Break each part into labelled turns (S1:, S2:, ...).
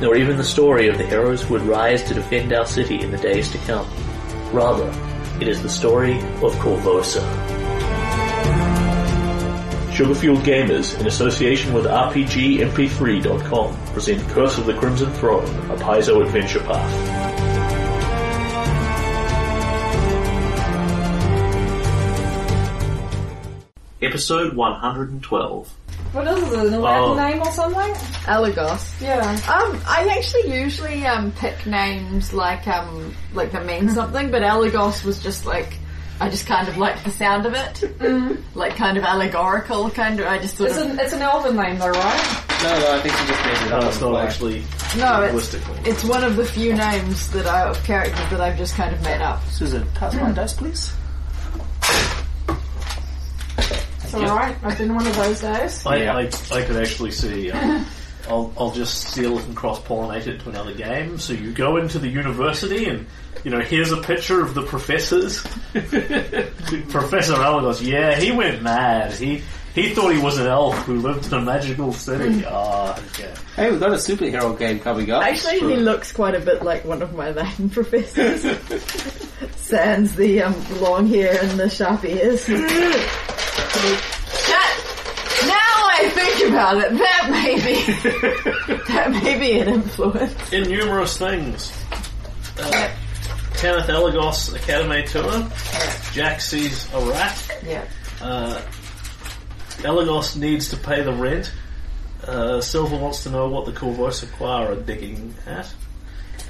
S1: nor even the story of the heroes who would rise to defend our city in the days to come. Rather, it is the story of Corvosa. Sugarfuel Gamers, in association with RPGMP3.com, present Curse of the Crimson Throne, a Paizo adventure path. Episode 112.
S2: What is it? An
S1: Oh.
S2: Latin name or something?
S3: Alagos.
S2: Yeah.
S3: Um, I actually usually um pick names like um like that mean something, but Alagos was just like I just kind of liked the sound of it,
S2: Mm-hmm.
S3: like kind of allegorical, kind of. I just sort
S2: It's
S3: of
S2: an it's an elven name though, right?
S4: No, no, I think she just made it up.
S1: No, it's not actually.
S3: no, it's
S1: Linguistically.
S3: it's one of the few names that I of characters that I've just kind of made up.
S4: Susan, pass my dice, please.
S2: It's alright. I've been one of those days.
S1: I,
S4: Yeah.
S1: I, I could actually see. Um, I'll, I'll just steal it and cross pollinate it to another game. So you go into the university and, you know, here's a picture of the professors. Professor Alagos, yeah, he went mad. He he thought he was an elf who lived in a magical city. Ah, yeah.
S4: Hey, we've got a superhero game coming up.
S3: Actually, he looks quite a bit like one of my Latin professors. Sans the um, long hair and the sharp ears. that, now I think about it, that may be, that may be an influence.
S1: In numerous things. Uh, Kenneth Alagos Academy Tour. Jack sees a rat.
S3: Yeah.
S1: Uh, Elagos needs to pay the rent. Uh, Silver wants to know what the Corvosa Choir are digging at.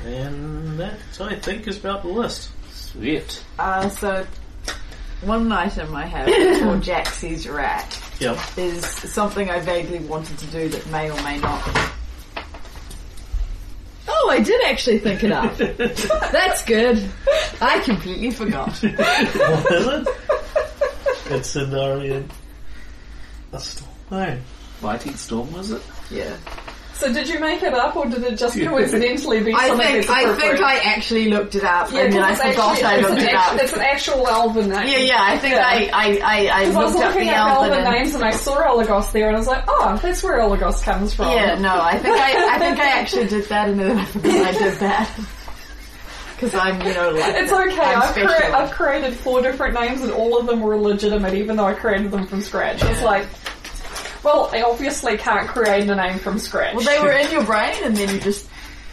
S1: And that, I think, is about the list.
S4: Sweet.
S3: Uh, so, one item I have before Jaxie's rat
S1: Yep.
S3: is something I vaguely wanted to do that may or may not. Oh, I did actually think it up. That's good. I completely forgot.
S1: what is it? It's Sindarian. A storm name.
S4: Fighting Storm, was it?
S3: Yeah.
S2: So did you make it up or did it just coincidentally be
S3: I
S2: something
S3: think
S2: that's
S3: I
S2: appropriate?
S3: think I actually looked it up
S2: yeah,
S3: and then I
S2: 'cause it's,
S3: forgot
S2: actually,
S3: I
S2: it's,
S3: looked
S2: an
S3: it
S2: actual,
S3: up.
S2: it's an actual elven name.
S3: Yeah, yeah, I think
S2: Yeah.
S3: I, I, I, I
S2: I was
S3: looked up the
S2: looking at
S3: elven
S2: elven
S3: and-
S2: names and I saw Elagos there and I was like, oh, that's where Elagos comes from.
S3: Yeah, no, I think I, I think I actually did that and then I forgot I did that. Because I'm, you know, like...
S2: It's okay.
S3: I'm
S2: I've,
S3: special.
S2: crea- I've created four different names and all of them were legitimate, even though I created them from scratch. It's like, well, I obviously can't create a name from scratch.
S3: Well, they were in your brain and then you just...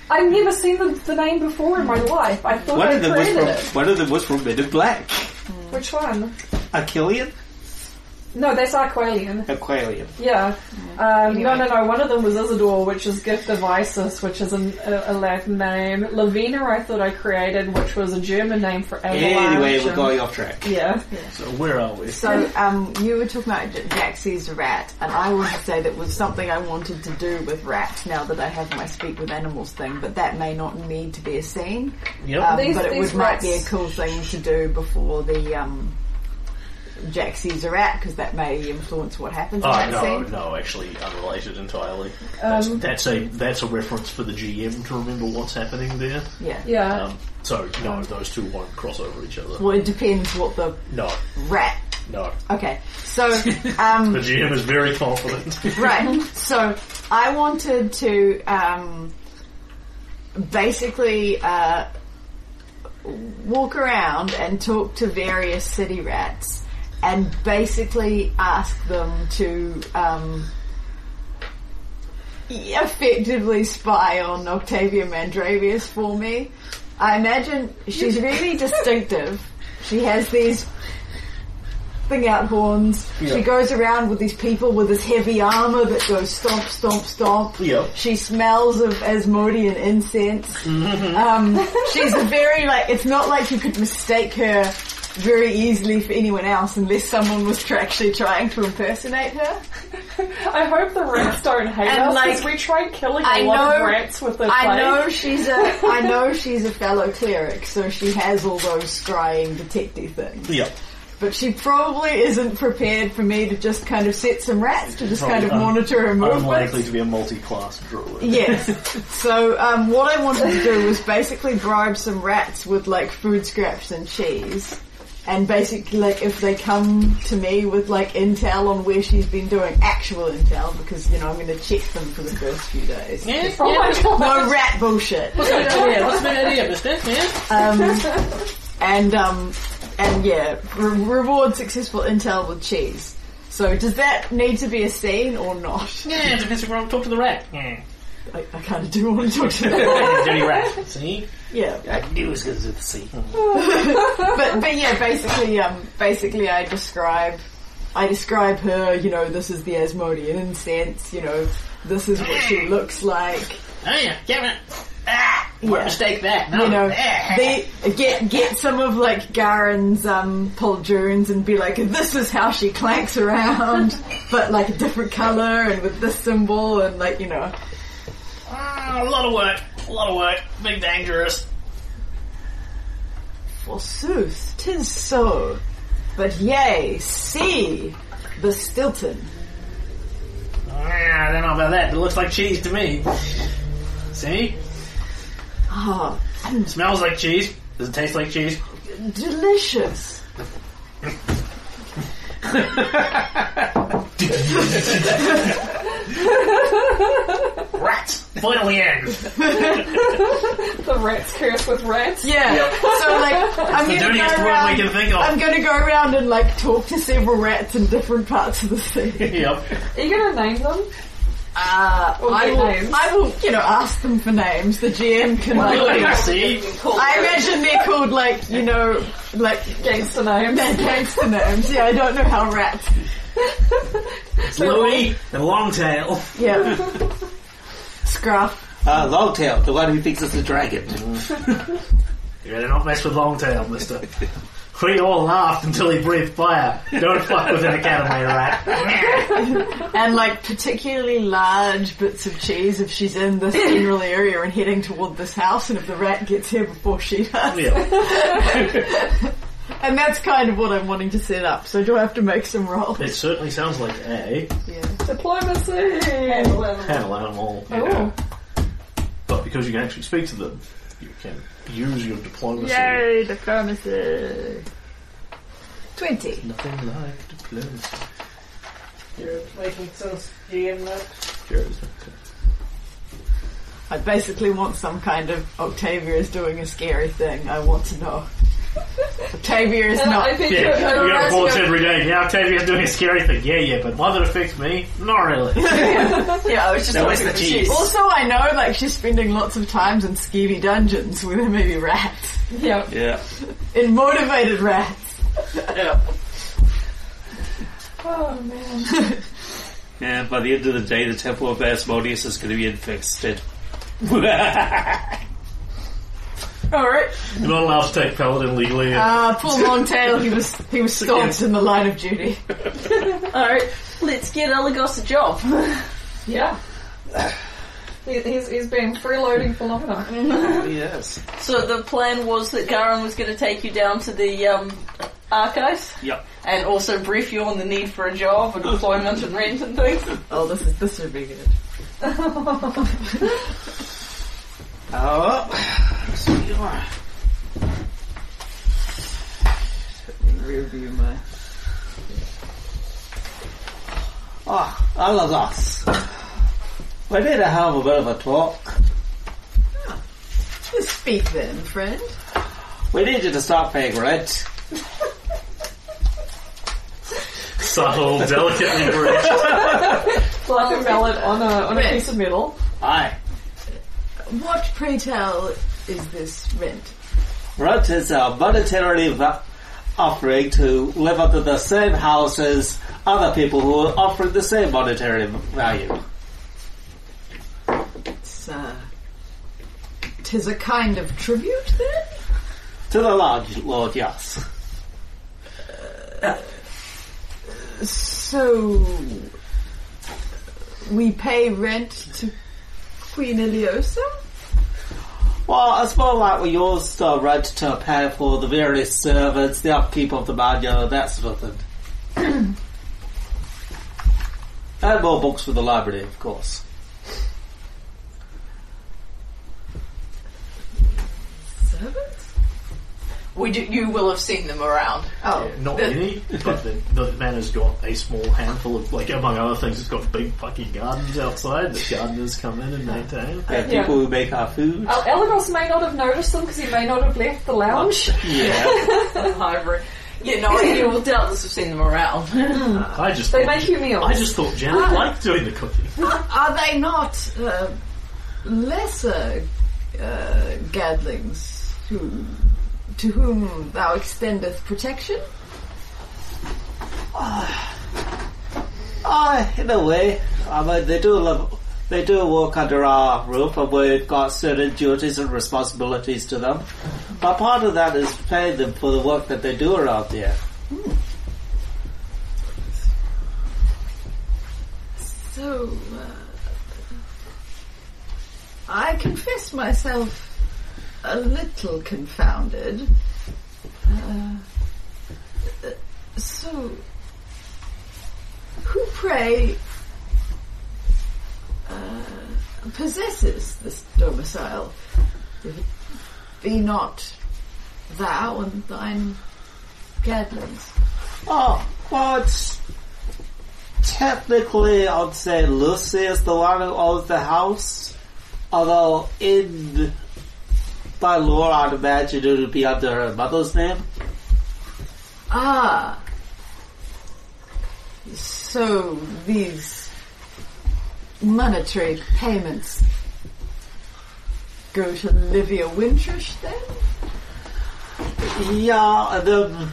S2: I've never seen the, the name before in my life. I thought
S4: One
S2: I
S4: of them was
S2: created
S4: from
S2: it.
S4: one of them was from Men in Black.
S2: Which one?
S4: Achillean?
S2: No, that's Arqualian.
S4: Aqualian.
S2: Yeah. Um, No,
S3: Anyway.
S2: no, no. One of them was Isidore, which is Gift of Isis, which is an, a, a Latin name. Lavina, I thought I created, which was a German name for avalanche.
S4: Anyway, we're
S2: and-
S4: going off track.
S2: Yeah.
S1: So where are we?
S3: So, um, you were talking about Jaxie's rat, and I wanted to say that was something I wanted to do with rats now that I have my speak with animals thing, but that may not need to be a scene.
S1: Yep.
S3: Um,
S2: These-
S3: but it
S2: these
S3: would, might be a
S2: rats-
S3: cool thing to do before the um, Jaxie's are out because that may influence what happens in
S1: Oh
S3: that
S1: no,
S3: scene.
S1: no, actually unrelated entirely. That's, that's a that's a reference for the GM to remember what's happening there.
S3: Yeah.
S2: Yeah.
S1: Um, so no, those two won't cross over each other.
S3: Well, it depends what the
S1: No,
S3: rat.
S1: no.
S3: Okay, so um,
S1: The GM is very confident.
S3: right. So I wanted to um, basically uh, walk around and talk to various city rats and basically ask them to um, effectively spy on Octavia Mandravius for me. I imagine she's really distinctive. She has these thing out horns. She goes around with these people with this heavy armor that goes stomp, stomp, stomp.
S1: Yep.
S3: She smells of Asmodean incense. Um, she's a very like. It's not like you could mistake her very easily for anyone else unless someone was tra- actually trying to impersonate her.
S2: I hope the rats don't hate
S3: And,
S2: us because
S3: like,
S2: we tried killing a
S3: I
S2: lot of
S3: know-
S2: rats with the
S3: I
S2: plague.
S3: know she's a I know she's a fellow cleric, so she has all those scrying detective things.
S1: Yep.
S3: But she probably isn't prepared for me to just kind of set some rats to just
S1: Probably um,
S3: kind of
S1: un-
S3: monitor her
S1: Unlikely
S3: movements.
S1: to be a multi-class druid.
S3: Yes. So um, what I wanted to do was basically bribe some rats with like food scraps and cheese. And basically, like, if they come to me with, like, intel on where she's been doing actual intel, because, you know, I'm gonna check them for the first few days.
S5: Yeah,
S2: Oh
S5: yeah.
S2: my god.
S3: No rat bullshit.
S5: What's the idea? What's the idea, mister? Yeah?
S3: Um, and um, and yeah, re- reward successful intel with cheese. So does that need to be a scene or not?
S5: Yeah, it depends if you want to talk to the rat. Yeah.
S3: I, I kind of do want to talk to them.
S5: Dirty rat. See?
S3: yeah,
S4: I knew it was going to the sea.
S3: but but yeah, basically um, basically I describe. I describe her, you know, this is the Asmodean incense, you know, this is what she looks like.
S5: Oh yeah, damn it. Ah, what
S3: Yeah.
S5: a mistake that. No.
S3: you know,
S5: Ah.
S3: they get get some of like Garen's um poldunes and be like, this is how she clanks around, but like a different color and with this symbol and like you know,
S5: Ah, a lot of work. A lot of work. Big dangerous.
S3: forsooth, tis so. But yea, see the Stilton.
S5: Ah, I don't know about that. It looks like cheese to me. See?
S3: Ah,
S5: Smells like cheese. Does it taste like cheese?
S3: delicious.
S5: Rats! Finally in!
S2: The rats curse with rats.
S3: Yeah. So like, I'm
S5: The
S3: gonna go
S5: dirtiest word we
S3: around.
S5: can think
S3: I'm
S5: of.
S3: gonna go around and like talk to several rats in different parts of the city.
S5: Yep.
S2: Are you gonna name them?
S3: Uh,
S2: Or
S3: I
S2: get
S3: will,
S2: names.
S3: I will, you know, ask them for names. The GM can
S5: Really,
S3: like.
S5: see?
S3: I imagine they're called like, you know, like
S2: Gangster names.
S3: they're gangster names. Yeah, I don't know how rats.
S5: Louie and Longtail.
S3: Yeah. Scruff.
S4: Ah, Longtail, the one who thinks it's a dragon.
S5: You better not mess with Longtail, mister. We all laughed until he breathed fire. Don't fuck with an academy rat.
S3: And like particularly large bits of cheese if she's in this general area and heading toward this house and if the rat gets here before she does.
S5: yeah.
S3: And that's kind of what I'm wanting to set up, so do I have to make some rolls?
S5: It certainly sounds like A.
S3: Yeah.
S2: Diplomacy.
S1: Handle animal. you know.
S2: Oh.
S1: But because you can actually speak to them, you can use your diplomacy.
S3: diplomacy. Twenty.
S1: Nothing like diplomacy.
S5: You're making sense, GM
S1: Charisma.
S3: I basically want some kind of Octavia is doing a scary thing. I want to know. Octavia is
S6: Uh,
S2: And I
S3: not.
S2: think
S5: Yeah,
S2: you're,
S5: we got a boards
S2: you're,
S5: every day. Yeah, Octavia's doing a scary thing. Yeah, yeah, but one that affects me, not really.
S3: Yeah, I was just.
S4: Now, where's the
S3: looking for
S4: cheese?
S3: Also, I know like she's spending lots of times in skeevy dungeons where there may be rats,
S2: yeah.
S4: Yeah.
S3: in motivated rats.
S2: Oh man.
S4: And by the end of the day, the Temple of Asmodeus is going to be infested.
S3: All right.
S1: You're not allowed to take paladin legally. and
S3: Uh, Paul Longtail, he was he was staunch in the line of duty.
S6: Alright, let's get Oligos a job.
S2: Yeah. He, he's, he's been freeloading phenomena.
S4: yes.
S6: So the plan was that Garin was going to take you down to the um, archives
S4: Yep.
S6: and also brief you on the need for a job and employment and rent and things.
S3: Oh, this is this would be good.
S4: Oh, so you are.
S3: Review my.
S4: Ah, all of us. We need to have a bit of a talk.
S3: Speak then, friend.
S4: We need you to stop paying rent.
S1: Subtle, delicately bridged.
S2: like a mallet on a, on a piece of metal.
S4: Aye.
S3: What pray tell is this rent?
S4: Rent is a monetary va- offering to live under the same house as other people who are offering the same monetary value.
S3: It's, uh, tis a kind of tribute then?
S4: To the large lord, yes.
S3: So, we pay rent to Queen Iliosa?
S4: Well, it's more like we also right to pay for the various servants, the upkeep of the barnyard, that sort of thing. and more books for the library, of course.
S3: Servants?
S7: We do, you will have seen them around.
S3: Oh,
S1: Not
S7: The-
S1: many, but the, the manor's got a small handful of, like, among other things, it's got big fucking gardens outside that gardeners come in and maintain.
S4: We have
S2: Yeah.
S4: people who make our food.
S2: Uh, Elagos may not have noticed them because he may not have left the lounge.
S4: Yeah.
S7: Hybrid. You know, you will doubtless have seen them around.
S1: I just
S2: Uh. They
S1: thought,
S2: make you meals. Uh.
S1: I just thought Janet liked doing the cooking.
S3: are they not uh, lesser uh, gadlings who, to whom thou extendeth protection?
S4: Ah, in a way, I mean, they do live, they do work under our roof, and we've got certain duties and responsibilities to them. But part of that is paying them for the work that they do around here.
S3: So, uh, I confess myself a little confounded. Uh, uh, so, who pray uh, possesses this domicile? If it be not thou and thine gadlings.
S4: Oh, well, it's technically, I'd say Lucy is the one who owns the house. Although, in by law, I'd imagine it would be under her mother's name.
S3: Ah. So these monetary payments go to Livia Wintrish then?
S4: Yeah, and then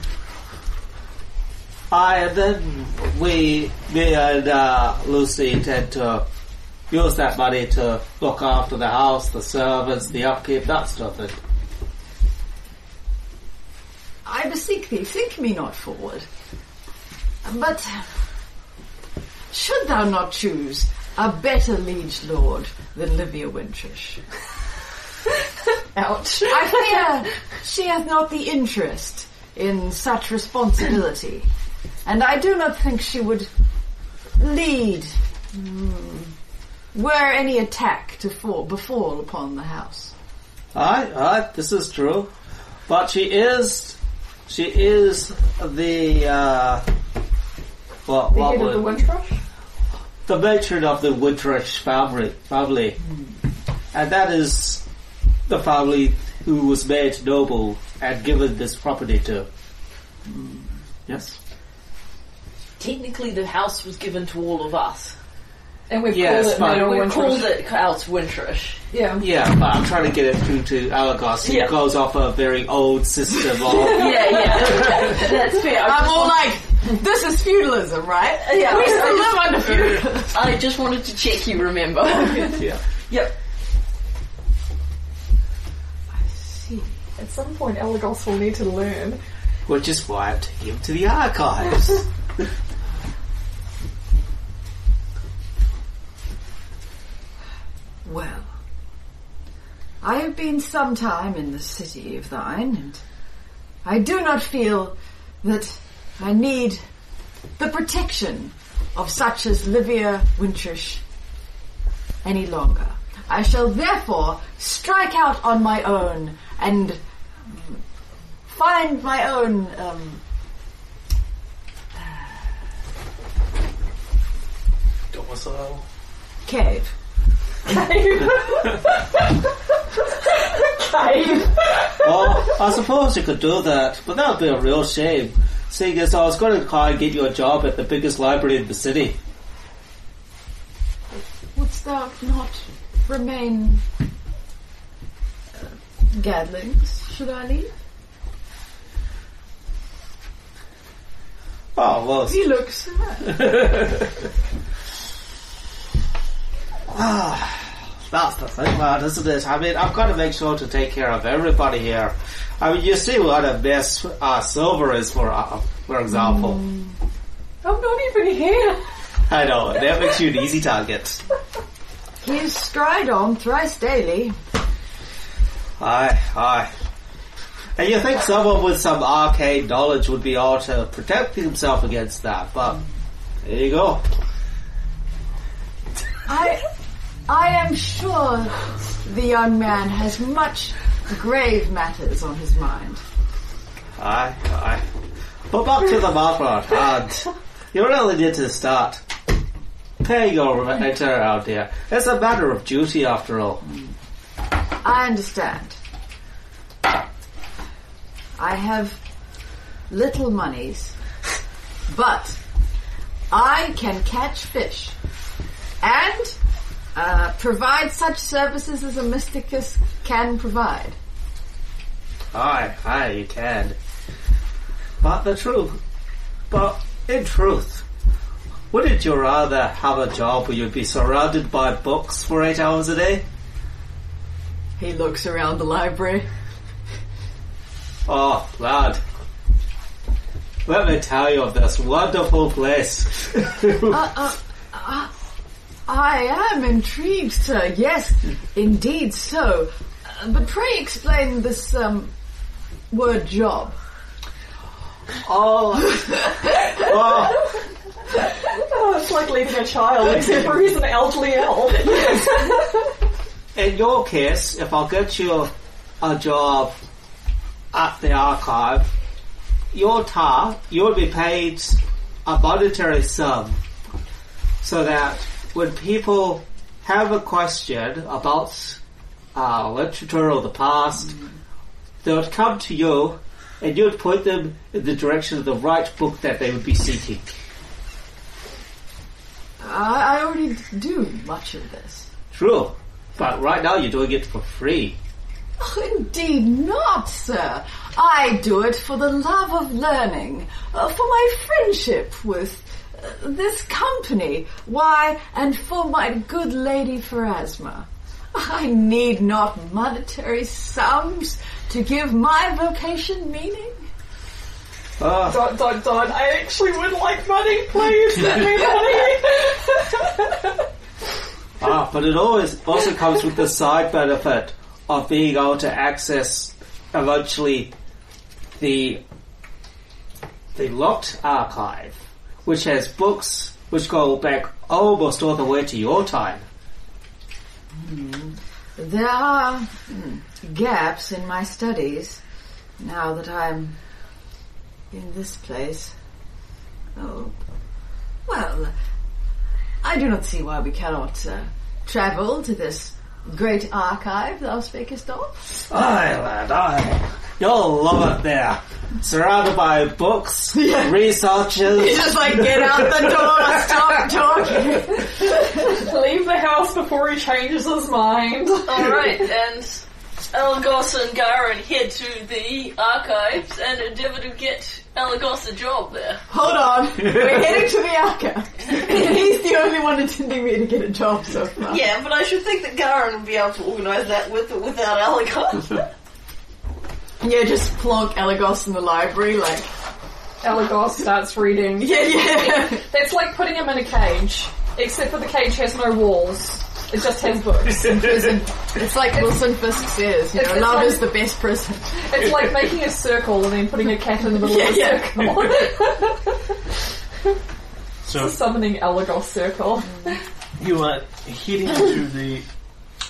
S4: I and then we, me and uh, Lucy intend to use that money to look after the house, the servants, the upkeep, that stuff. And
S3: I beseech thee, think me not forward. But should thou not choose a better liege lord than Livia Wintrish? Ouch. I fear she hath not the interest in such responsibility, and I do not think she would lead mm, were any attack to fall, befall upon the house.
S4: Aye, aye, this is true. But she is, she is the, uh, what,
S2: the
S4: what
S2: head of
S4: would,
S2: the Windrush.
S4: the matron of the Woodrush family, family.
S2: Hmm.
S4: And that is the family who was made noble and given this property to.
S2: Hmm.
S4: Yes?
S6: Technically, the house was given to all of us.
S2: And we've
S4: Yes,
S2: called it
S4: fine.
S2: Meadow
S6: we
S2: Windrush.
S6: called it House Winterish.
S2: Yeah.
S4: Yeah, but I'm trying to get it through to Alagos, who
S6: Yeah.
S4: goes off a very old system of...
S6: Yeah, yeah, okay, that's fair. I
S3: I'm
S6: just,
S3: all like, this is feudalism, right?
S6: yeah,
S3: We still
S6: I,
S3: live under feudalism.
S6: just, I just wanted to check you remember.
S4: yeah.
S6: yep.
S2: At some point, Elagos will need to learn.
S4: Which is why I'm taking him to the archives.
S3: Well, I have been some time in the city of thine, and I do not feel that I need the protection of such as Livia Wintrish any longer. I shall therefore strike out on my own and find my own um,
S1: Domicile.
S3: cave.
S4: well, I suppose you could do that, but that would be a real shame. Seeing as I was going to try and get you a job at the biggest library in the city.
S3: Wouldst thou not remain uh, gadlings, should I leave?
S4: Oh, well,
S3: He looks sad.
S4: Ah, That's the thing, lad, isn't it? I mean, I've got to make sure to take care of everybody here. I mean, you see what a mess uh, silver is, for uh, for example.
S2: I'm not even here.
S4: I know, that makes you an easy target.
S3: He's stride on thrice daily.
S4: Aye, aye. And you think someone with some arcane knowledge would be able to protect himself against that, but there you go.
S3: I, I am sure the young man has much grave matters on his mind.
S4: Aye, aye. But back to the matter at hand. You really need to start paying your renter out there. It's a matter of duty after all.
S3: I understand. I have little monies, but I can catch fish and uh, provide such services as a mysticus can provide.
S4: Aye, aye, you can. But the truth, but in truth, wouldn't you rather have a job where you'd be surrounded by books for eight hours a day?
S3: He looks around the library.
S4: Oh, lad. Let me tell you of this wonderful place.
S3: Uh, uh, uh, I am intrigued, sir. Yes, indeed so. Uh, but pray explain this um, word job.
S4: oh, oh,
S2: Oh, it's like leading a child, except for he's an elderly elf.
S4: in your case, if I get you a job at the archive, your ta you'll be paid a monetary sum so that when people have a question about uh, literature or the past, they would come to you and you'd point them in the direction of the right book that they would be seeking.
S3: I, I already do much of this.
S4: True, but right now you're doing it for free.
S3: Oh, indeed not, sir. I do it for the love of learning, uh, for my friendship with uh, this company. Why, and for my good lady Pharasma. I need not monetary sums to give my vocation meaning.
S4: Ah,
S2: dot dot dot. I actually would like money, please. Let me money.
S4: Ah, but it always also comes with the side benefit of being able to access eventually the the locked archive, which has books which go back almost all the way to your time.
S3: There are hmm, gaps in my studies now that I'm in this place. Oh, well, I do not see why we cannot uh, travel to this great archive thou speakest of.
S4: Aye, lad, aye. You'll love it there. Surrounded by books, researchers.
S3: Just like get out the door, stop talking.
S2: Leave the house before he changes his mind.
S6: Alright, and Elagos and Garen head to the archives and endeavour to get Elagos a job there.
S3: Hold on, we're heading to the archive. He's the only one attending me to get a job so far.
S7: Yeah, but I should think that Garen would be able to organise that with without Alagos.
S3: Yeah, just plonk Elagos in the library, like
S2: Elagos starts reading.
S3: yeah, yeah.
S2: That's like putting him in a cage, except for the cage has no walls. It just has books. it's,
S3: It's like Wilson Fisk says, you know,
S2: It's- it's
S3: love
S2: like-
S3: is the best prison.
S2: it's like making a circle and then putting a cat in the middle of the
S3: Yeah,
S2: circle.
S1: So
S2: Summoning Elagos circle.
S1: you are heading to the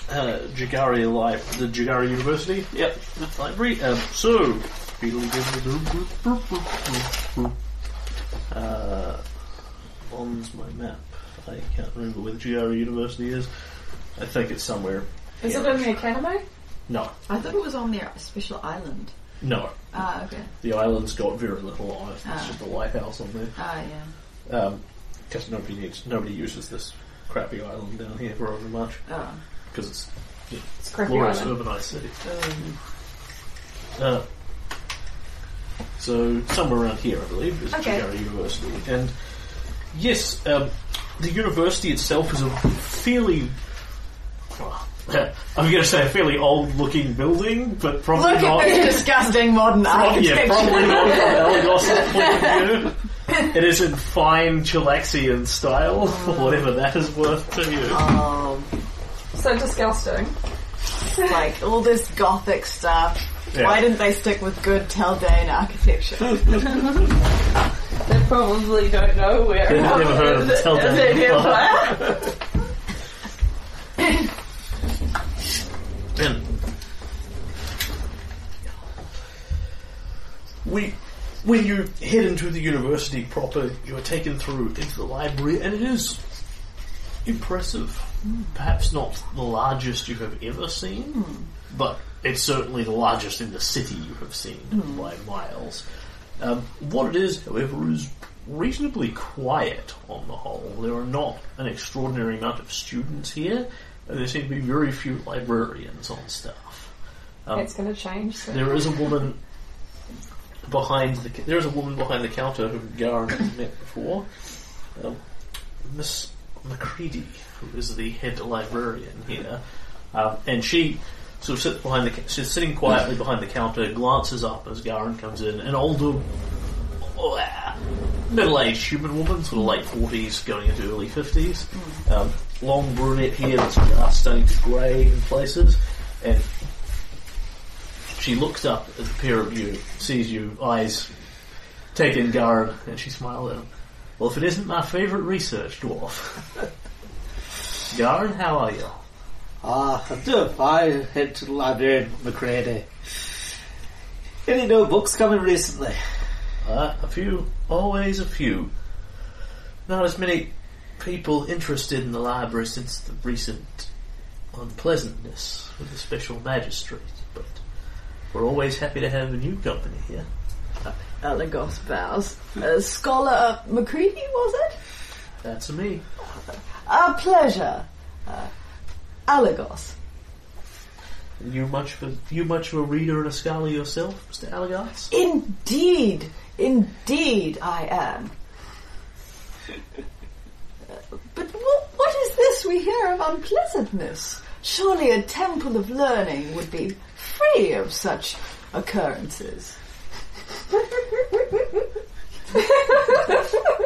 S1: uh, Jagari Li- the Jagari University
S4: Yep.
S1: Library. Um, so, uh, on's my map. I can't remember where the Jagari University is. I think it's somewhere.
S2: Is it in the academy?
S1: No,
S3: I thought it was on their special island.
S1: no.
S3: Ah, okay.
S1: The island's got very little on it. It's
S3: Ah.
S1: just a lighthouse on there.
S3: Ah, yeah.
S1: Because nobody needs, nobody uses this crappy island down here very much.
S3: Oh.
S1: Because it's
S2: It's crappy
S1: glorious
S2: island.
S1: urbanized city. Um, Uh, so somewhere around here, I believe, is
S3: Okay.
S1: Jagara University, and yes, um, the university itself is a fairly. well, I'm going to say a fairly old-looking building, but probably
S3: Look
S1: not.
S3: at this disgusting modern
S1: Prob-
S3: architecture.
S1: yeah, probably not from Elagos' point of view. It is in fine Chilaxian style,
S3: Oh.
S1: for whatever that is worth to you.
S3: Um,
S2: So disgusting.
S3: like all this gothic stuff.
S1: Yeah.
S3: Why didn't they stick with good Taldane architecture?
S2: They probably don't know where.
S1: They've never heard of the Telltale
S2: They're near
S1: Empire.
S2: there.
S1: And we, when you head into the university proper, you are taken through into the library, and it is impressive. Perhaps not the largest you have ever seen, but it's certainly the largest in the city you have seen by miles. Um, what it is, however, is reasonably quiet on the whole. There are not an extraordinary amount of students here, and there seem to be very few librarians on staff. Um,
S2: It's going to change. So.
S1: there is a woman behind the there is a woman behind the counter who Garen has met before, um, Miss Macready, who is the head librarian here, um, and she sort of sits behind the ca- she's sitting quietly behind the counter, glances up as Garen comes in, an older, middle-aged human woman, sort of late forties, going into early fifties, um, long brunette hair that's just starting to grey in places, and she looks up at the pair of you, sees you, eyes take in Garin, and she smiles at him. Well, if it isn't my favourite research dwarf. Garin, how are you?
S4: Ah, I do I head to the library in McCready. Any new books coming recently?
S1: Uh, a few, always a few. Not as many people interested in the library since the recent unpleasantness with the special magistrate, but we're always happy to have a new company here.
S3: Elagos vows. A scholar Macready, was it?
S1: That's me.
S3: A pleasure. Uh, Elagos.
S1: You much of a, you much of a reader and a scholar yourself, Mr. Allegas?
S3: Indeed, indeed I am. Uh, But what, what is this we hear of unpleasantness? Surely a temple of learning would be free of such occurrences.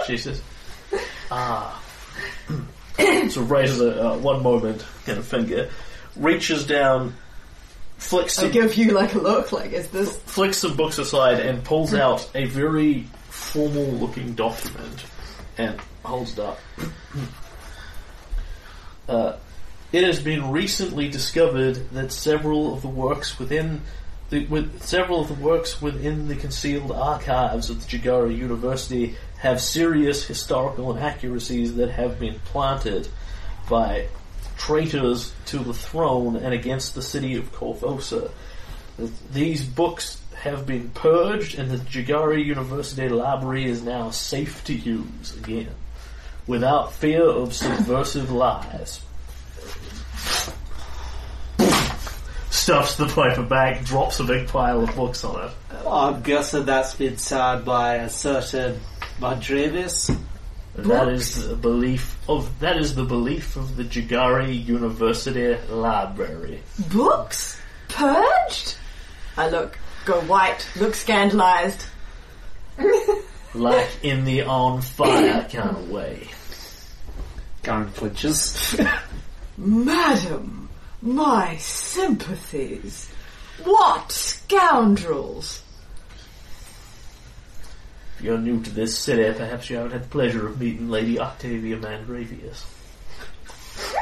S1: She says, ah. so raises a, uh, one moment and a finger, reaches down, flicks
S3: I
S1: some,
S3: give you like a look, like is this
S1: flicks some books aside and pulls out a very formal looking document and holds it up. uh, it has been recently discovered that several of the works within the, with several of the works within the concealed archives of the Jagara University have serious historical inaccuracies that have been planted by traitors to the throne and against the city of Corvosa. These books have been purged, and the Jagari University Library is now safe to use again, without fear of subversive lies. Stuffs the paper bag, drops a big pile of books on it.
S4: I'm guessing that's been signed by a certain Mandravis.
S1: That is the belief of that is the belief of the Jagari University Library.
S3: books purged? I look, go white, look scandalized.
S1: Like in the on fire kind of way.
S4: Garen flinches.
S3: Madam, my sympathies. What scoundrels!
S1: If you're new to this city, perhaps you haven't had the pleasure of meeting Lady Octavia Mandravius.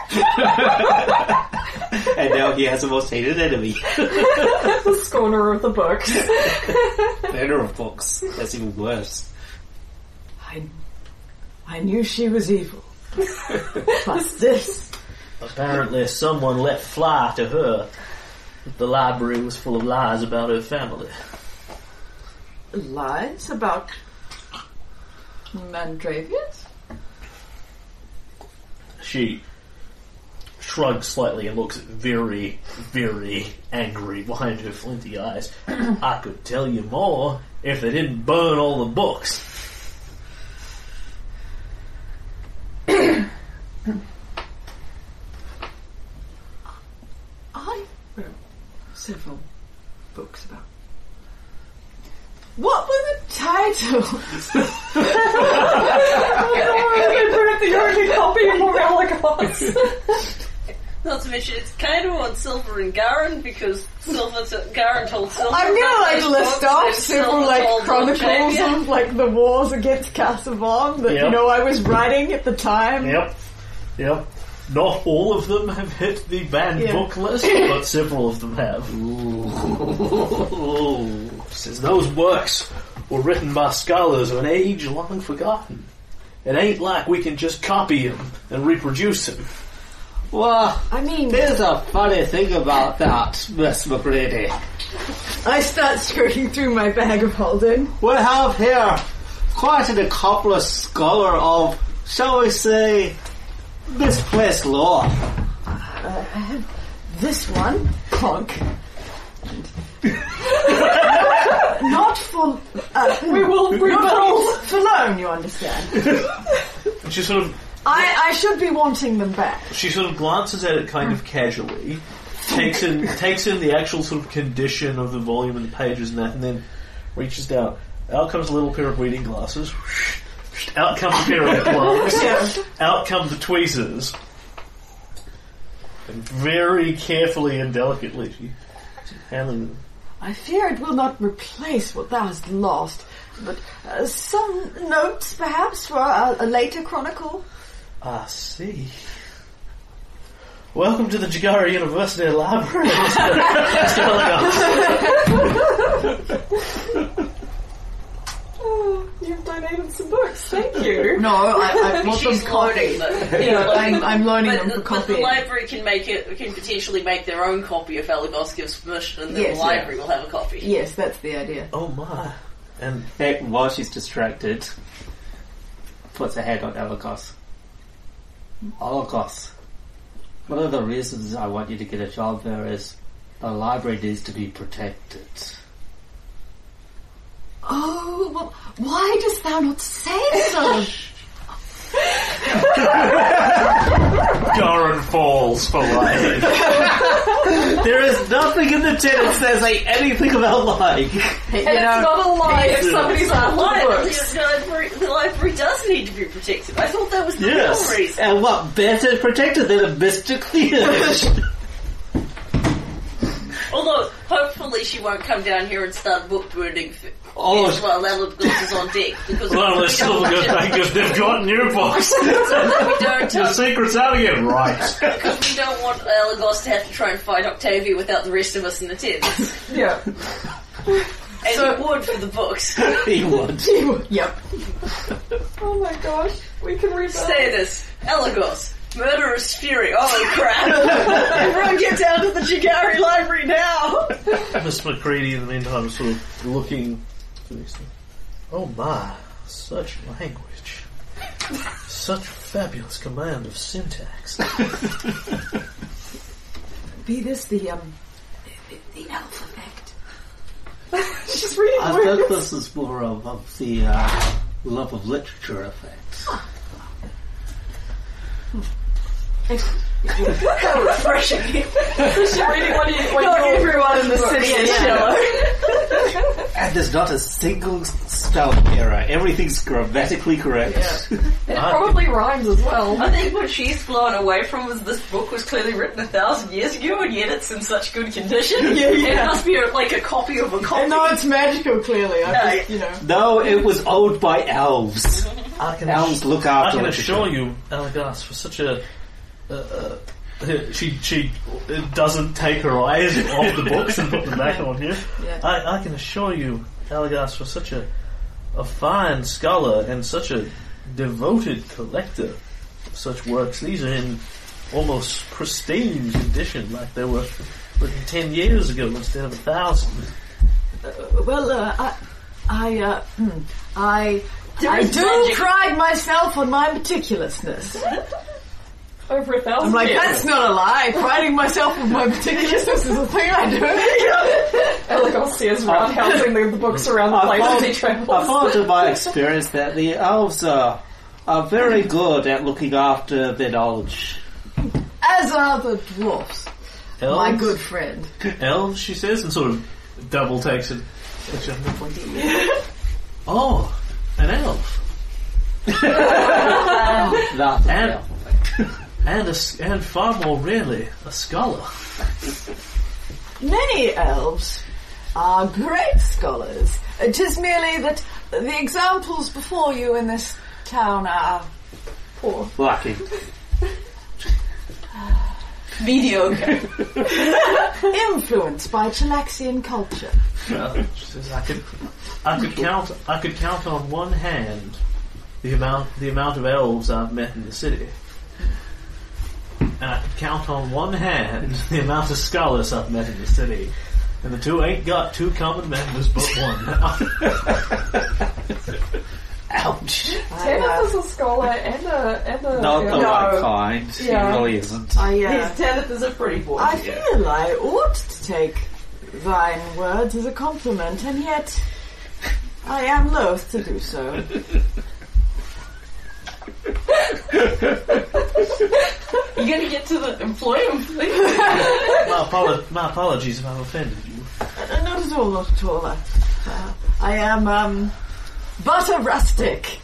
S4: and now he has a most hated enemy.
S2: the scorner of the books.
S4: Banner of books. That's even worse.
S3: I, I knew she was evil. but this,
S1: Apparently, someone let fly to her that the library was full of lies about her family.
S3: lies about Mandravius?
S1: She shrugs slightly and looks very, very angry behind her flinty eyes. I could tell you more if they didn't burn all the books.
S3: I wrote several books about. What were the title.
S2: they put up the only copy of Morelagos.
S6: Not to mention, it's kind of on Silver and Garen because Silver t- Garen told Silver.
S3: I'm gonna
S6: about
S3: like
S6: those
S3: list
S6: books,
S3: off
S6: and
S3: several
S6: Silver
S3: like
S6: told
S3: chronicles
S6: Octavia.
S3: of like the wars against Cassavon that you
S1: Yep.
S3: know I was writing at the time.
S1: Yep. Yep. Not all of them have hit the banned
S3: Yeah.
S1: book list, but several of them have. Says those works were written by scholars of an age long forgotten. It ain't like we can just copy 'em and reproduce 'em.
S4: Well,
S3: I mean,
S4: there's a funny thing about that, Miss McGrady.
S3: I start screwing through my bag of holding.
S4: We have here quite an accomplished scholar of, shall we say, misplaced law.
S3: This one, clunk. Not for uh, we will rebuild for loan. You understand?
S1: And she sort of
S3: I I should be wanting them back.
S1: she sort of glances at it kind of casually, takes in takes in the actual sort of condition of the volume and the pages and that, and then reaches down. Out comes a little pair of reading glasses. Out comes a pair of gloves. Out come the tweezers. And very carefully and delicately she she's handling them.
S3: I fear it will not replace what thou hast lost, but uh, some notes perhaps for a, a later chronicle.
S1: I Ah, see. Welcome to the Jagara University Library. Mr.
S2: Oh, You've donated some books, thank you.
S3: No, I, I want
S6: She's
S3: them
S6: cloning
S3: copied.
S6: them.
S3: Yeah, I'm, I'm loaning
S6: But
S3: them
S6: the,
S3: for
S6: but the
S3: copy.
S6: library can make it can potentially make their own copy if Alagos gives permission, and then
S3: Yes,
S6: the library will have a copy.
S3: Yes, that's the idea.
S1: oh my. And
S4: Hey, while she's distracted, puts a hand on Alakos. Alakos, one of the reasons I want you to get a job there is the library needs to be protected.
S3: Oh, well, why dost thou not say so?
S1: Garin falls for life.
S4: There is nothing in the tin that says like, anything about lying.
S3: you
S2: And it's
S3: know,
S2: not a lie if somebody's after
S6: Why?
S2: the books.
S6: The, library, the library does need to be protected. I thought that was the
S1: Yes.
S6: real reason.
S4: And what better protected than a mystic theater?
S6: Although, hopefully, she won't come down here and start book burning. f-
S4: Oh.
S6: as well, Alagos is on deck because
S5: Well,
S6: we
S5: they're still
S6: don't,
S5: good thing because they've got new books.
S6: we don't
S5: The
S6: touch
S5: secret's out again. Right.
S6: Because we don't want Alagos to have to try and fight Octavia without the rest of us in the tents.
S2: Yeah.
S6: And so, would for the books.
S4: he would.
S3: yep.
S2: Oh my gosh, we can rebuild.
S6: Say this. Alagos. Murderous Fury. Oh crap. Everyone get down to the Jigari Library now.
S1: Miss McCready, in the meantime, is sort of looking to these things. Oh my, such language. Such fabulous command of syntax.
S3: Be this the, um, the, the alphabet.
S2: She's reading
S4: I
S2: words.
S4: think this is more of, of the uh, love of literature effect.
S6: How refreshing.
S2: She's reading one of your- one
S6: Not
S2: of your-
S6: everyone in the city is shallow.
S4: And there's not a single spell error. Everything's grammatically correct.
S2: It probably rhymes as well.
S6: I think what she's blown away from was this book was clearly written a thousand years ago and yet it's in such good condition.
S3: Yeah, yeah.
S6: It must be like a copy of a copy.
S3: No, it's magical, clearly. I
S6: No.
S3: just, you know.
S4: No, it was owned by elves.
S1: I can,
S4: Elves look
S1: I
S4: after
S1: can
S4: literature.
S1: assure you, Alagast was such a. Uh, uh, she she doesn't take her eyes off the books and put them back on you.
S3: Yeah.
S1: I, I can assure you, Alagast was such a a fine scholar and such a devoted collector of such works. These are in almost pristine condition, like they were written ten years ago instead of a thousand.
S3: Well, uh, I, I, uh, hmm, I, I
S6: is
S3: do
S6: magic.
S3: pride myself on my meticulousness.
S2: Over a thousand
S3: I'm like,
S2: years.
S3: that's not a lie. Priding myself on my meticulousness is a thing I do.
S2: Elagos is roundhousing the, the books around the
S4: I
S2: place as he
S4: found, I
S2: travels.
S4: found in my experience that the elves are, are very good at looking after their knowledge.
S3: As are the dwarfs,
S1: Elves,
S3: my good friend.
S1: elves, she says, and sort of double takes it. Which I'm not pointing at. Oh, an elf.
S4: Not
S1: And- And, a s and far more rarely, a scholar.
S3: Many elves are great scholars. It is merely that the examples before you in this town are poor.
S4: lucky.
S7: Mediocre.
S3: Influenced by Chilaxian culture.
S1: She says, I could, I could count, I could count on one hand the amount, the amount of elves I've met in the city, and I could count on one hand the amount of scholars I've met in the city, and the two ain't got two common members but one.
S3: uh,
S2: Tanith is a scholar and a and a
S4: Not the
S2: no.
S4: right kind.
S2: Yeah.
S4: He really isn't.
S3: I, uh,
S7: Yes, Tanith is a pretty boy.
S3: I feel I ought to take thine words as a compliment, and yet I am loath to do so.
S7: You're gonna get to the employment thing.
S1: my, apolo- my apologies if I've offended you.
S3: Uh, Not at all, not at all. Uh, I am, um, but a rustic.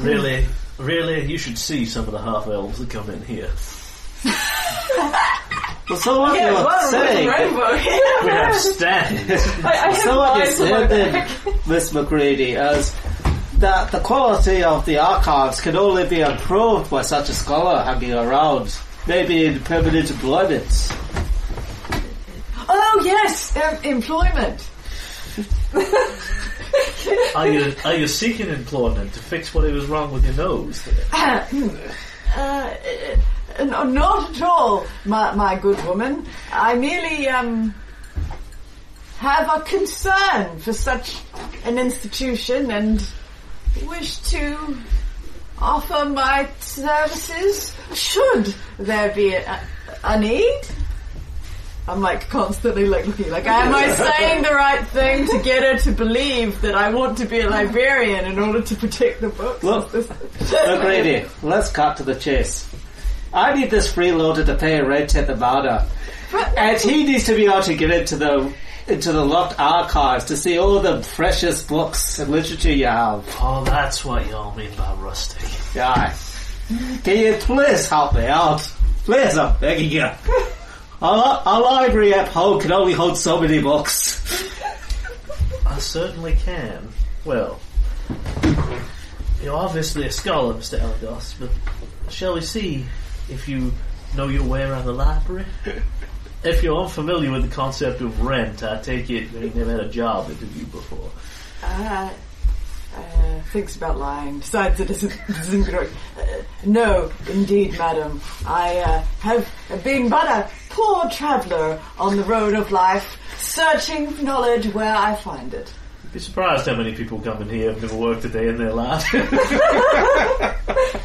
S1: Really, really, you should see some of the half elves that come in here.
S4: Well, so what
S7: Yeah,
S4: you're
S7: well,
S4: saying,
S7: rainbow.
S1: We have stands.
S2: I, I have
S4: so what you're
S2: eyes in my
S4: saying,
S2: back.
S4: then, Miss McCready, is that the quality of the archives can only be improved by such a scholar hanging around, maybe in permanent employment.
S3: Oh yes, um, employment.
S1: Are you are you seeking employment to fix what was wrong with your nose? There?
S3: uh, uh, no, not at all, my, my good woman. I merely um, have a concern for such an institution and wish to offer my services should there be a, a need. I'm like constantly like looking like am I saying the right thing to get her to believe that I want to be a librarian in order to protect the books?
S4: Look, McCready, let's cut to the chase. I need this freeloader to pay rent at the manor, and he needs to be able to get into the into the locked archives to see all the precious books and literature you have.
S1: Oh, that's what y'all mean by rustic.
S4: Guy, can you please help me out? Please, I'm begging you. Our, li- our library at home can only hold so many books.
S1: I certainly can. Well, you're obviously a scholar, Mr. Elgos, but shall we see if you know your way around the library? if you're unfamiliar with the concept of rent, I take it you never had a job interview before.
S3: Uh, uh, thinks about lying, decides it isn't, isn't correct. Uh, no, indeed, madam. I uh, have been but a poor traveller on the road of life, searching for knowledge where I find it.
S1: You'd be surprised how many people come in here have never worked a day in their life.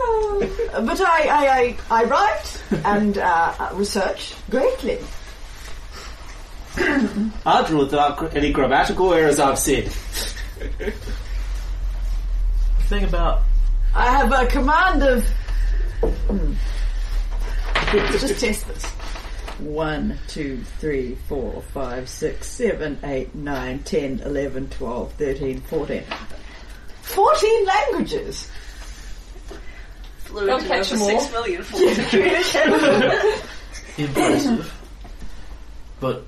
S3: Uh, but I, I, I, I write and uh, research greatly.
S4: Andrew, without gr- any grammatical errors I've seen.
S1: the thing about
S3: I have a command of. Hmm. Let's just test this.
S8: One, two, three, four, five, six, seven, eight, nine, ten, eleven, twelve, thirteen, fourteen.
S3: 14 languages.
S6: Flew into over
S2: catch
S6: 6
S2: them all.
S6: million forms of communication.
S1: impressive. but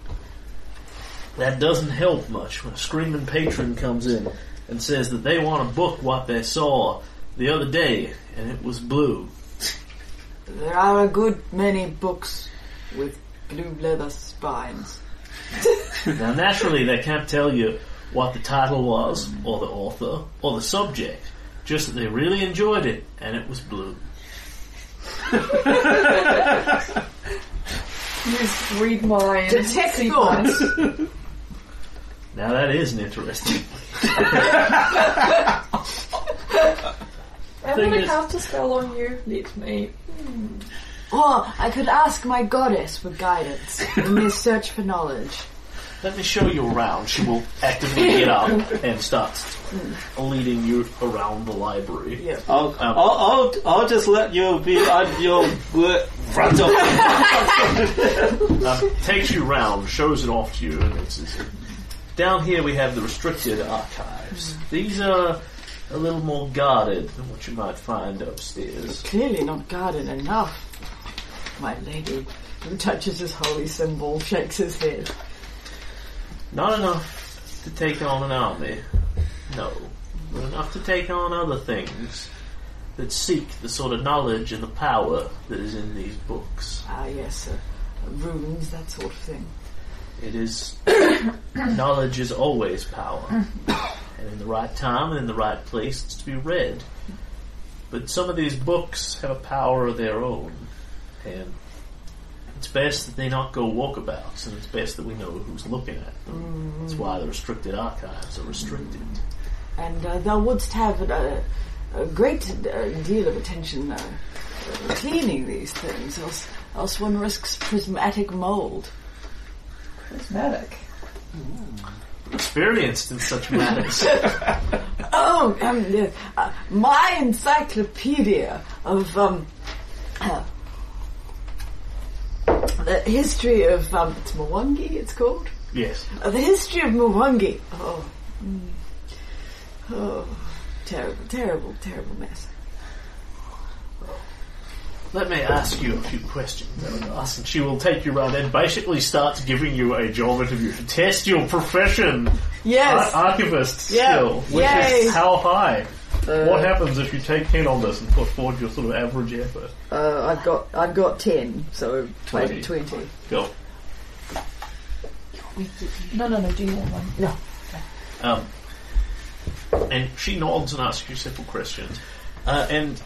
S1: that doesn't help much when a screaming patron comes in and says that they want to book what they saw the other day and it was blue.
S3: There are a good many books with blue leather spines.
S1: Now, naturally, they can't tell you what the title was, or the author, or the subject, just that they really enjoyed it and it was blue.
S2: You just read my
S3: Detect thoughts.
S1: Now, that is an interesting.
S2: I'm
S1: Thing
S2: gonna
S1: is-
S2: cast a spell on you. Let me.
S3: Or Oh, I could ask my goddess for guidance in this search for knowledge.
S1: Let me show you around. She will actively get up and start leading you around the library.
S4: I'll, I'll, I'll, I'll just let you be on your uh, front of
S1: Um, takes you round, shows it off to you, and it's, it's Down here we have the restricted archives. These are a little more guarded than what you might find upstairs.
S3: Clearly not guarded enough. My lady, who touches his holy symbol, shakes his head.
S1: Not enough to take on an army. No. But enough to take on other things that seek the sort of knowledge and the power that is in these books.
S3: Ah, yes, uh, runes, that sort of thing.
S1: It is knowledge is always power, and in the right time and in the right place, it's to be read. But some of these books have a power of their own, and it's best that they not go walkabouts, and it's best that we know who's looking at them. That's why the restricted archives are restricted.
S3: And uh, thou wouldst have a, a great uh, deal of attention uh, uh, cleaning these things, else, else one risks prismatic mold.
S8: Prismatic.
S1: Experienced in such matters.
S3: Oh, um, yes, uh, my encyclopedia of um, uh, the history of um, it's Mwangi, it's called
S1: yes.
S3: Uh, the history of Mwangi. Oh, mm. oh, terrible, terrible, terrible mess.
S1: Let me ask you a few questions, Eleanor, and she will take you around and basically starts giving you a job interview to test your profession.
S3: Yes,
S1: Ar- archivist
S3: Yeah.
S1: skill, which
S3: Yay. Uh,
S1: is how high? what happens if you take 10 on this and put forward your sort of average effort?
S8: Uh, I've got I've got ten, so
S1: Twenty.
S8: twenty. 20.
S1: Go.
S2: No, no, no. Do you want one?
S1: Um, and she nods and asks you simple questions. Uh, and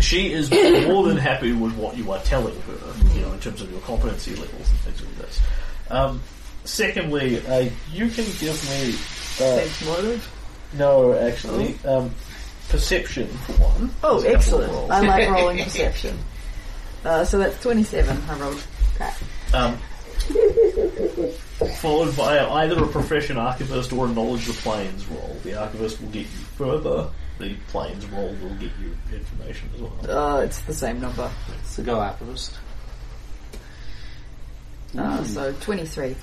S1: she is more than happy with what you are telling her, you know, in terms of your competency levels and things like this. Um, secondly, uh, you can give me. Uh,
S8: Thanks, motive.
S1: no, actually.
S3: Oh.
S1: Um, perception, for one.
S8: Oh,
S1: There's a couple
S8: excellent!
S1: of
S8: I
S1: rolls.
S8: like rolling perception. Uh, so that's twenty-seven. I rolled. crap.
S1: Um, followed by either a profession archivist or a knowledge of the planes roll. The archivist will get you further. The planes roll will get you information as well.
S8: Uh, it's the same number.
S4: So go afterwards.
S1: Hmm.
S8: Uh, so twenty-three.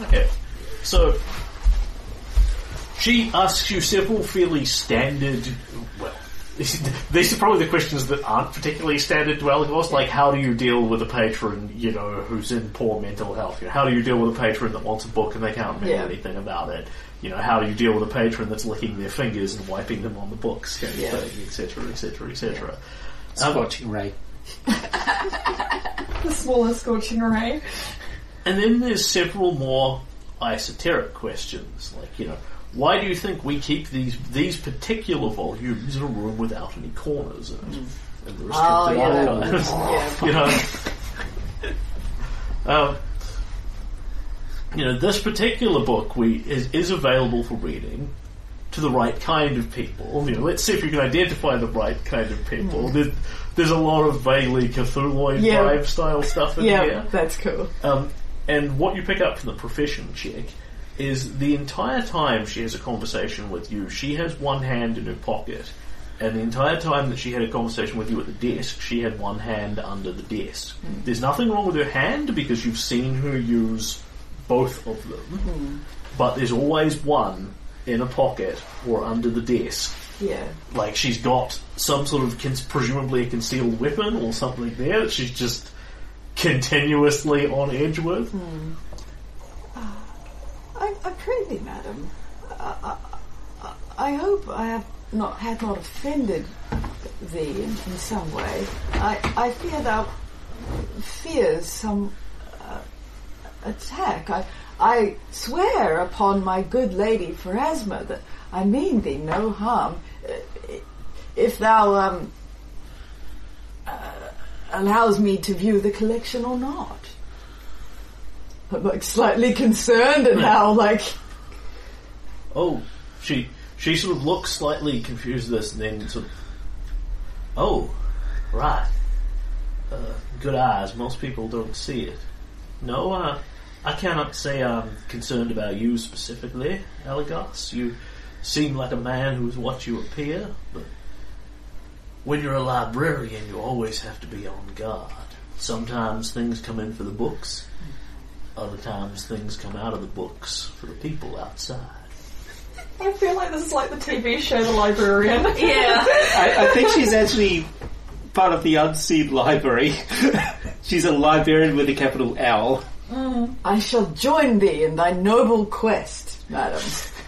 S1: Okay. So she asks you several fairly standard. Well, these are probably the questions that aren't particularly standard to Elagos, like how do you deal with a patron, you know, who's in poor mental health? You know, how do you deal with a patron that wants a book and they can't remember
S8: Yeah.
S1: anything about it? You know, how do you deal with a patron that's licking their fingers and wiping them on the books, kind of
S8: Yeah.
S1: thing, etc., etc., etc.
S4: Scorching ray.
S2: The smallest scorching array.
S1: And then there's several more esoteric questions, like you know, why do you think we keep these these particular volumes in a room without any corners in it? And the restricted
S8: Mm. Oh, yeah.
S1: archives,
S8: Yeah.
S1: you know. um, you know, this particular book we is, is available for reading to the right kind of people. You know, let's see if we can identify the right kind of people.
S8: Mm.
S1: There- there's a lot of vaguely Cthulhu
S3: Yeah.
S1: vibe style stuff in
S3: yeah,
S1: here.
S3: that's cool.
S1: Um, and what you pick up from the profession check is the entire time she has a conversation with you, she has one hand in her pocket. And the entire time that she had a conversation with you at the desk, she had one hand under the desk. There's nothing wrong with her hand because you've seen her use both of them. But there's always one in a pocket or under the desk
S3: Yeah,
S1: like she's got some sort of con- presumably a concealed weapon or something there that she's just continuously on edge with.
S3: I, I pray thee,
S8: um,
S3: madam, I, I, I hope I have not had not offended thee in, in some way. I, I fear thou fears some uh, attack. I, I swear upon my good lady Pharasma that I mean thee no harm. Uh, If thou um, uh, allows me to view the collection or not. I'm like slightly concerned at how like
S1: Oh, she she sort of looks slightly confused at this and then sort of, oh, right. Uh, good eyes. Most people don't see it. No, uh, I cannot say I'm concerned about you specifically, Elagos. You seem like a man who's what you appear, but when you're a librarian, you always have to be on guard. Sometimes things come in for the books, Other times things come out of the books for the people outside.
S2: I feel like this is like the TV show The Librarian.
S6: Yeah.
S4: I, I think she's actually part of the Unseen Library. she's a librarian with a capital L.
S3: I shall join thee in thy noble quest, madam.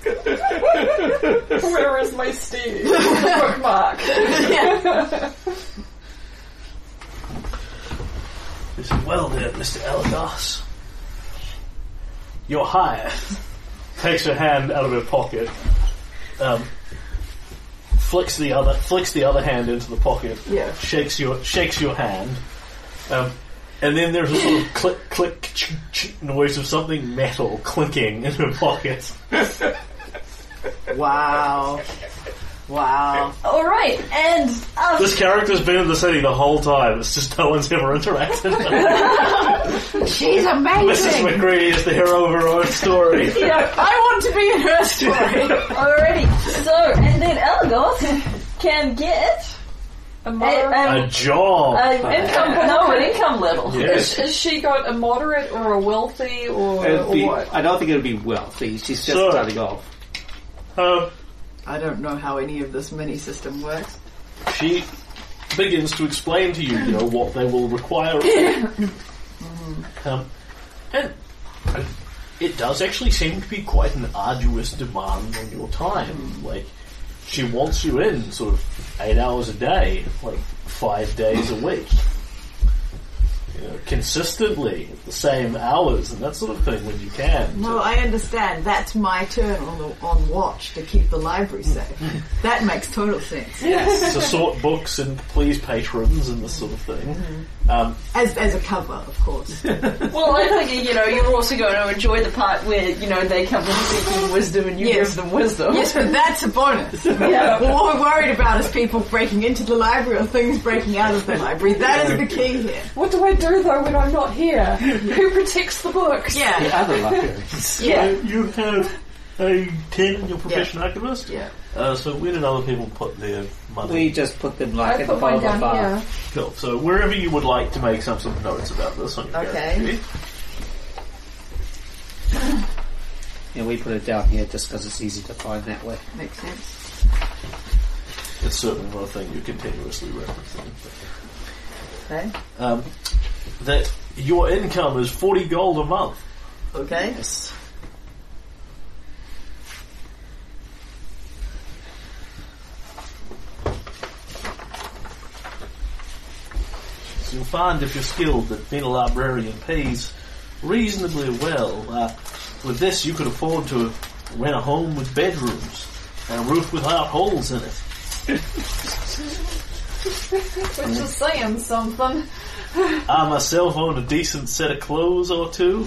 S2: Where is my Steve? Bookmark.
S1: This well there, Mr. Elgas. You're hired. Takes her hand out of her pocket. Um, flicks the other flicks the other hand into the pocket.
S3: Yeah.
S1: Shakes your shakes your hand. Um, and then there's a sort of click click ch- ch- noise of something metal clinking in her pocket.
S3: Wow. Wow.
S6: Alright, and after
S1: This character's been in the city the whole time. It's just no one's ever interacted.
S3: She's
S1: Mrs.
S3: amazing!
S1: McGrady is the hero of her own story.
S3: I want to be in her story.
S6: already so and then Elgoth can get
S2: A
S6: a,
S2: moderate,
S6: um,
S1: A job.
S6: a income no an income level.
S1: yes.
S2: has she got a moderate or a wealthy or,
S4: It'd
S2: or
S4: be-
S2: what?
S4: I don't think it'd be wealthy. She's just
S1: Sure.
S4: starting off.
S1: Um,
S3: I don't know how any of this mini system works.
S1: she begins to explain to you, you know, what they will require. of you. um, and uh, it does actually seem to be quite an arduous demand on your time. Like, she wants you in sort of eight hours a day, like five days a week. You know, consistently at the same hours and that sort of thing when you can.
S3: No, I understand. That's my turn on, the, on watch to keep the library safe. That makes total sense.
S1: to sort books and please patrons and this sort of thing. Um,
S3: As, as a cover, of course.
S6: Well I think you know, you're also gonna enjoy the part where, you know, they come in seeking wisdom and you
S3: Yes.
S6: give them wisdom.
S3: Yes, but that's a bonus. Well, what we're worried about is people breaking into the library or things breaking out of the library. That is the key here.
S2: What do I do though when I'm not here? Who protects the books?
S3: Yeah.
S4: The other librarian.
S6: Yeah.
S1: you have a 10 in your profession archivist?
S3: Yeah.
S1: Uh, so where did other people put their money?
S4: we just put them like
S2: I
S4: in the
S2: put mine
S4: bottom
S2: down
S4: of our
S2: here.
S1: Cool. So wherever you would like to make some sort of notes about this on your
S3: Okay.
S1: character sheet.
S4: And we put it down here just because it's easy to find that way.
S3: Makes sense.
S1: It's certainly not a thing you're continuously referencing.
S3: Okay.
S1: Um, that your income is 40 gold a month.
S3: Okay.
S1: So you'll find if you're skilled that being a librarian pays reasonably well. Uh, with this, you could afford to rent a home with bedrooms and a roof without holes in it.
S2: Which is saying something.
S1: I myself own a decent set of clothes or two.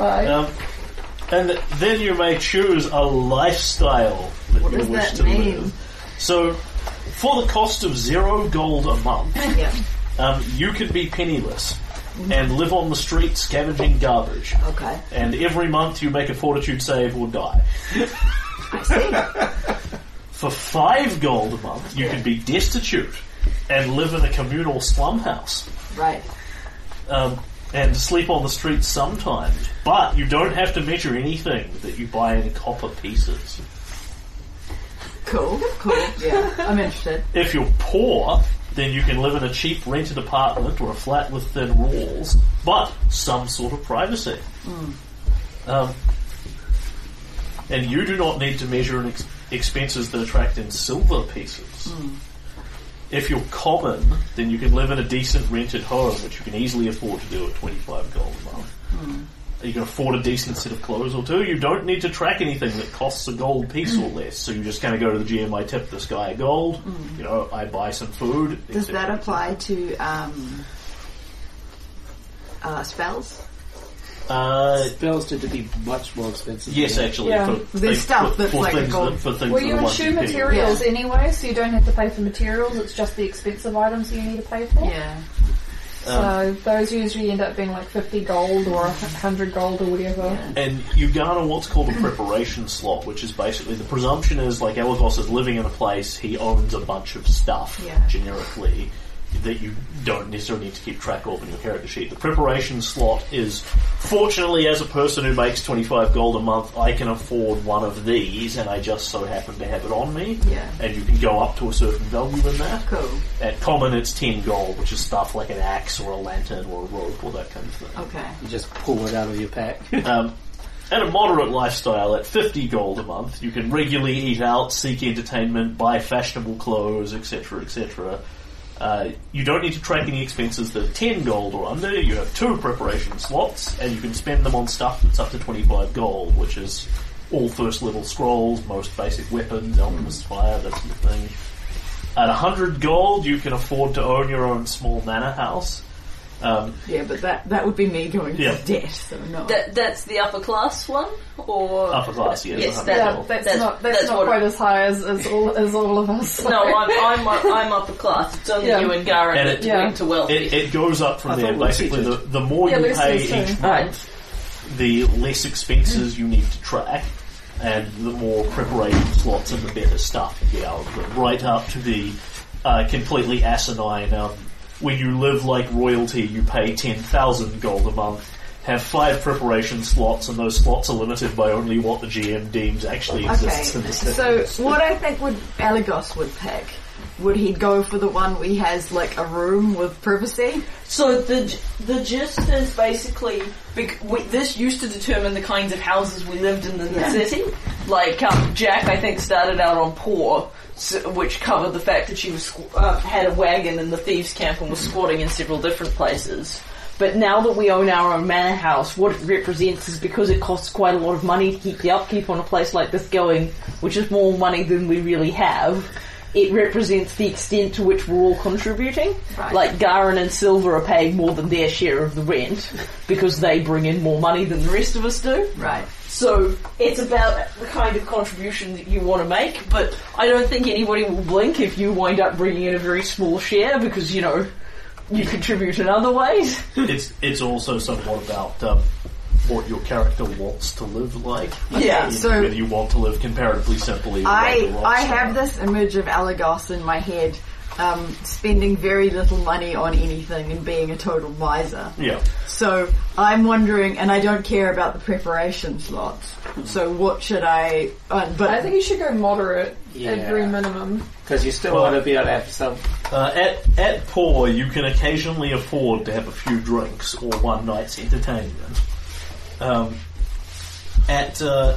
S2: Like,
S1: Um, and then you may choose a lifestyle that you
S3: does
S1: wish
S3: that
S1: to
S3: mean?
S1: live. So, for the cost of zero gold a month,
S3: Yeah.
S1: um, you can be penniless and live on the street scavenging garbage.
S3: Okay.
S1: And every month you make a fortitude save or die.
S3: I see.
S1: For five gold a month, you can be destitute and live in a communal slum house.
S3: Right.
S1: um, and sleep on the streets sometimes. But you don't have to measure anything that you buy in copper pieces.
S3: Cool. Cool. Yeah. I'm interested.
S1: If you're poor, then you can live in a cheap rented apartment or a flat with thin walls, but some sort of privacy. Um, and you do not need to measure in ex- expenses that are tracked in silver pieces.
S3: Hmm.
S1: If you're common, then you can live in a decent rented home, which you can easily afford to do at 25 gold a month.
S3: Hmm.
S1: You can afford a decent set of clothes or two. You don't need to track anything that costs a gold piece or less. So you just kind of go to the GM, I tip this guy a gold, you know, I buy some food.
S3: Hmm. Does
S1: etc.
S3: that apply to um, uh, spells?
S1: Uh,
S4: Spells tend to be much more expensive.
S1: yes,
S4: than
S1: actually.
S2: Yeah.
S1: For
S3: There's
S1: things-
S3: stuff
S1: for,
S3: that's
S1: for
S3: like
S1: things
S3: gold.
S1: That, for things
S2: well,
S1: that
S2: you
S1: are
S2: eschew
S1: one penny.
S2: materials anyway, so you don't have to pay for materials. It's just the expensive items you need to pay for.
S3: Yeah.
S2: So those usually end up being like 50 gold or 100 gold or whatever.
S1: and you garner what's called a preparation slot, which is basically the presumption is like Elagos is living in a place, he owns a bunch of stuff
S3: Yeah.
S1: generically. You that you don't necessarily need to keep track of in your character sheet. The preparation slot is, fortunately, as a person who makes 25 gold a month, I can afford one of these, and I just so happen to have it on me.
S3: Yeah.
S1: And you can go up to a certain value in that.
S3: Cool.
S1: At common, it's 10 gold, which is stuff like an axe or a lantern or a rope or that kind of thing.
S3: Okay.
S4: You just pull it out of your pack.
S1: Um, at a moderate lifestyle, at 50 gold a month, you can regularly eat out, seek entertainment, buy fashionable clothes, etc., etc. Uh, you don't need to track any expenses that are 10 gold or under. You have two preparation slots, and you can spend them on stuff that's up to 25 gold, which is all first level scrolls, most basic weapons, alchemist's fire, that sort of thing. At 100 gold, you can afford to own your own small manor house. Um,
S3: Yeah, but that that would be me going
S1: Yeah.
S3: to death, so no.
S9: That, that's the upper class one, or
S1: upper class, yes.
S9: Yes,
S1: 100
S9: that-
S1: gold.
S2: Yeah, that's,
S9: That's-
S2: not that's,
S9: that's
S2: not
S9: what-
S2: quite as high as as all, as all of us.
S9: no? I'm I'm, I'm upper class. It's only
S2: Yeah.
S9: you and Garin
S1: And
S9: that
S1: it-
S2: Yeah.
S9: went to wealthy.
S1: It, it goes up from
S4: I
S1: there.
S4: thought we
S1: Basically, the,
S4: cheated.
S1: the more
S2: Yeah,
S1: you
S2: Lucy
S1: pay
S2: was saying.
S1: each
S9: right.
S1: the less expenses you need to track, and the more preparation slots and the better stuff you get out of them. Right up to the uh, completely asinine. Um, when you live like royalty, you pay ten thousand gold a month. Have five preparation slots, and those slots are limited by only what the GM deems actually
S3: Okay.
S1: exists in the system.
S3: So what I think would Alagos would pick would he go for the one we has like a room with privacy?
S6: So the g- the gist is basically bec- we, this used to determine the kinds of houses we lived in in the
S3: Yeah.
S6: city. Like um, Jack, I think started out on poor, s which covered the fact that she was squ- uh, had a wagon in the thieves' camp and was squatting in several different places. But now that we own our own manor house, what it represents is because it costs quite a lot of money to keep the upkeep on a place like this going, which is more money than we really have. It represents the extent to which we're all contributing.
S3: Right.
S6: Like Garin and Silver are paying more than their share of the rent because they bring in more money than the rest of us do.
S3: Right.
S6: So it's about the kind of contribution that you want to make, but I don't think anybody will blink if you wind up bringing in a very small share because, you know, you contribute in other ways.
S1: it's it's also somewhat about um, what your character wants to live like.
S6: Yeah,
S1: You know,
S3: so-
S1: whether you want to live comparatively simply. or like
S3: I
S1: a rock
S3: I
S1: star.
S3: have this image of Alagos in my head, um, spending very little money on anything and being a total miser.
S1: Yeah,
S3: So I'm wondering, and I don't care about the preparation slots. So what should I? Uh, but
S2: I think you should go moderate
S4: Yeah.
S2: at very minimum.
S4: Because you still
S1: Well-
S4: want to be able to have some.
S1: uh, at at poor you can occasionally afford to have a few drinks or one night's entertainment. Um, at uh,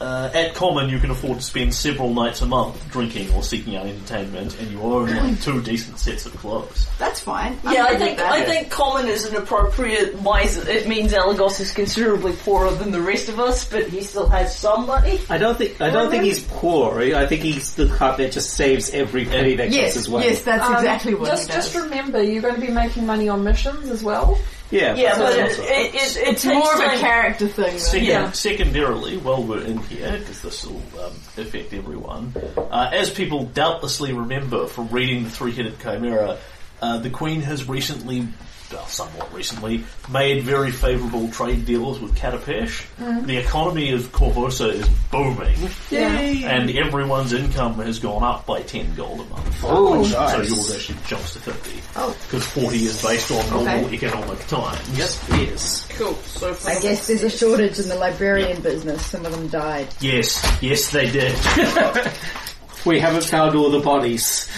S1: uh, at common you can afford to spend several nights a month drinking or seeking out entertainment, and you own like two decent sets of clothes.
S3: that's fine. I'm
S6: Yeah,
S3: good
S6: I
S3: with
S6: think
S3: that.
S6: I think common is an appropriate miser. It means Alagos is considerably poorer than the rest of us, but he still has some money.
S4: I don't think I don't think he's poor. I think he's the type that just saves every penny that comes
S3: yes,
S4: his way.
S3: yes, that's
S2: Um,
S3: exactly what
S2: just
S3: it is.
S2: just remember, you're going to be making money on missions as well.
S4: Yeah,
S6: Yeah, but it,
S4: that's also-
S6: it, it, it
S3: it's
S6: takes
S3: more of
S6: time.
S3: a character thing. Though.
S1: Second,
S6: Yeah.
S1: Secondarily, while we're in here, because this will um, affect everyone, uh, as people doubtlessly remember from reading The Three Headed Chimera, uh, the Queen has recently, well, somewhat recently, made very favourable trade deals with Catapesh. The economy of Corvosa is booming, and everyone's income has gone up by 10 gold a month.
S4: Oh,
S1: So
S4: nice.
S1: yours actually jumps to 50.
S3: Oh.
S1: Because 40 is based on normal economic times.
S4: yes, please.
S6: Cool. So if
S10: I guess there's a shortage in the librarian business. Some of them died.
S1: Yes, yes they did.
S4: We haven't found all the bodies.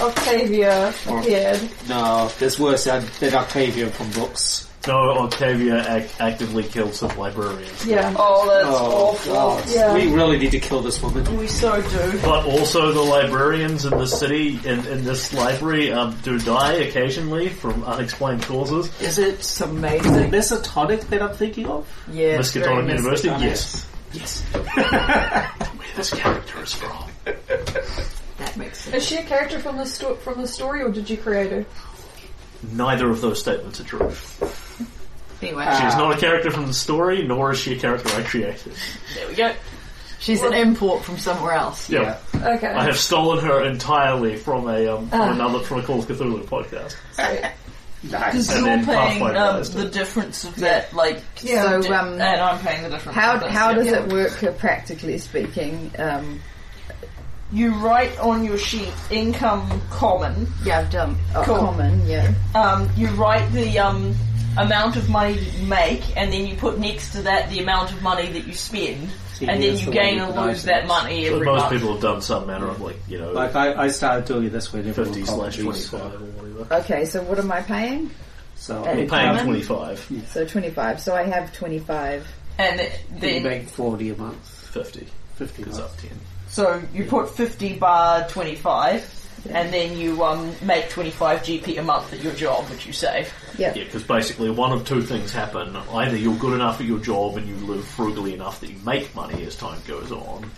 S2: Octavia appeared.
S4: No, there's worse than, than Octavian from books.
S1: No, Octavia ac- actively killed some librarians.
S2: Yeah.
S6: Oh, that's
S4: Oh,
S6: awful.
S4: God.
S2: Yeah.
S4: We really need to kill this woman.
S6: We so do.
S1: But also the librarians in the city, in, in this library, um, do die occasionally from unexplained causes.
S4: Is it
S3: It's amazing.
S4: this a tonic that I'm thinking of?
S3: Yeah, it's very
S1: Miskatonic University?
S4: Miskatonic.
S1: Yes. Yes. Where this character is from.
S3: mis- That makes sense.
S2: Is she a character from the sto- from the story, or did you create her?
S1: Neither of those statements are true.
S3: Anyway,
S1: She's not a character from the story, nor is she a character I created.
S6: There we go.
S3: she's an import from somewhere else.
S1: Yeah.
S2: Okay.
S1: I have stolen her entirely from a um, from another from a Call of Cthulhu podcast.
S4: Nice.
S6: Because
S1: And
S6: you're
S1: then
S6: paying
S1: Pathfinder
S6: um,
S1: does it.
S6: the difference of that, like,
S10: Yeah.
S6: so
S10: So,
S6: di-
S10: um,
S6: and I'm paying the difference.
S10: How
S6: of this,
S10: how
S6: yeah.
S10: does it work, uh, practically speaking? Um,
S6: you write on your sheet income common.
S11: Yeah, I've done
S3: uh,
S11: oh,
S6: Cool.
S11: common. Yeah.
S6: Um, you write the um, amount of money that you make, and then you put next to that the amount of money that you spend,
S4: See,
S6: and then
S4: that's
S6: you
S4: the
S6: gain
S4: way
S6: or
S4: that I
S6: lose
S4: see
S6: that
S4: it.
S6: money
S1: But
S6: every
S1: most
S6: month.
S1: people have done some manner of like, you know,
S4: Like I, I started doing it this way. never
S1: 50
S4: called
S1: slash
S4: it
S1: 25 or
S4: 25.
S1: whatever.
S11: Okay, so what am I paying?
S4: So
S11: And
S4: it-
S1: Paying
S11: Common?
S1: 25,
S11: So 25. So I have 25.
S6: and th-
S4: you
S6: then
S4: make forty a month,
S1: 50
S4: fifty a
S1: is
S4: month.
S1: up 10.
S6: so you put fifty bar twenty five. And then you um, make 25 GP a month at your job, which you save.
S11: Yep.
S1: Yeah, because basically one of two things happen. Either you're good enough at your job and you live frugally enough that you make money as time goes on,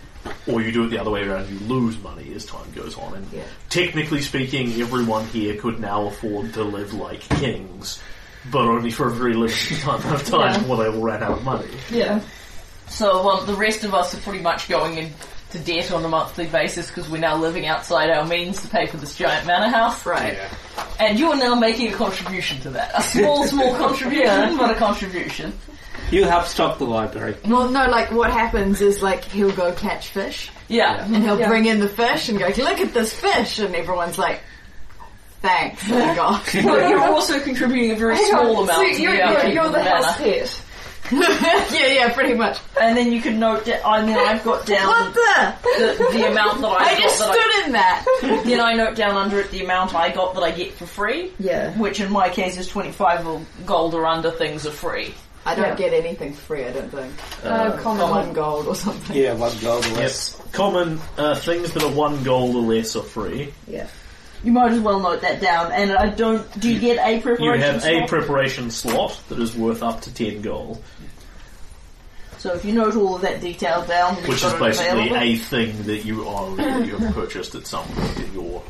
S1: or you do it the other way around, you lose money as time goes on. And technically speaking, everyone here could now afford to live like kings, but only for a very limited amount of time
S6: Yeah.
S1: before they all ran out of money.
S6: Yeah. So um, the rest of us are pretty much going into debt on a monthly basis because we're now living outside our means to pay for this giant manor house.
S11: Right.
S6: And you are now making a contribution to that. A small, small contribution, but a contribution.
S4: You have stopped the library.
S3: Well, no, like what happens is like he'll go catch fish
S6: Yeah.
S3: and he'll bring in the fish and go, look at this fish, and everyone's like, thanks, oh god.
S6: But you're also contributing a very
S2: Hang on,
S6: small
S2: so
S6: amount to
S2: you're,
S6: the
S2: you're-
S6: upkeep
S2: you're
S6: of
S2: the
S6: the manor.
S2: house pet.
S3: yeah, yeah, pretty much.
S6: And then you can note that, I mean, I've got
S3: What
S6: down
S3: the?
S6: the, the amount that I,
S3: I just
S6: got that
S3: stood in that.
S6: I, then I note down under it the amount I got that I get for free,
S11: Yeah.
S6: which in my case is 25 or gold or under things are free.
S3: I don't get anything free, I don't think.
S2: Uh, common.
S3: One gold or something.
S4: Yeah, one gold was.
S1: Yes. Common uh, things that are one gold or less are free.
S11: Yeah.
S6: You might as well note that down. And I don't. Do you get a preparation?
S1: You have a
S6: slot?
S1: preparation slot that is worth up to 10 gold,
S6: so if you note all of that detail down, you've
S1: which is
S6: got it
S1: basically
S6: available.
S1: a thing that you own that you have purchased at some point in your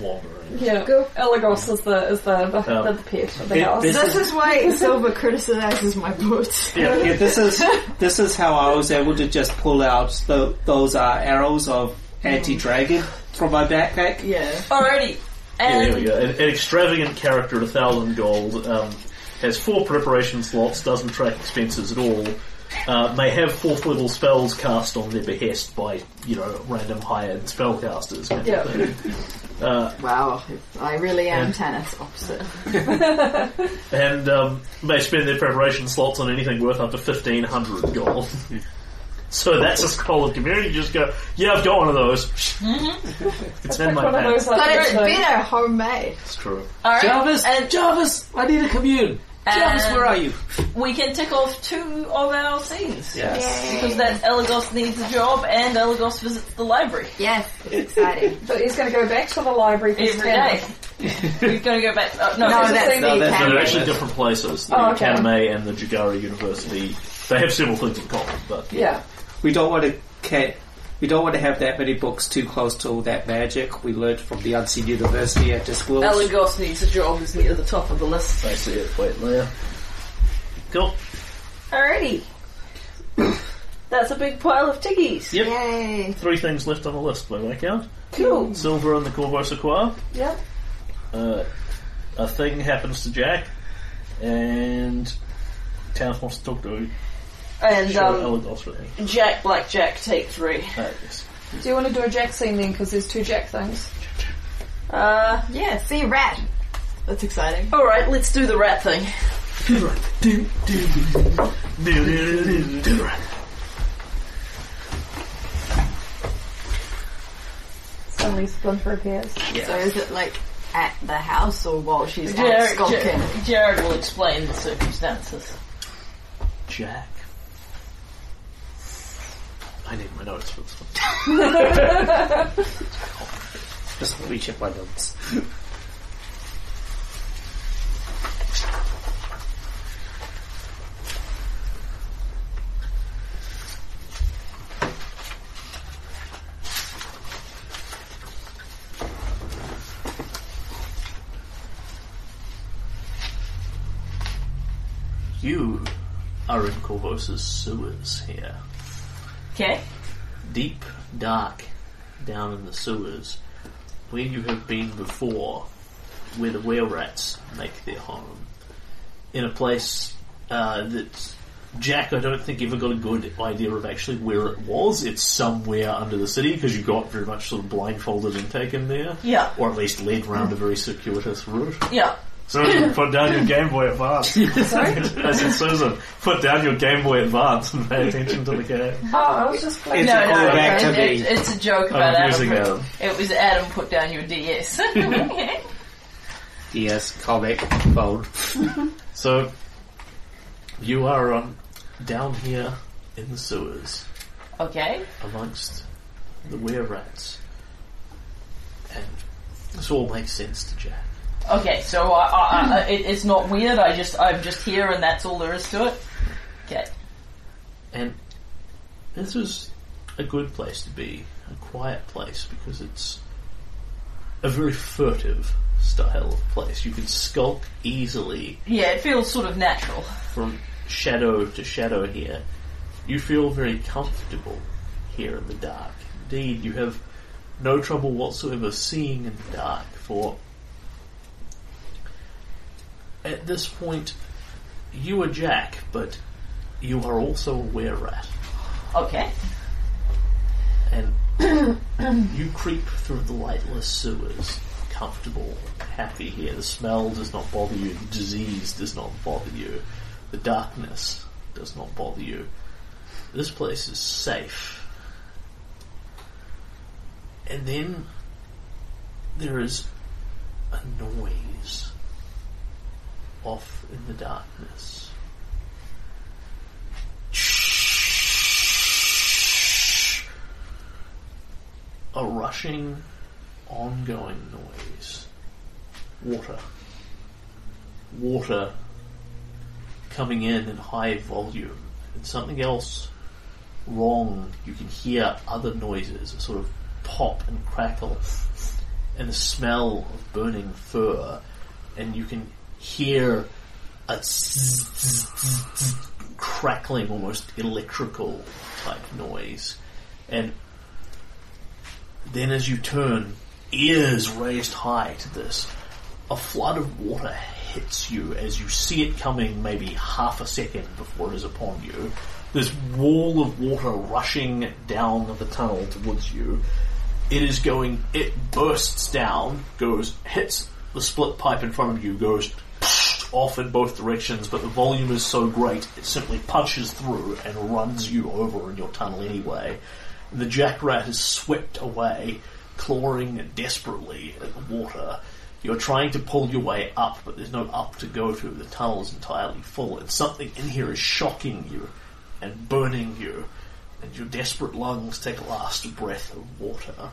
S1: wandering.
S2: Yeah.
S11: Go.
S2: Elagos is the is the the,
S1: Um,
S2: the, the pet of the
S1: it-
S2: house.
S1: this
S3: This is why Silver criticizes my boots.
S4: Yeah, yeah, this is this is how I was able to just pull out tho- those uh, arrows of anti-dragon from my backpack.
S11: Yeah.
S6: Alrighty.
S1: Yeah,
S6: And
S1: there we go. An, an extravagant character at a thousand gold um, has four preparation slots, doesn't track expenses at all. Uh, may have fourth level spells cast on their behest by you know random hired spellcasters. Kind of thing.
S3: Wow, I really am Tannis opposite.
S1: and um, may spend their preparation slots on anything worth up to fifteen hundred gold. so that's a scroll of community. You just go, yeah, I've got one of those. it's in
S2: like
S1: my
S2: one of
S1: bag.
S2: those, Ah, like,
S3: But it's
S2: the-
S3: better homemade.
S1: It's true.
S6: alright.
S4: Jarvis, Jarvis, I need a commune. Jarvis,
S6: And-
S4: where are you?
S6: We can tick off two of our scenes.
S4: Yes.
S6: Because that Elagos needs a job and Elagos visits the library
S3: Yes, it's exciting.
S2: But he's going to go back to the library for
S6: every day. We're going to go back. Uh, no,
S3: No,
S6: it's the
S3: that's
S6: same-
S4: No,
S3: the
S4: that's
S1: No,
S3: Academy.
S1: they're
S4: Yeah.
S1: actually different places. The
S2: Oh, okay.
S1: Academy and the Jagara University. They have several things in common, but
S2: Yeah.
S4: We don't want to ca- we don't want to have that many books too close to all that magic we learned from the unseen university at Discworld.
S6: Elagos needs a job is near the top of the list.
S1: they see it. Wait, there. Cool.
S6: Alrighty. That's a big pile of tiggies.
S1: Yep.
S3: Yay.
S1: Three things left on the list by my count.
S6: Cool.
S1: Silver and the Corvo Sequoia.
S6: Yep.
S1: Uh, a thing happens to Jack, and Towns wants to talk to
S2: Um,
S6: And
S1: Sure,
S6: um,
S1: Elagos for that.
S6: Jack Black Jack take three.
S1: Uh, yes.
S2: Do you want to do a Jack scene then? Because there's two Jack things.
S6: Uh,
S3: Yeah, see rat. That's exciting.
S6: all right, let's do the rat thing.
S2: Suddenly Splinter appears.
S3: So is it like at the house or while she's out
S6: Jared,
S3: skulking?
S6: Jared, Jared will explain the circumstances.
S1: Jack. I need my notes for this one.
S4: Just let me check my notes.
S1: You are in Corvosa's sewers here.
S6: Okay.
S1: Deep, dark, down in the sewers, where you have been before, where the were rats make their home. In a place uh, that Jack, I don't think ever got a good idea of actually where it was. It's somewhere under the city because you got very much sort of blindfolded and taken there,
S6: Yeah,
S1: or at least led round a very circuitous route.
S6: yeah.
S1: Susan, put down your Game Boy Advance.
S2: Sorry?
S1: I said, Susan, put down your Game Boy Advance and pay attention to the game.
S2: Oh, I was just playing.
S4: It's
S6: no,
S4: a
S6: no,
S4: callback
S6: no,
S4: to
S6: it-
S4: me.
S6: it's a joke
S1: I'm
S6: about Adam.
S1: using that.
S6: It was Adam put down your DS.
S4: Yes, callback phone.
S1: So, you are um, down here in the sewers
S6: okay.
S1: amongst the were rats. And this all makes sense to Jack.
S6: Okay, so I, I, I, it, it's not weird. I just I'm just here, and that's all there is to it. Okay.
S1: And this is a good place to be, a quiet place, because it's a very furtive style of place. You can skulk easily
S6: Yeah, it feels sort of natural.
S1: from shadow to shadow here. You feel very comfortable here in the dark. Indeed, you have no trouble whatsoever seeing in the dark, for at this point, you are Jack, but you are also a were rat.
S6: Okay.
S1: and you creep through the lightless sewers, comfortable, happy here. The smell does not bother you, the disease does not bother you, the darkness does not bother you. This place is safe. And then there is a noise off in the darkness. a rushing, ongoing noise. Water. Water coming in in high volume. And something else wrong. You can hear other noises, a sort of pop and crackle, and the smell of burning fur. And you can hear a crackling, almost electrical type noise. And then as you turn, ears raised high to this, a flood of water hits you as you see it coming maybe half a second before it is upon you. This wall of water rushing down the tunnel towards you. It is going, it bursts down, goes, hits the split pipe in front of you, goes off in both directions, but the volume is so great it simply punches through and runs you over in your tunnel anyway. The jackrat is swept away, clawing desperately at the water. You're trying to pull your way up, but there's no up to go to. The tunnel is entirely full, and something in here is shocking you and burning you, and your desperate lungs take a last breath of water.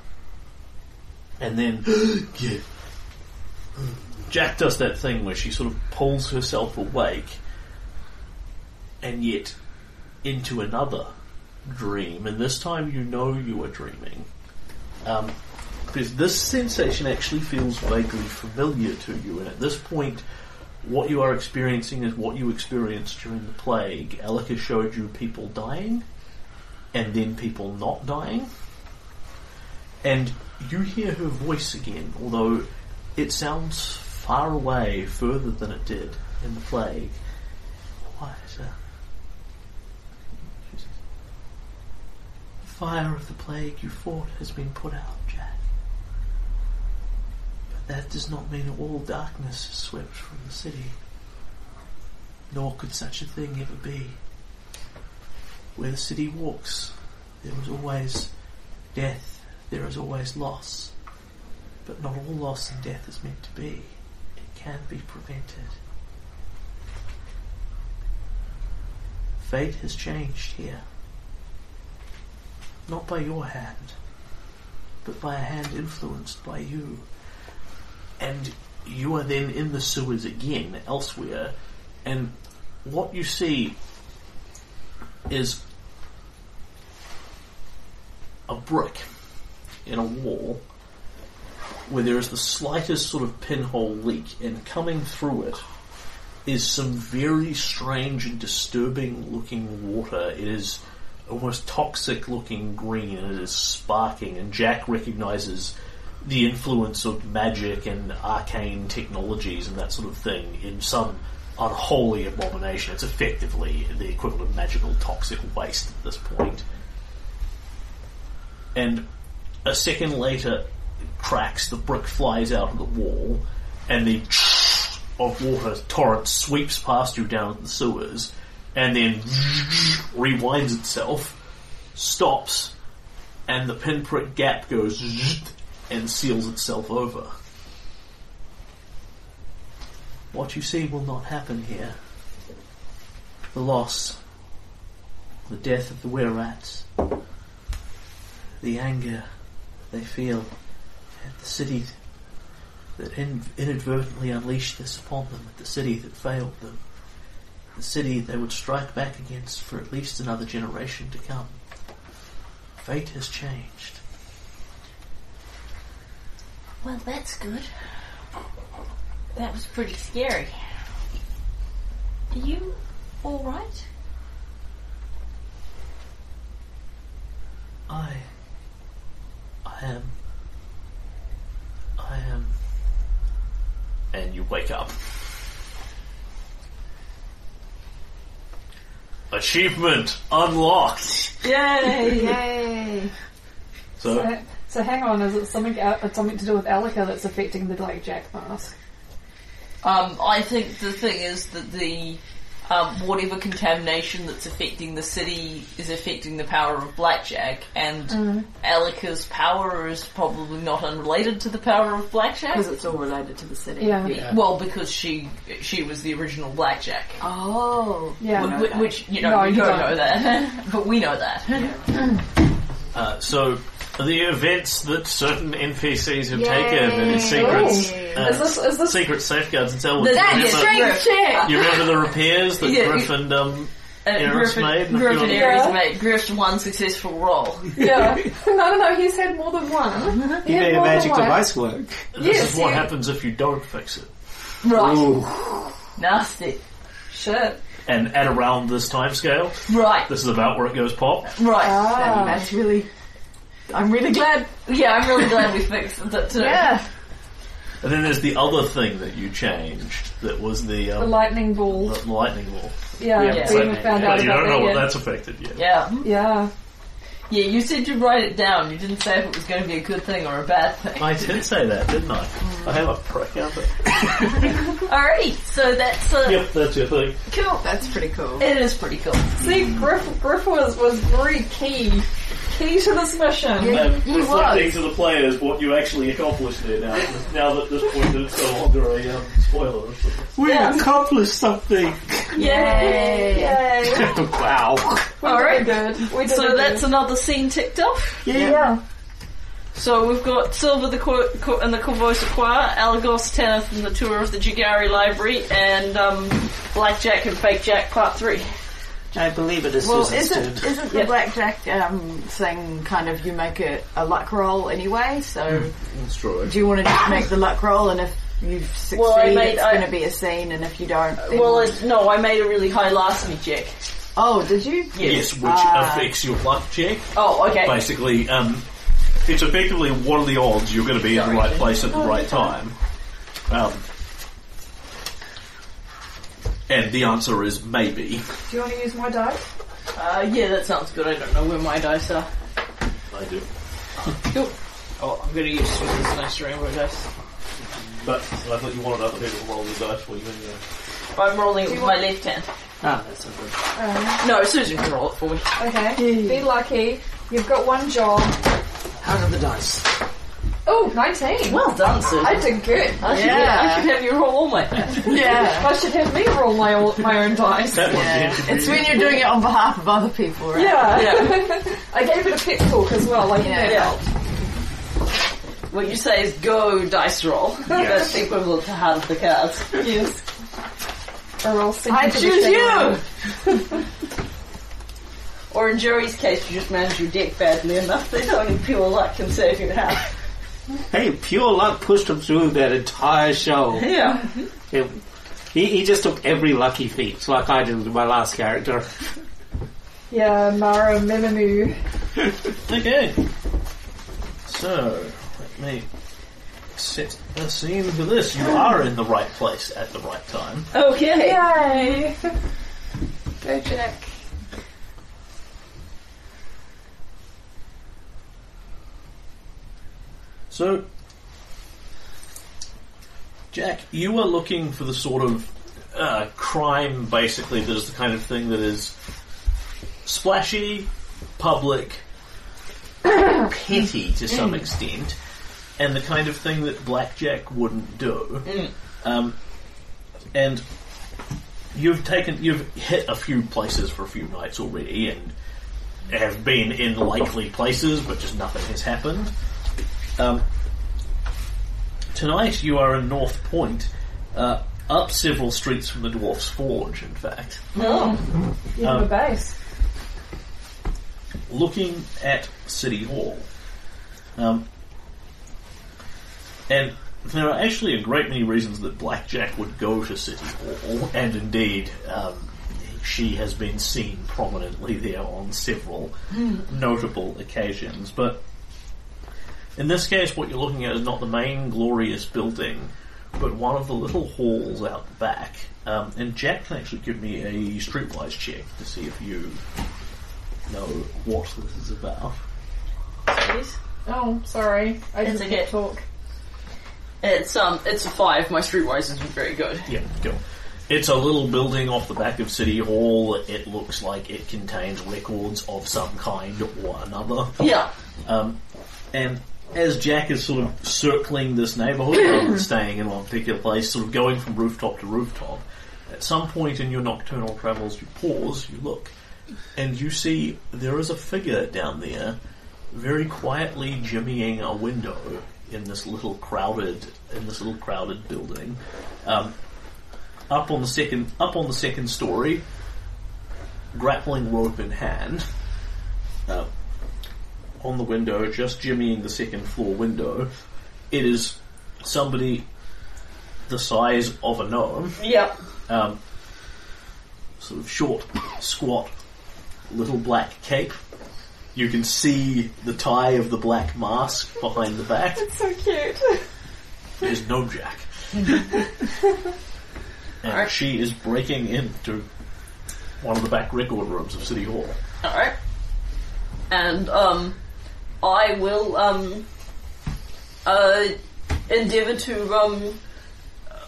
S1: And then, yeah, Jack does that thing where she sort of pulls herself awake and yet into another dream, and this time you know you are dreaming. Um, because this sensation actually feels vaguely familiar to you, and at this point, what you are experiencing is what you experienced during the plague. Alec has showed you people dying, and then people not dying, and you hear her voice again, although it sounds far away, further than it did in the plague. Quieter. She says, The fire of the plague you fought has been put out, Jack. But that does not mean that all darkness is swept from the city. Nor could such a thing ever be. Where the city walks, there is always death, there is always loss. But not all loss and death is meant to be. It can be prevented. Fate has changed here. Not by your hand, but by a hand influenced by you. And you are then in the sewers again, elsewhere, and what you see is a brick in a wall where there is the slightest sort of pinhole leak, and coming through it is some very strange and disturbing looking water. It is almost toxic looking green, and it is sparking, and Jack recognizes the influence of magic and arcane technologies and that sort of thing in some unholy abomination. It's effectively the equivalent of magical toxic waste at this point. And a second later, it cracks, the brick flies out of the wall, and the of water torrent sweeps past you down the sewers, and then rewinds itself, stops, and the pinprick gap goes and seals itself over. What you see will not happen here. The loss, the death of the were rats, the anger they feel at the city that in- inadvertently unleashed this upon them, at the city that failed them, the city they would strike back against for at least another generation to come. Fate has changed.
S12: Well, that's good. That was pretty scary. Are you alright?
S1: I. I am. I am. And you wake up. Achievement unlocked.
S6: Yay!
S3: Yay.
S1: So
S2: So, so hang on, is it something uh, it's something to do with Alika that's affecting the like Jack mask?
S6: Um, I think the thing is that the um, whatever contamination that's affecting the city is affecting the power of Blackjack, and Alika's power is probably not unrelated to the power of Blackjack.
S13: Because it's all related to the city.
S2: Yeah, yeah.
S6: Yeah, Well, because she she was the original Blackjack,
S13: Oh.
S6: Wh- wh- which you know
S2: No,
S6: you
S2: you
S6: don't
S2: don't.
S6: know that, but we know that.
S1: Uh, so the events that certain NPCs have taken and their secrets,
S2: Is
S1: uh,
S2: this is this
S1: secret safeguards and so on.
S6: The-
S1: You
S6: that
S1: remember-
S6: is Griff-
S1: You remember the repairs that
S6: Yeah.
S1: Griffin um,
S6: uh,
S1: Eris
S6: Griffin-
S1: made and a few
S6: Griffin
S1: other-
S6: Eris
S2: Yeah.
S6: made Griffin one successful roll.
S2: yeah? no, no, no. He's had more than one. He
S4: You
S2: had
S4: made a
S2: more than
S4: magic
S2: one.
S4: device work.
S1: This
S2: Yes,
S1: is what
S2: yeah.
S1: happens if you don't fix it.
S6: Right,
S4: Ooh.
S6: nasty.
S2: Shit.
S1: And at around this time scale,
S6: Right,
S1: this is about where it goes pop.
S6: right. Oh.
S2: Ah,
S3: That's really. I'm really glad.
S6: Yeah, I'm really glad we fixed that too.
S3: Yeah.
S1: And then there's the other thing that you changed that was the,
S2: the
S1: um,
S2: lightning bolt.
S1: the lightning wall.
S2: Yeah,
S6: Yeah.
S2: we haven't found out
S1: But you
S2: about
S1: don't know what
S2: that
S1: that's affected yet.
S6: Yeah.
S2: yet. Yeah.
S6: Yeah, you said you'd write it down. You didn't say if it was going to be a good thing or a bad thing.
S1: I did say that, didn't I? I have a prick out
S2: Mm.
S1: there.
S6: Alrighty, so that's uh,
S1: Yep, that's your thing.
S6: cool.
S3: That's pretty cool.
S6: It is pretty cool.
S2: See, Griff, Griff was, was very key. Key to this mission.
S1: Um,
S3: He
S1: reflecting
S3: was.
S1: to the players what you actually accomplished there now. Now that at this point that it's no longer a um, spoiler. or something.
S4: We accomplished something.
S6: Yay!
S2: Yay.
S4: wow.
S2: We
S6: Alright.
S2: did good. We did
S6: So
S2: good.
S6: that's another scene ticked off.
S2: Yeah.
S6: So we've got Silver the Cor- Cor- and the Corvosa Choir, Alagos Tanith and the tour of the Jigari Library, and um, Blackjack and Fake Jack Part 3.
S4: I believe it is
S3: Well,
S4: just as
S3: isn't
S4: good.
S3: isn't the blackjack um, thing kind of you make a, a luck roll anyway? So
S1: Hmm. That's true.
S3: do you want to just make the luck roll, and if you succeed,
S6: Well, I made-
S3: it's
S6: I-
S3: going to be a scene, and if you don't, then-
S6: Well, it, no, I made a really high larceny check.
S3: oh, did you?
S1: Yes,
S6: Yes.
S1: which
S3: Ah.
S1: affects your luck check.
S6: Oh, okay.
S1: Basically, um, it's effectively what are the odds you're going to be in the right place at the right time. Um, and the answer is maybe.
S2: Do you want to use my dice?
S6: Uh, yeah, that sounds good. I don't know where my dice are.
S1: I do.
S6: Oh, I'm gonna use Switzerland's nice rainbow dice.
S1: But I thought you wanted other people to roll the dice for you anyway.
S6: I'm rolling it with my left hand.
S4: Ah, that's not good.
S6: No, Susan can roll it for me.
S2: Okay. Be lucky. You've got one job.
S4: Out of the dice.
S2: Oh, 19.
S6: Well done, Susan.
S2: I did good.
S6: I should,
S3: Yeah.
S6: I should have you roll all my dice.
S3: Yeah,
S2: I should have me roll my, o- my own dice.
S1: That one's
S3: Yeah.
S1: the
S3: it's when you're doing it on behalf of other people, right?
S2: Yeah.
S6: Yeah.
S2: I gave it a pep talk as well. Like,
S3: Yeah.
S2: yeah.
S6: What you say is go dice roll. That's the equivalent to hand of the cards.
S2: Yes. Or I'll sink
S6: I
S2: into the
S6: choose
S2: shadow.
S6: you! or in Joey's case, you just manage your deck badly enough that only pure luck can save you now.
S4: Hey, pure luck pushed him through that entire show.
S6: Yeah.
S4: It- he, he just took every lucky feat, like I did with my last character.
S2: Yeah, Mara Mimimu.
S1: Okay. So, let me set the scene for this. You are in the right place at the right time.
S7: Okay.
S2: Yay! Go Jack.
S1: So, Jack, you are looking for the sort of uh, crime, basically, that is the kind of thing that is splashy, public, petty to some extent, and the kind of thing that Blackjack wouldn't do. Um, and you've taken, you've hit a few places for a few nights already, and have been in likely places, but just nothing has happened. Um, tonight you are in North Point, uh, up several streets from the Dwarf's Forge, in fact,
S2: You
S6: Um,
S2: have a base.
S1: looking at City Hall. Um, and there are actually a great many reasons that Blackjack would go to City Hall, and indeed, um, she has been seen prominently there on several notable occasions. But In this case, what you're looking at is not the main glorious building, but one of the little halls out the back. Um, and Jack can actually give me a streetwise check to see if you know what this is about.
S6: Please.
S2: Oh, sorry. I
S6: It's
S2: just
S6: a
S2: can't
S6: hit.
S2: talk.
S6: It's um, it's a five. My streetwise isn't very good.
S1: Yeah, go. It's a little building off the back of City Hall. It looks like it contains records of some kind or another.
S6: Yeah.
S1: Um, and as Jack is sort of circling this neighbourhood, rather than staying in one particular place, sort of going from rooftop to rooftop, at some point in your nocturnal travels, you pause, you look, and you see there is a figure down there, very quietly jimmying a window in this little crowded in this little crowded building. Um, up on the second up on the second story, grappling rope in hand. Uh, on the window, just jimmying the second floor window. It is somebody the size of a gnome,
S7: Yep.
S1: um, sort of short, squat, little black cape. You can see the tie of the black mask behind the back.
S2: It's so cute.
S1: There's no Jack. and she is breaking into one of the back record rooms of City Hall.
S6: All right. And um, I will um, uh, endeavor to um,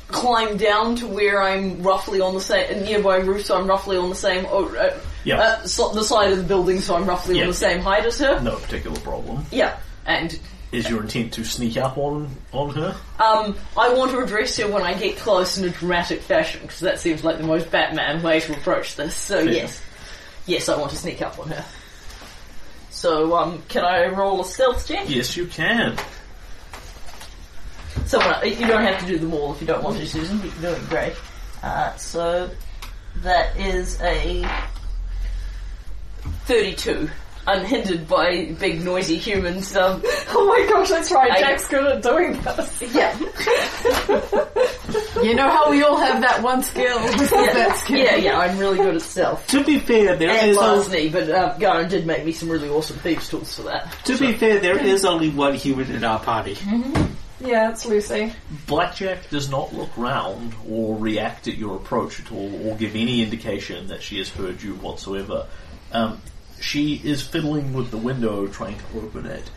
S6: climb down to where I'm roughly on the same nearby roof, so I'm roughly on the same oh, uh,
S1: Yeah.
S6: uh, so, the side of the building, so I'm roughly
S1: Yeah.
S6: on the same height as her.
S1: No particular problem.
S6: Yeah. And
S1: Is your intent to sneak up on on her?
S6: um, I want to address her when I get close in a dramatic fashion because that seems like the most Batman way to approach this. So yes, yes, I want to sneak up on her. So um, can I roll a stealth check?
S1: Yes, you can.
S6: Someone, uh, you don't have to do them all if you don't want to, Susan. You can do it, great. Uh, so that is a thirty-two, unhindered by big noisy humans. Um,
S2: Oh my gosh, that's right.
S6: I-
S2: Jack's good at doing this.
S6: yeah,
S3: You know how we all have that one skill? Just the best skill.
S6: yeah, yeah. I'm really good at stealth.
S4: To be fair, there
S6: And
S4: is only,
S6: larceny, but uh, Garen did make me some really awesome thieves tools for that.
S4: to be fair, there is only one human in our party.
S2: Yeah, it's Lucy.
S1: Blackjack does not look round or react at your approach at all or give any indication that she has heard you whatsoever. Um, she is fiddling with the window trying to open it.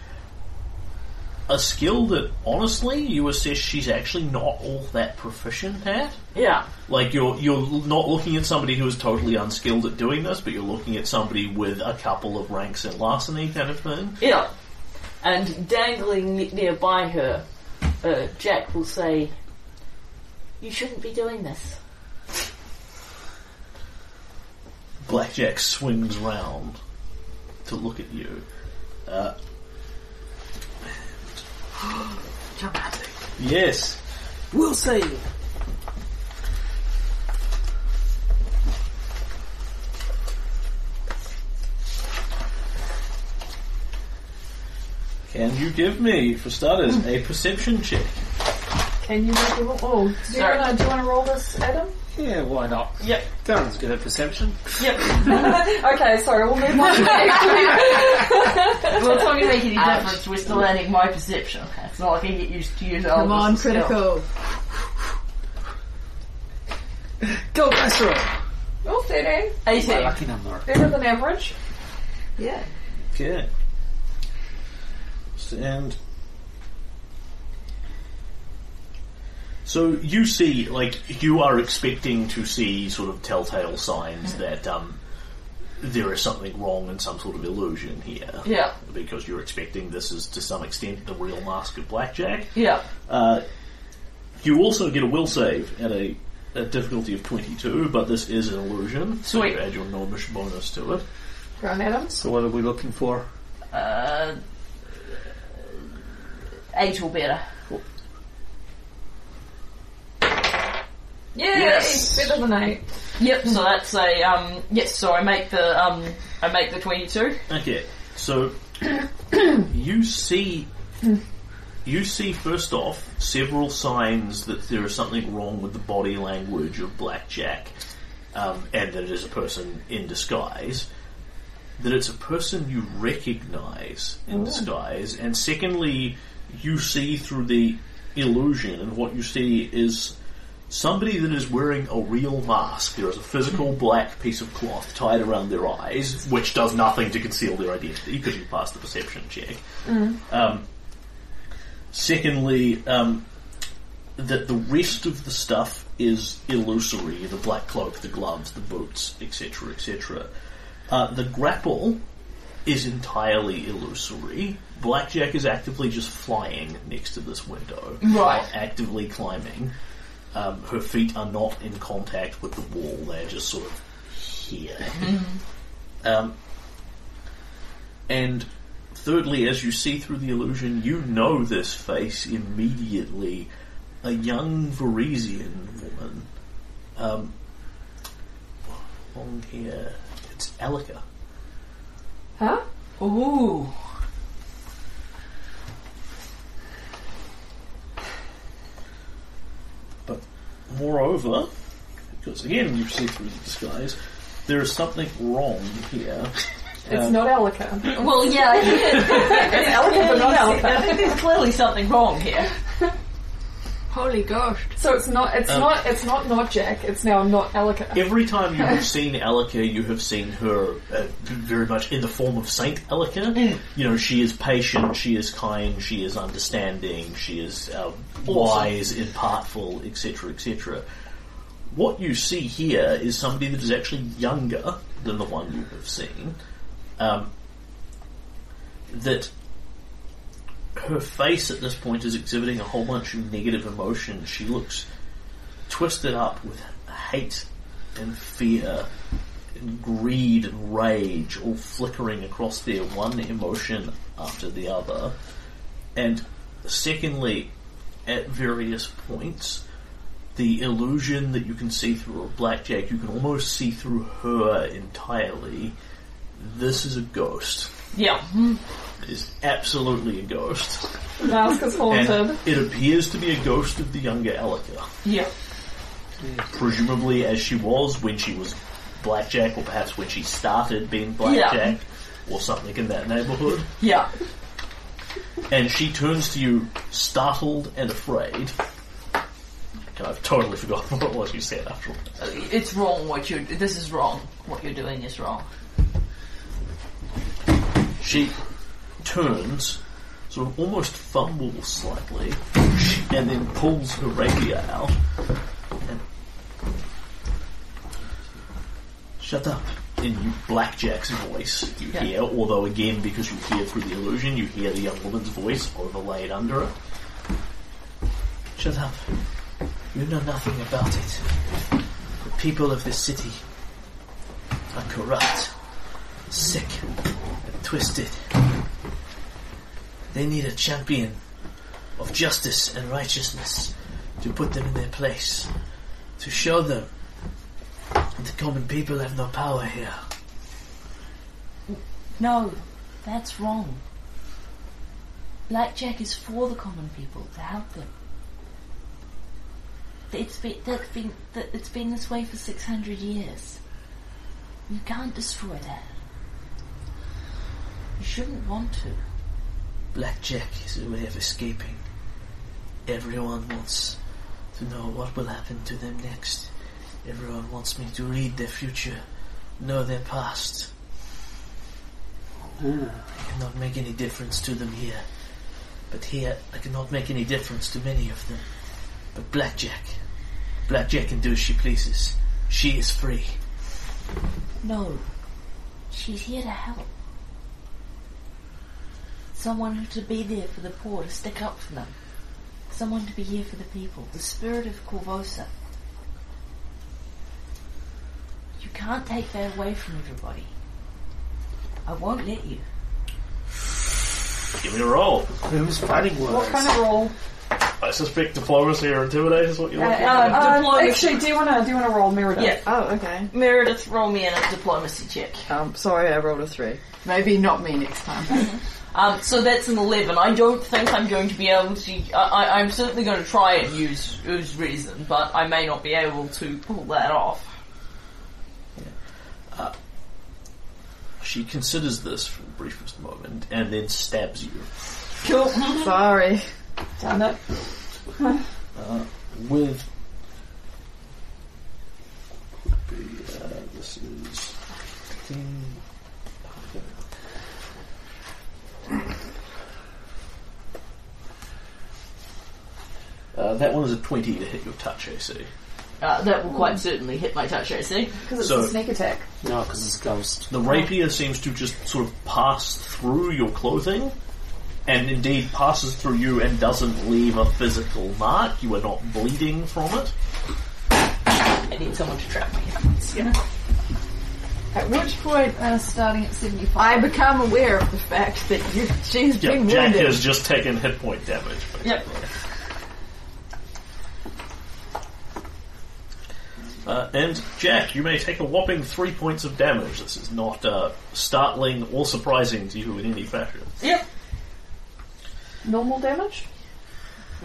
S1: A skill that, honestly, you assess she's actually not all that proficient at.
S6: Yeah,
S1: Like you're you're not looking at somebody who is totally unskilled at doing this, but you're looking at somebody with a couple of ranks in larceny, kind of thing.
S6: yeah. And dangling ne- nearby her, uh, Jack will say, "You shouldn't be doing this."
S1: Blackjack swings round to look at you. Uh, yes.
S4: We'll see.
S1: Can you give me, for starters, a perception check?
S2: Can you make a roll? Oh, do you
S6: Sorry.
S2: want to roll this, Adam?
S4: Yeah, why not?
S2: Yep.
S4: Darren's good at perception.
S2: okay, sorry, we'll move on to the next
S6: Well, it's not going to make any difference. Um, We're still adding my perception. It's not like I get used to use
S3: Come on, critical.
S4: Go, Glasser!
S2: Oh, 13.
S6: 18.
S4: Lucky number.
S2: Better than average.
S3: Yeah.
S14: Okay. S- And
S1: So you see, like, you are expecting to see sort of telltale signs that um, there is something wrong and some sort of illusion here.
S6: Yeah,
S1: Because you're expecting this is to some extent the real mask of blackjack.
S6: yeah.
S1: Uh, you also get a will save at a, a difficulty of 22, but this is an illusion. So
S6: Sweet.
S1: you add your gnomish bonus to it.
S2: Brown Adams.
S4: So what are we looking for?
S6: Uh, eight or better.
S2: Yay!
S6: Yes.
S2: Better than 8.
S6: Yep. So that's a um. Yes. So I make the um. I make the twenty-two.
S1: Okay, so you see, you see first off several signs that there is something wrong with the body language of Blackjack, um, and that it is a person in disguise. That it's a person you recognise in disguise, and secondly, you see through the illusion, and what you see is somebody that is wearing a real mask. There is a physical black piece of cloth tied around their eyes, which does nothing to conceal their identity because you passed the perception check. Um, secondly, um, that the rest of the stuff is illusory the black cloak, the gloves, the boots, etc., etc. Uh, the grapple is entirely illusory. Blackjack is actively just flying next to this window,
S6: Right.
S1: not actively climbing. Um, her feet are not in contact with the wall; they're just sort of here. um, and thirdly, as you see through the illusion, you know this face immediately. A young Varisian woman. Um, long hair. It's Alika.
S2: Huh?
S6: Ooh.
S1: But moreover, because again you see through the disguise, there is something wrong here.
S2: It's not Alica.
S6: Well, yeah. I think it-
S2: It's Alica, but not
S6: I
S2: Alica.
S6: think there's clearly something wrong here.
S3: Holy gosh.
S2: So it's not, it's
S1: Um.
S2: not, it's not not Jack. It's now not Alica.
S1: Every time you have seen Alika, you have seen her uh, very much in the form of Saint Alika. You know, she is patient, she is kind, she is understanding, she is uh, wise, impartful, etc., etc. What you see here is somebody that is actually younger than the one you have seen. Um, that her face at this point is exhibiting a whole bunch of negative emotions. She looks twisted up with hate and fear and greed and rage all flickering across there, one emotion after the other. And secondly, at various points, the illusion that you can see through a blackjack, you can almost see through her entirely. This is a ghost.
S6: Yeah.
S1: It is absolutely a ghost.
S2: The mask is haunted.
S1: And it appears to be a ghost of the younger Elika
S6: Yeah.
S1: presumably as she was when she was blackjack, or perhaps when she started being blackjack, or something in that neighbourhood.
S6: Yeah.
S1: And she turns to you, startled and afraid. And I've totally forgotten what it was you said after all.
S6: It's wrong what you're. This is wrong. What you're doing is wrong.
S1: She turns, sort of almost fumbles slightly, and then pulls her rapier out. And Shut up. In you Blackjack's voice, you
S6: Yeah.
S1: hear, although again, because you hear through the illusion, you hear the young woman's voice overlaid under it. Shut up. You know nothing about it. The people of this city are corrupt, sick, and twisted. They need a champion of justice and righteousness to put them in their place, to show them that the common people have no power here.
S15: No, that's wrong. Blackjack is for the common people, to help them.
S16: It's been that's been that it's been this way for six hundred years. You can't destroy that. You shouldn't want to.
S17: Blackjack is a way of escaping. Everyone wants to know what will happen to them next. Everyone wants me to read their future, know their past. I cannot make any difference to them here. But here, I cannot make any difference to many of them. But Blackjack, Blackjack can do as she pleases. She is free.
S16: No. She's here to help. Someone who to be there for the poor, to stick up for them. Someone to be here for the people. The spirit of Corvosa. You can't take that away from everybody. I won't let you.
S1: Give me a roll.
S4: Who's fighting words?
S2: What kind of roll?
S1: I suspect diplomacy or intimidate is what you're looking
S6: uh,
S1: at.
S2: Um,
S6: diplomacy.
S2: actually, do you want to do you want to roll Meredith?
S6: Yeah.
S3: Oh, okay.
S6: Meredith, roll me in a diplomacy check.
S18: Um, sorry, I rolled a three.
S3: Maybe not me next time.
S6: Um, so that's an 11. I don't think I'm going to be able to. I, I, I'm certainly going to try and use, use reason, but I may not be able to pull that off.
S1: She considers this for the briefest moment and then stabs you.
S6: Cool.
S18: Sorry.
S2: Done it.
S1: with the, uh, this is fifteen. Uh, that one is a 20 to hit your touch AC.
S6: Uh, that will quite certainly hit my touch AC.
S2: Because it's
S1: So-
S2: a sneak attack.
S4: No, because it's ghost.
S1: The rapier seems to just sort of pass through your clothing, and indeed passes through you and doesn't leave a physical mark. You are not bleeding from it.
S6: I need someone to trap me.
S3: At which point
S16: Uh, starting at 75.
S3: I become aware of the fact that you, she's
S1: Yeah,
S3: been
S1: Jack
S3: wounded.
S1: has just taken hit point damage. but-
S6: Yep.
S1: Uh, and Jack, you may take a whopping three points of damage. This is not uh, startling or surprising to you in any fashion.
S6: Yep.
S2: Normal damage.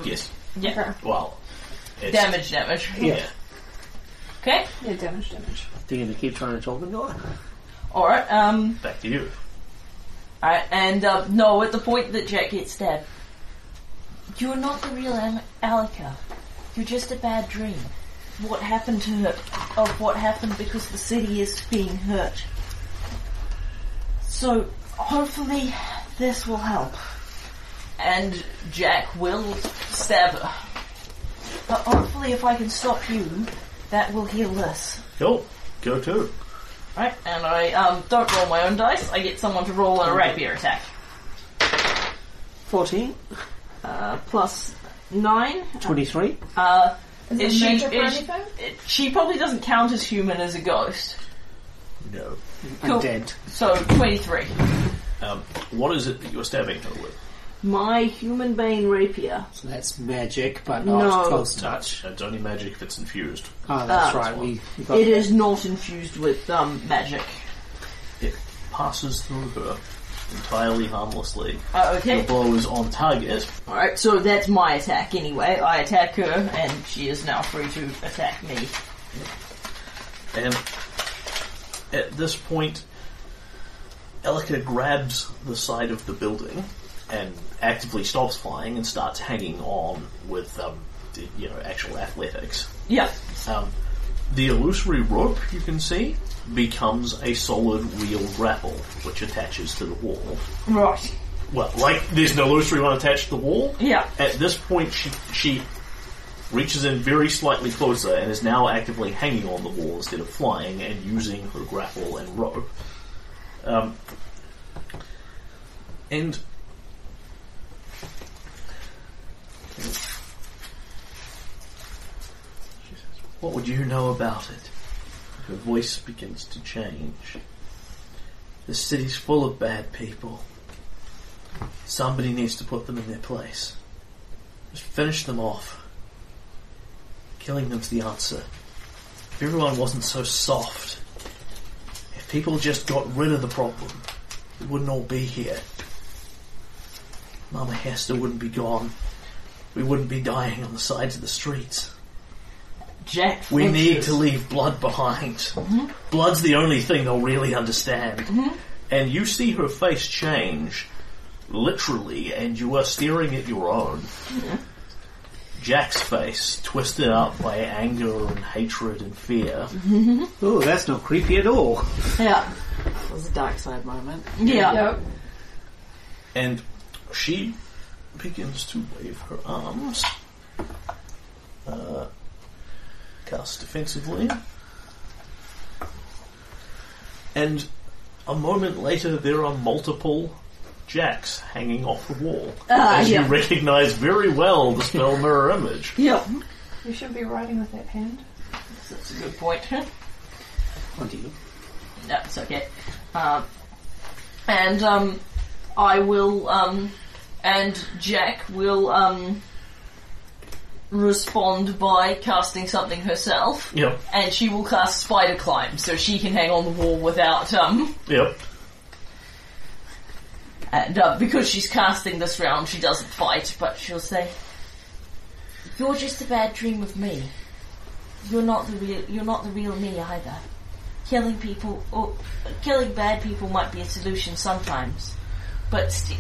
S1: Yes.
S6: Yep.
S1: Well, it's,
S6: Damage, damage.
S1: Yeah.
S6: Okay.
S2: Yeah, damage, damage.
S4: Do you keep trying to talk to her?
S6: Alright, um,
S1: Back to you.
S6: alright, and, uh,
S16: um,
S6: no, at the point that Jack gets stabbed.
S16: You're not the real Am- Alika. You're just a bad dream. What happened to her? Of what happened because the city is being hurt. So hopefully this will help.
S6: And Jack will stab her.
S16: But hopefully if I can stop you, that will heal this.
S1: Cool. Go to.
S6: Right, and I, um, don't roll my own dice, I get someone to roll a rapier attack.
S4: 14?
S6: Uh, plus nine.
S4: 23?
S6: Uh,
S2: Is
S6: Is
S2: it
S6: she-
S2: magic or
S6: is she-
S2: anything?
S6: it, she probably doesn't count as human as a ghost.
S1: No.
S6: Cool.
S4: I'm dead.
S6: So, 23.
S1: Um, what is it that you're stabbing her with?
S6: My human bane rapier.
S4: So that's magic, but not
S6: No.
S4: close touch.
S1: Uh, It's only magic if it's infused.
S4: Oh, that's
S6: Ah.
S4: right. We, we got
S6: It is not infused with, um, magic.
S1: It passes through her entirely harmlessly.
S6: Uh,
S1: The
S6: okay.
S1: blow is on target.
S6: Alright, so that's my attack anyway. I attack her, and she is now free to attack me.
S1: And at this point, Elika grabs the side of the building and actively stops flying and starts hanging on with, um, d- you know, actual athletics.
S6: Yeah.
S1: Um, the illusory rope, you can see, becomes a solid wheel grapple, which attaches to the wall.
S6: Right.
S1: Well, like there's an illusory one attached to the wall.
S6: Yeah.
S1: At this point, she she reaches in very slightly closer and is now actively hanging on the wall instead of flying and using her grapple and rope. Um, and what would you know about it? Her voice begins to change. The city's full of bad people. Somebody needs to put them in their place. Just finish them off. Killing them's the answer. If everyone wasn't so soft, if people just got rid of the problem, we wouldn't all be here. Mama Hester wouldn't be gone. We wouldn't be dying on the sides of the streets.
S6: Jack.
S1: We
S6: flinches.
S1: need to leave blood behind. Blood's the only thing they'll really understand. And you see her face change, literally, and you are staring at your own. Jack's face, twisted up by anger and hatred and fear.
S4: Oh, that's not creepy at all.
S6: Yeah.
S3: It was a dark side moment.
S6: Yeah.
S2: Yep.
S1: And she begins to wave her arms. Uh, cast defensively. And a moment later, there are multiple jacks hanging off the wall.
S6: Ah,
S1: as
S6: yeah.
S1: you recognize very well the spell Mirror Image.
S6: Yeah.
S2: You should be writing with that hand.
S6: That's a good point.
S4: What do you?
S6: That's okay. Um, and um, I will, um, and Jack will um, respond by casting something herself,
S1: Yep,
S6: and she will cast Spider Climb, so she can hang on the wall without. Um,
S1: yep.
S6: and uh, because she's casting this round, she doesn't fight, but she'll say,
S19: You're just a bad dream of me. You're not the real. You're not the real me either. Killing people or killing bad people might be a solution sometimes, but ste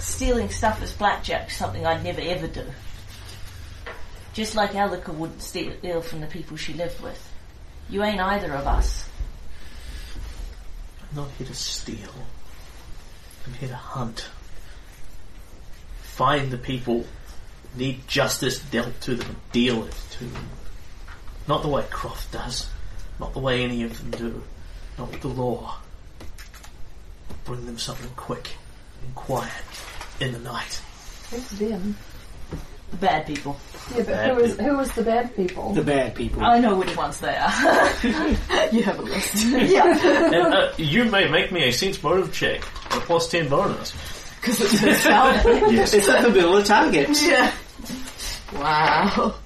S19: stealing stuff is blackjack. Something I'd never ever do. Just like Alika wouldn't steal from the people she lived with. You ain't either of us.
S1: I'm not here to steal. I'm here to hunt. Find the people, need justice dealt to them, deal it to them. Not the way Croft does, not the way any of them do, not with the law. Bring them something quick and quiet in the night.
S2: It's them.
S6: "The bad people."
S2: Yeah, but who is who is the bad people?
S4: The bad people.
S6: I know which ones they are.
S3: You have a list.
S6: yeah.
S1: and uh, you may make me a sense motive check, a plus 10 bonus.
S3: Because it's a spell.
S4: Yes. It's at the middle of target.
S3: yeah.
S6: Wow.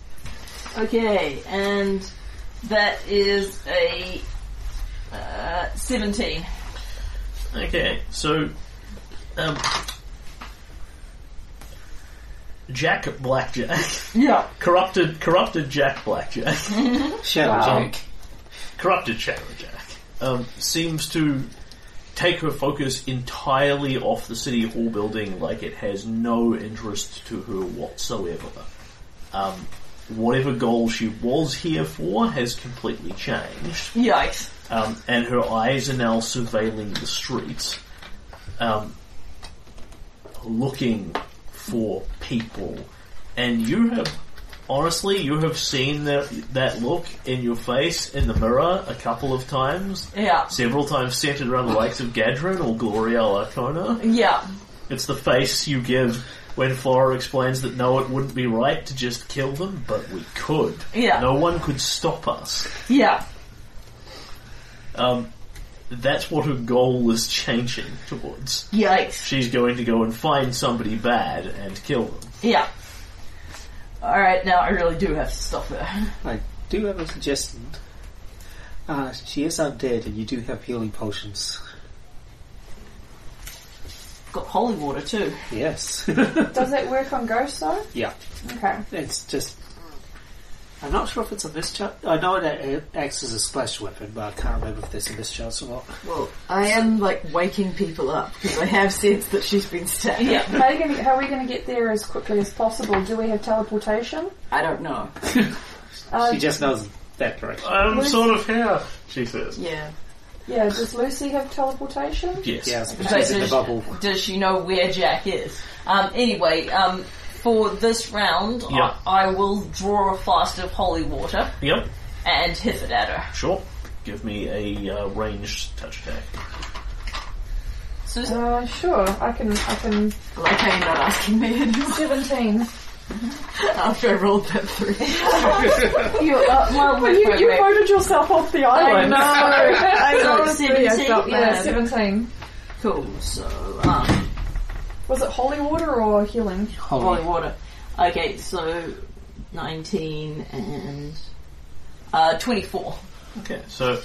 S6: Okay, and that is a uh, 17.
S1: Okay, so um, Jack Blackjack,
S6: Yeah.
S1: corrupted, corrupted Jack Blackjack,
S4: Shadow
S1: Um,
S4: Jack.
S1: corrupted Shadow Jack, um, seems to take her focus entirely off the city hall building, like it has no interest to her whatsoever. Um, whatever goal she was here for has completely changed.
S6: Yikes.
S1: um, and her eyes are now surveilling the streets, um, looking for people. And you have, honestly, you have seen that that look in your face in the mirror a couple of times,
S6: Yeah.
S1: several times centered around the likes of Gadrin or Gloria Arcona.
S6: Yeah.
S1: It's the face you give when Flora explains that no, it wouldn't be right to just kill them, but we could.
S6: Yeah.
S1: No one could stop us.
S6: Yeah.
S1: Um, that's what her goal is changing towards.
S6: Yikes.
S1: She's going to go and find somebody bad and kill them.
S6: Yeah. Alright, now I really do have to stop her.
S4: I do have a suggestion. Uh, she is undead and you do have healing potions.
S6: Got holy water too.
S4: Yes.
S2: Does that work on ghosts though?
S4: yeah.
S2: Okay.
S4: It's just. I'm not sure if it's a mischance. I know that it acts as a splash weapon, but I can't remember if there's a mischance or not.
S3: Well, I am like waking people up because I have sensed that she's been stabbed.
S6: Yeah.
S2: How are, you gonna, how are we going to get there as quickly as possible? Do we have teleportation?
S3: I don't know.
S2: Uh,
S4: She just knows that direction.
S1: I'm sort of here, she says.
S3: Yeah.
S2: yeah, does Lucy have teleportation?
S1: Yes.
S4: Yeah, it's
S6: So
S4: in the
S6: does,
S4: bubble.
S6: does she know where Jack is? Um, anyway, um, for this round,
S1: Yeah.
S6: I, I will draw a flask of holy water
S1: Yep,
S6: and hiss it at her.
S1: sure. Give me a uh, ranged touch attack.
S6: Susan?
S2: Uh, sure, I can, I can,
S3: Like how you're not asking me it is
S2: 17.
S3: after I rolled that through.
S2: You, uh, well, you,
S6: wait,
S2: you
S6: wait.
S2: voted yourself off the island.
S3: I know.
S2: Honestly, I felt yeah,
S3: bad.
S2: 17.
S6: Cool. So, um,
S2: Was it holy water or healing?
S6: holy water. Okay, so 19 and uh, 24.
S1: Okay, so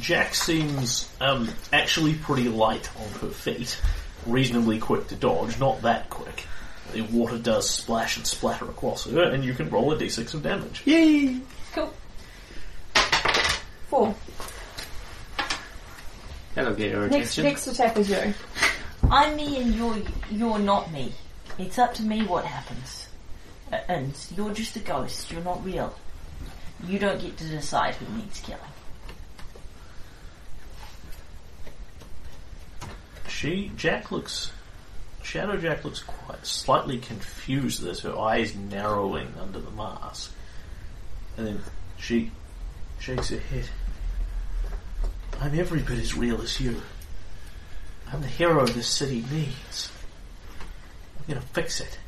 S1: Jack seems um, actually pretty light on her feet, reasonably quick to dodge, not that quick. The water does splash and splatter across her, and you can roll a d6 of damage.
S4: Yay!
S6: Cool.
S2: Four.
S4: That'll get your
S2: Next,
S4: attention.
S2: next attack is you.
S20: I'm me and you're you're not me. It's up to me what happens. Uh, And you're just a ghost. You're not real. You don't get to decide who needs killing.
S1: She Jack looks Shadow Jack looks quite slightly confused at this, her eyes narrowing under the mask. And then she shakes her head. I'm every bit as real as you. I'm the hero this city needs. I'm gonna fix it.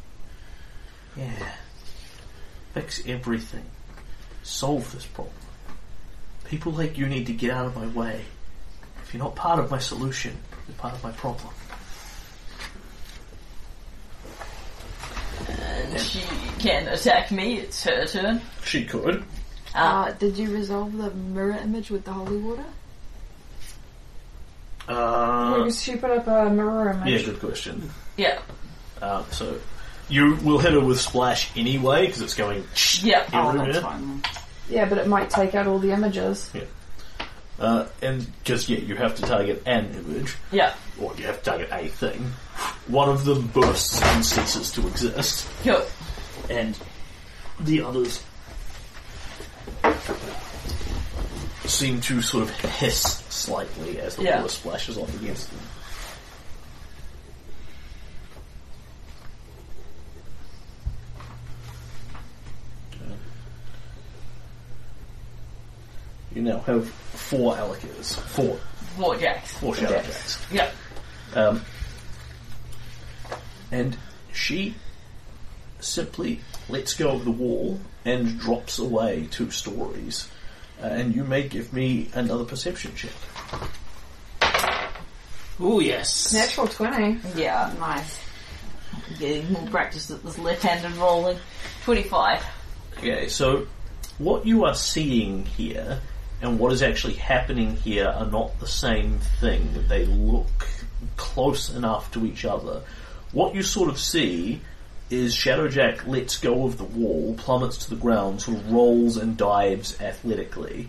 S1: Yeah. Fix everything. Solve this problem. People like you need to get out of my way. If you're not part of my solution, you're part of my problem.
S6: And she can attack me, it's her turn.
S1: She could.
S3: Uh, did you resolve the mirror image with the holy water?
S1: Uh,
S2: Maybe she put up a mirror image.
S1: yeah, good question.
S6: Yeah,
S1: Uh, so you will hit her with splash anyway because it's going
S6: yeah.
S7: Oh,
S1: everywhere.
S7: that's fine.
S2: Yeah, but it might take out all the images.
S1: Uh, and because yeah, you have to target an image.
S6: Yeah.
S1: Or you have to target a thing. One of them bursts and ceases to exist,
S6: Cool.
S1: and the others seem to sort of hiss slightly as the
S6: Yeah.
S1: water splashes off against them. You now have four Alakazas. Four.
S6: Four jacks.
S1: Four Shadow Jacks.
S6: Yeah.
S1: Um, and she simply lets go of the wall and drops away two stories. Uh, and you may give me another perception check.
S4: Oh yes.
S2: Natural 20.
S6: Yeah.
S3: Nice.
S6: Getting more practice at this left-handed rolling. Twenty-five.
S1: Okay, so what you are seeing here and what is actually happening here are not the same thing. They look close enough to each other. What you sort of see is Shadowjack lets go of the wall, plummets to the ground, sort of rolls and dives athletically.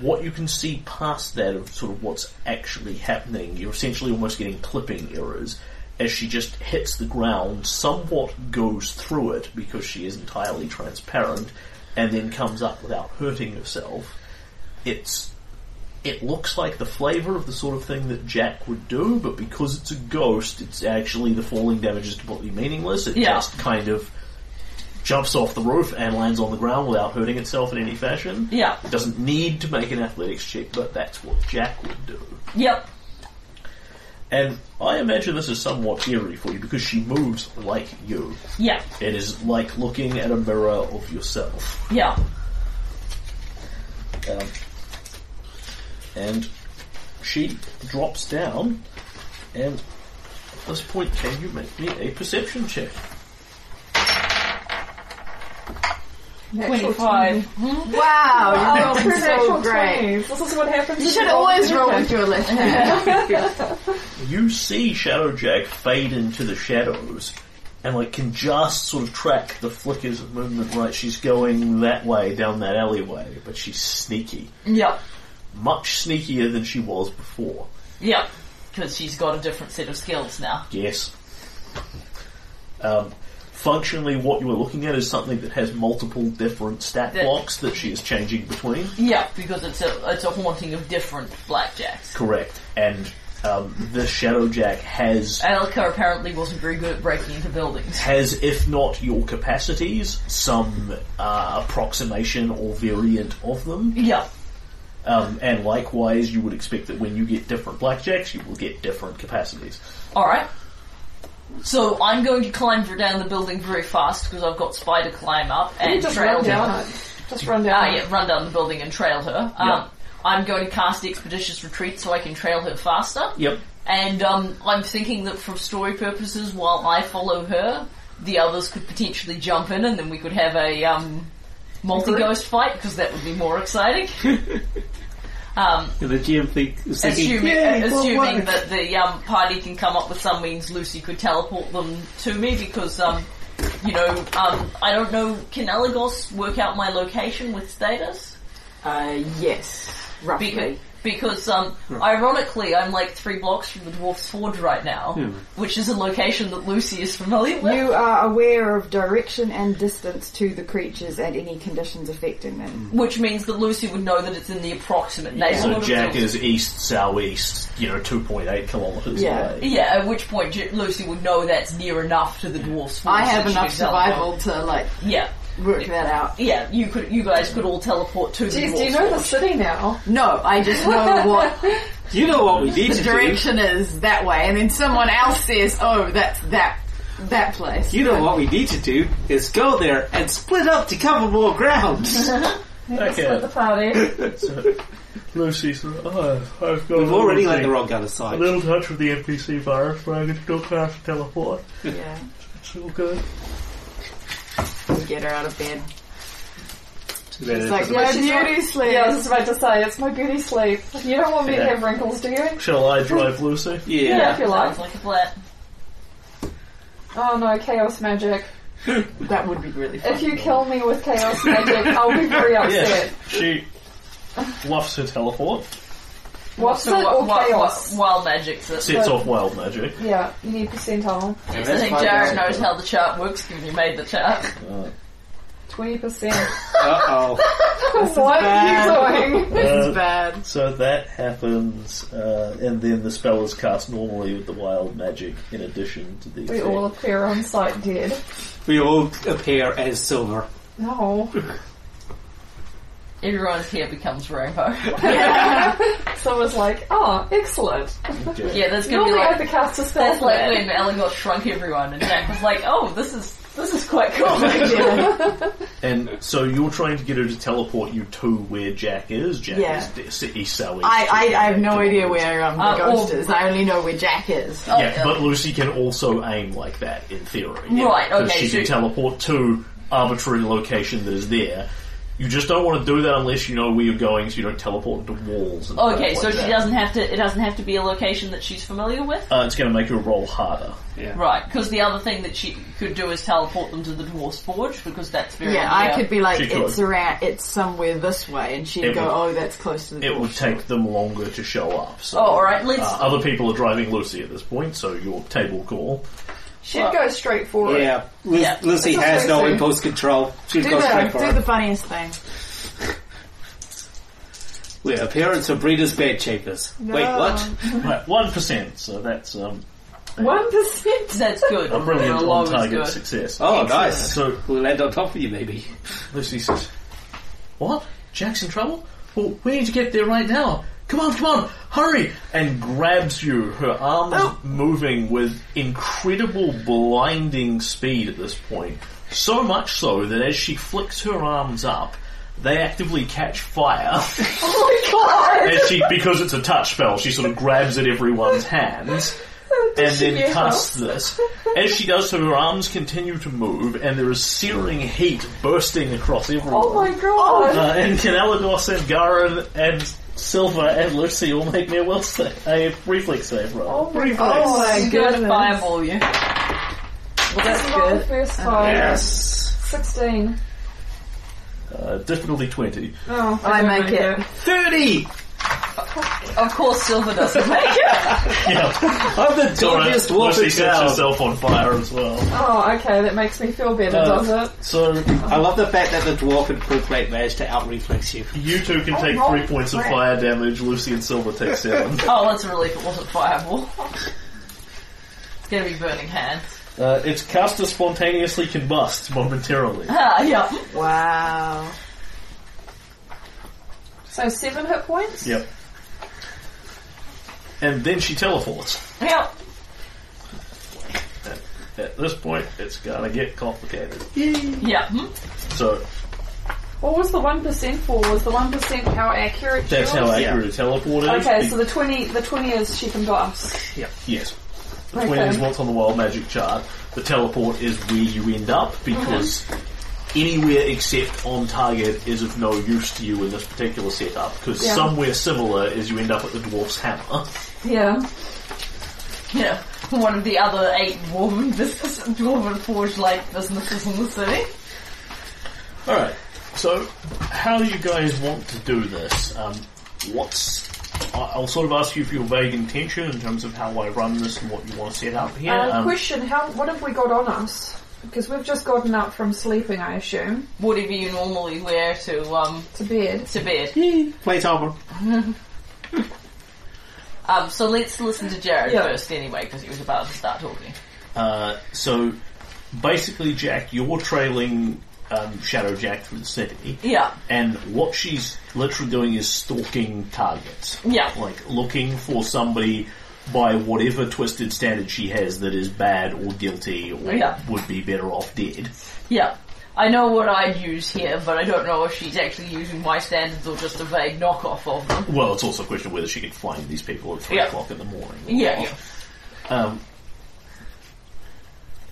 S1: What you can see past that of sort of what's actually happening, you're essentially almost getting clipping errors as she just hits the ground, somewhat goes through it because she is entirely transparent, and then comes up without hurting herself. It's it looks like the flavour of the sort of thing that Jack would do, but because it's a ghost, it's actually the falling damage is completely meaningless. It
S6: Yeah.
S1: just kind of jumps off the roof and lands on the ground without hurting itself in any fashion.
S6: Yeah.
S1: It doesn't need to make an athletics check, but that's what Jack would do.
S6: Yep.
S1: And I imagine this is somewhat eerie for you because she moves like you.
S6: Yeah.
S1: It is like looking at a mirror of yourself.
S6: Yeah.
S1: Um, and she drops down, and at this point, can you make me a perception check?
S2: Natural
S6: Twenty-five.
S3: Wow, you're
S2: two
S3: looking so
S2: natural
S3: great.
S2: 20s. This is what happens.
S3: You should always roll with your left hand.
S1: You see Shadowjack fade into the shadows, and like can just sort of track the flickers of movement. Right, she's going that way down that alleyway, but she's sneaky,
S6: Yep.
S1: much sneakier than she was before.
S6: Yep. Because she's got a different set of skills now.
S1: Yes. Um, functionally, what you are looking at is something that has multiple different stat
S6: That-
S1: blocks that she is changing between.
S6: Yeah, because it's a it's a haunting of different blackjacks.
S1: Correct. And um, the Shadowjack has
S6: Alka apparently wasn't very good at breaking into buildings.
S1: has, if not your capacities, some uh, approximation or variant of them.
S6: Yeah.
S1: Um, and likewise, you would expect that when you get different blackjacks, you will get different capacities.
S6: Alright. So I'm going to climb for down the building very fast because I've got spider climb up and
S2: You just
S6: trail
S2: run
S6: down.
S2: down it. Just run down
S6: Ah, yeah, run down the building and trail her. Um,
S1: Yeah.
S6: I'm going to cast Expeditious Retreat so I can trail her faster.
S1: Yep.
S6: And um, I'm thinking that for story purposes, while I follow her, the others could potentially jump in, and then we could have a um, multi-ghost fight because that would be more exciting. um,
S4: The GM think, is thinking,
S6: assuming uh,
S4: "Yay, it will
S6: assuming
S4: work."
S6: that the um, party can come up with some means, Lucy could teleport them to me because. Um, you know, um, I don't know. Can Elagos work out my location with status?
S8: Uh, yes.
S3: Roughly.
S6: Because, because um, ironically, I'm like three blocks from the Dwarf's Forge right now, which is a location that Lucy is familiar with.
S3: You are aware of direction and distance to the creatures and any conditions affecting
S2: Mm-hmm.
S3: them.
S6: Which means that Lucy would know that it's in the approximate
S1: So
S6: neighborhood.
S1: Jack
S6: of
S1: is east southeast, you know, two point eight kilometers
S3: Yeah.
S1: away.
S6: Yeah, at which point J- Lucy would know that's near enough to the dwarf's force.
S3: I
S6: that
S3: have
S6: she
S3: enough
S6: could teleport.
S3: survival to like
S6: Yeah,
S3: work that out.
S6: yeah. You could, you guys could all teleport to the
S2: Jeez,
S6: dwarf's
S2: do you know the
S6: forge.
S2: city now?
S3: No, I just know what
S4: You know what we need
S3: the
S4: to do.
S3: direction is that way, and then someone else says, "Oh, that's that that place."
S4: You know what we need to do is go there and split up to cover more ground.
S2: Split
S1: uh,
S2: the party.
S21: Lucy's, oh, I've got
S4: We've already let the
S21: a
S4: wrong gun aside.
S21: little touch of the NPC virus, but I can still cast teleport.
S3: Yeah,
S21: It's all good.
S3: we get her out of bed.
S1: Too bad
S3: It's
S1: it
S3: like
S1: doesn't-
S3: my
S2: she's not-
S3: beauty sleep.
S2: Yeah, I was just about to say, it's my beauty sleep. You don't want me to have wrinkles, do you?
S21: Shall I drive Lucy?
S4: Yeah.
S2: if you like.
S6: Sounds like a plan.
S2: Oh no, chaos magic.
S3: That would be really fun.
S2: If you kill me with chaos magic, I'll be very upset.
S21: She bluffs her teleport,
S2: What's it
S6: So
S2: or
S6: what, what,
S2: chaos?
S6: what, wild magic. This.
S21: sets off wild magic.
S2: Yeah, you need percentile.
S6: I
S4: that's
S6: think
S4: quite
S6: Jared
S4: wild.
S6: knows how the chart works because he made the chart.
S2: 20%.
S4: Uh oh.
S2: what are you doing?
S3: This
S21: Uh,
S3: is bad.
S21: So that happens, uh, and then the spell is cast normally with the wild magic in addition to the.
S2: We
S21: effect.
S2: all appear on site dead.
S4: We all appear as silver.
S2: No.
S6: Everyone's hair becomes rainbow.
S2: Someone's like, oh, excellent.
S6: yeah, that's gonna be
S2: Normally I have
S6: like
S2: to cast a spell
S6: that's
S2: for
S6: like
S2: that.
S6: when Ellen got shrunk everyone, and Jack was like, "Oh, this is this is quite cool."
S1: And so you're trying to get her to teleport you to where Jack is. Jack
S3: Yeah.
S1: is d- si- east southeast.
S3: I, I, I have no idea where um, the
S6: Uh,
S3: ghost
S6: or-
S3: is. I only know where Jack is.
S6: Oh,
S1: Yeah, but Lucy can also aim like that in theory. yeah,
S6: Right,
S1: 'cause
S6: okay,
S1: She can
S6: so-
S1: teleport to arbitrary location that is there. You just don't want to do that unless you know where you're going, so you don't teleport into walls. And
S6: Okay,
S1: stuff
S6: so
S1: like
S6: she
S1: that.
S6: doesn't have to. It doesn't have to be a location that she's familiar with.
S1: Uh, it's going to make her roll harder.
S6: Right, because the other thing that she could do is teleport them to the Dwarf's Forge, because that's very
S3: Yeah, I could be like,
S1: She could.
S3: it's around, it's somewhere this way, and she'd
S1: It
S3: go,
S1: would-
S3: oh, that's close to the.
S1: It will take them longer to show up. So,
S6: Oh, alright, let's...
S1: uh, other people are driving Lucy at this point, so your table call.
S2: She'd go straight for it.
S4: Yeah. Lu-
S6: Yeah.
S4: Lucy
S2: That's
S4: has no
S2: amazing.
S4: impulse control. She's
S3: do
S4: gone
S3: the,
S4: straight for
S3: do the
S4: it.
S3: funniest thing.
S4: We appear in Sabrina's bed chambers. Wait, what?
S6: Mm-hmm.
S1: Right, 1%, so that's um,
S2: One percent.
S6: that's good.
S1: a brilliant
S6: Well,
S1: on
S6: always
S1: target
S6: good.
S1: success.
S4: Oh, nice.
S1: So
S4: We'll land on top of you, maybe.
S1: Lucy says, What? Jack's in trouble? Well, we need to get there right now. Come on, come on, hurry! And grabs you, her arms
S6: Oh.
S1: moving with incredible blinding speed at this point. So much so that as she flicks her arms up, they actively catch fire. Oh my god! And she, because it's a touch spell, she sort of grabs at everyone's hands and then casts this. As she does so, her arms continue to move, and there is searing heat bursting across everyone.
S2: Oh my god.
S1: Uh, and can Alados and Garin and Silva and Lucy all make me a will save, a reflex save roll?
S2: Oh my, oh my
S6: She's gonna
S2: goodness.
S6: fireball you.
S2: That's Uh, not the first time.
S4: Yes.
S2: 16.
S1: Uh, difficulty 20.
S2: Oh,
S3: I
S2: don't
S3: make it.
S4: 30!
S6: Of course Silver doesn't make it.
S1: Yeah.
S4: I'm the doggiest wolf
S1: Lucy
S4: in
S1: sets
S4: town.
S1: herself on fire as well.
S2: Oh, okay, that makes me feel better,
S1: Uh,
S2: does it?
S1: So
S4: I love the fact that the dwarf and Quillplate managed to outreflex you.
S1: you two
S2: Oh
S1: can take three points of fire damage. Lucy and Silva take seven.
S6: Oh, that's a relief it wasn't fireball. It's gonna be burning hands.
S1: Uh, it's cast to spontaneously combust momentarily.
S6: Ah, yeah.
S3: Wow.
S2: So 7 hit points?
S1: Yep. And then she teleports.
S6: Yeah.
S1: At this point, it's gonna get complicated.
S6: Yeah. hmm?
S1: So
S2: What was the 1% for? Was the 1% how accurate she
S1: that's how
S2: was?
S1: accurate a teleport is.
S2: Okay,
S1: Be-
S2: so the 20 the 20 is she can blast.
S1: yes. The
S2: Okay.
S1: 20 is what's on the wild magic chart. The teleport is where you end up because
S2: Uh-huh.
S1: anywhere except on target is of no use to you in this particular setup because
S2: Yeah.
S1: somewhere similar is you end up at the dwarf's hammer.
S2: Yeah.
S6: You know, one of the other eight dwarven business, dwarven forge-like businesses in the city.
S1: Alright, so how you guys want to do this? Um, what's. I- I'll sort of ask you for your vague intention in terms of how I run this and what you want to set up here.
S2: Uh,
S1: Um,
S2: question: How? What have we got on us? Because we've just gotten up from sleeping, I assume,
S6: Whatever you normally wear to um
S2: to bed.
S6: to bed.
S4: Plate armor.
S6: Um, so let's listen to Jared
S2: Yeah.
S6: first anyway, because he was about to start talking.
S1: Uh, so basically, Jack, you're trailing um, Shadow Jack through the city,
S6: Yeah,
S1: and what she's literally doing is stalking targets.
S6: yeah,
S1: Like looking for somebody by whatever twisted standard she has that is bad or guilty or
S6: Yeah.
S1: would be better off dead.
S6: yeah. I know what I'd use here, but I don't know if she's actually using my standards or just a vague knockoff of them.
S1: Well, it's also a question of whether she can find these people at 3
S6: Yeah.
S1: o'clock in the morning.
S6: Yeah, yeah.
S1: Um,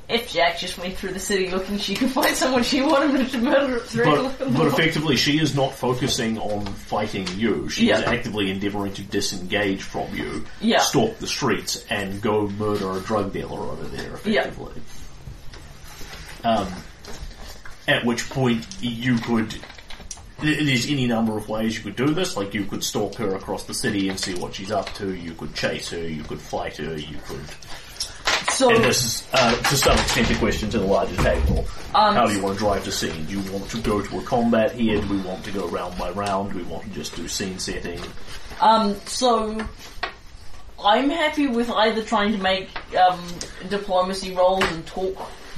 S6: If Jack just went through the city looking, she could find someone she wanted to murder at three
S1: but,
S6: o'clock in the
S1: but
S6: morning.
S1: effectively, she is not focusing on fighting you. She is
S6: Yeah.
S1: actively endeavouring to disengage from you,
S6: Yeah.
S1: stalk the streets, and go murder a drug dealer over there,
S6: Yeah.
S1: effectively. Um, at which point, you could. th- There's any number of ways you could do this. Like, you could stalk her across the city and see what she's up to. You could chase her. You could fight her. You could.
S6: So,
S1: And this is, uh, to some extent, the question to the larger table.
S6: Um,
S1: How do you want to drive to scene? Do you want to go to a combat here? Do we want to go round by round? Do we want to just do scene setting?
S6: Um, so I'm happy with either trying to make um, diplomacy roles and talk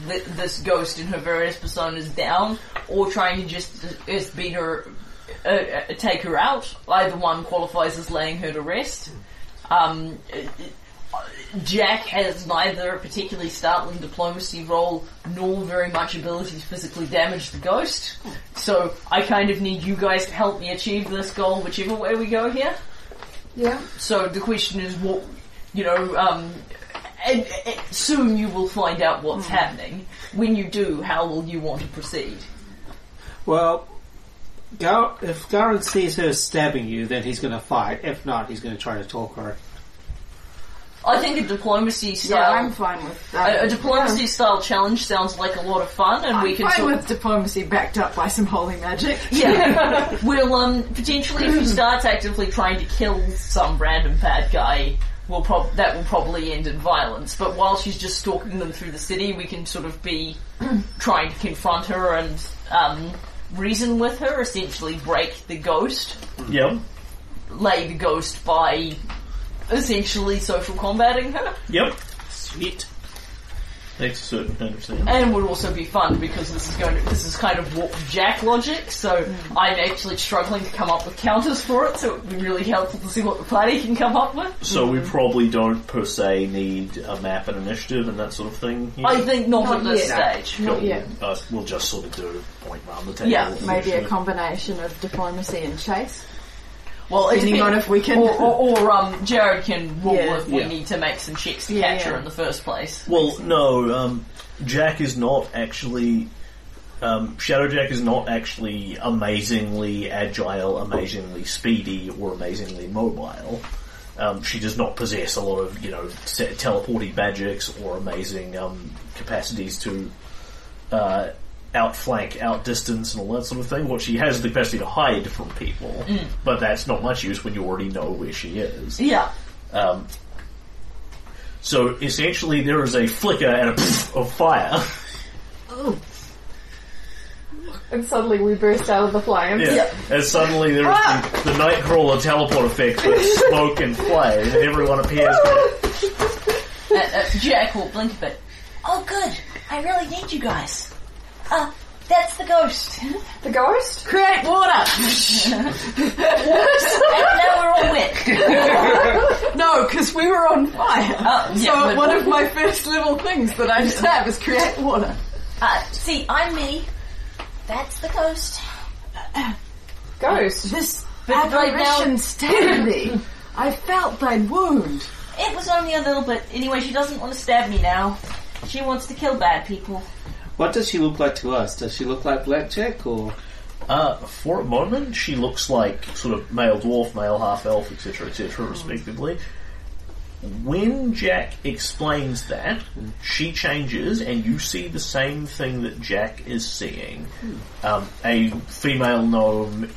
S6: th- this ghost in her various personas down, or trying to just just beat her, uh, uh, take her out. Either one qualifies as laying her to rest. Um, uh, Jack has neither a particularly startling diplomacy role nor very much ability to physically damage the ghost. So I kind of need you guys to help me achieve this goal, whichever way we go here.
S2: Yeah.
S6: So the question is, what you know? Um, and, and soon you will find out what's
S3: Hmm.
S6: happening. When you do, how will you want to proceed?
S4: Well, Gar- if Garen sees her stabbing you, then he's going to fight. If not, he's going to try to talk her.
S6: I think a diplomacy
S3: Yeah,
S6: style,
S3: I'm fine with that.
S6: a, a diplomacy style challenge sounds like a lot of fun, and
S3: I'm
S6: we can
S3: fine
S6: sort of-
S3: with diplomacy backed up by some holy magic.
S6: yeah. we'll um potentially if he starts actively trying to kill some random bad guy. Will prob- that will probably end in violence, but while she's just stalking them through the city, we can sort of be trying to confront her and um, reason with her, essentially break the ghost,
S1: Yep.
S6: lay the ghost by essentially social combating her.
S1: Yep. Sweet. Takes a certain kind of scene.
S6: and would also be fun because this is going to, this is kind of warp jack logic. So
S3: Mm.
S6: I'm actually struggling to come up with counters for it. So it would be really helpful to see what the party can come up with.
S1: So we probably don't per se need a map and initiative and that sort of thing. Here.
S6: I think not,
S3: Not
S6: at this
S3: yet.
S6: stage.
S3: Not yet.
S1: Uh, we'll just sort of do a point round the table.
S6: Yeah,
S3: Maybe a combination of diplomacy and chase.
S6: Well, it
S3: Depending on
S6: depends.
S3: if we can.
S6: Or, or, or um, Jared can rule
S3: Yeah.
S6: if we
S4: Yeah.
S6: need to make some checks to
S3: Yeah,
S6: capture
S3: yeah.
S6: in the first place.
S1: Well, no, um, Jack is not actually. Um, Shadow Jack is not actually amazingly agile, amazingly speedy, or amazingly mobile. Um, she does not possess a lot of, you know, se- teleporting magics or amazing um, capacities to uh, outflank, outdistance, and all that sort of thing. What she has is the capacity to hide from people, but that's not much use when you already know where she is.
S6: Yeah,
S1: Um, so essentially, there is a flicker and a poof of fire.
S2: And suddenly we burst out of the flames.
S1: And suddenly there is the, the Nightcrawler teleport effect with smoke and flame, and everyone appears.
S6: uh, uh, Jack will blink a bit.
S22: Oh, good. I really need you guys. Uh, that's the ghost. and
S2: The ghost.
S3: Create water!
S22: now we're all wet.
S3: No, because we were on fire.
S22: Oh,
S3: so
S6: yeah, but-
S3: one of my first little things that I just have is create water.
S22: Uh, see, I'm me. That's the ghost.
S2: Ghost.
S3: This
S22: But right now-
S3: apparition stabbed me. I felt thy wound.
S22: It was only a little bit. Anyway, she doesn't want to stab me now. She wants to kill bad people.
S4: What does she look like to us? Does she look like Blackjack or
S1: Uh, for a moment, she looks like sort of male dwarf, male half elf, etc., etc., respectively. When Jack explains that, she changes, and you see the same thing that Jack is seeing. Um, a female gnome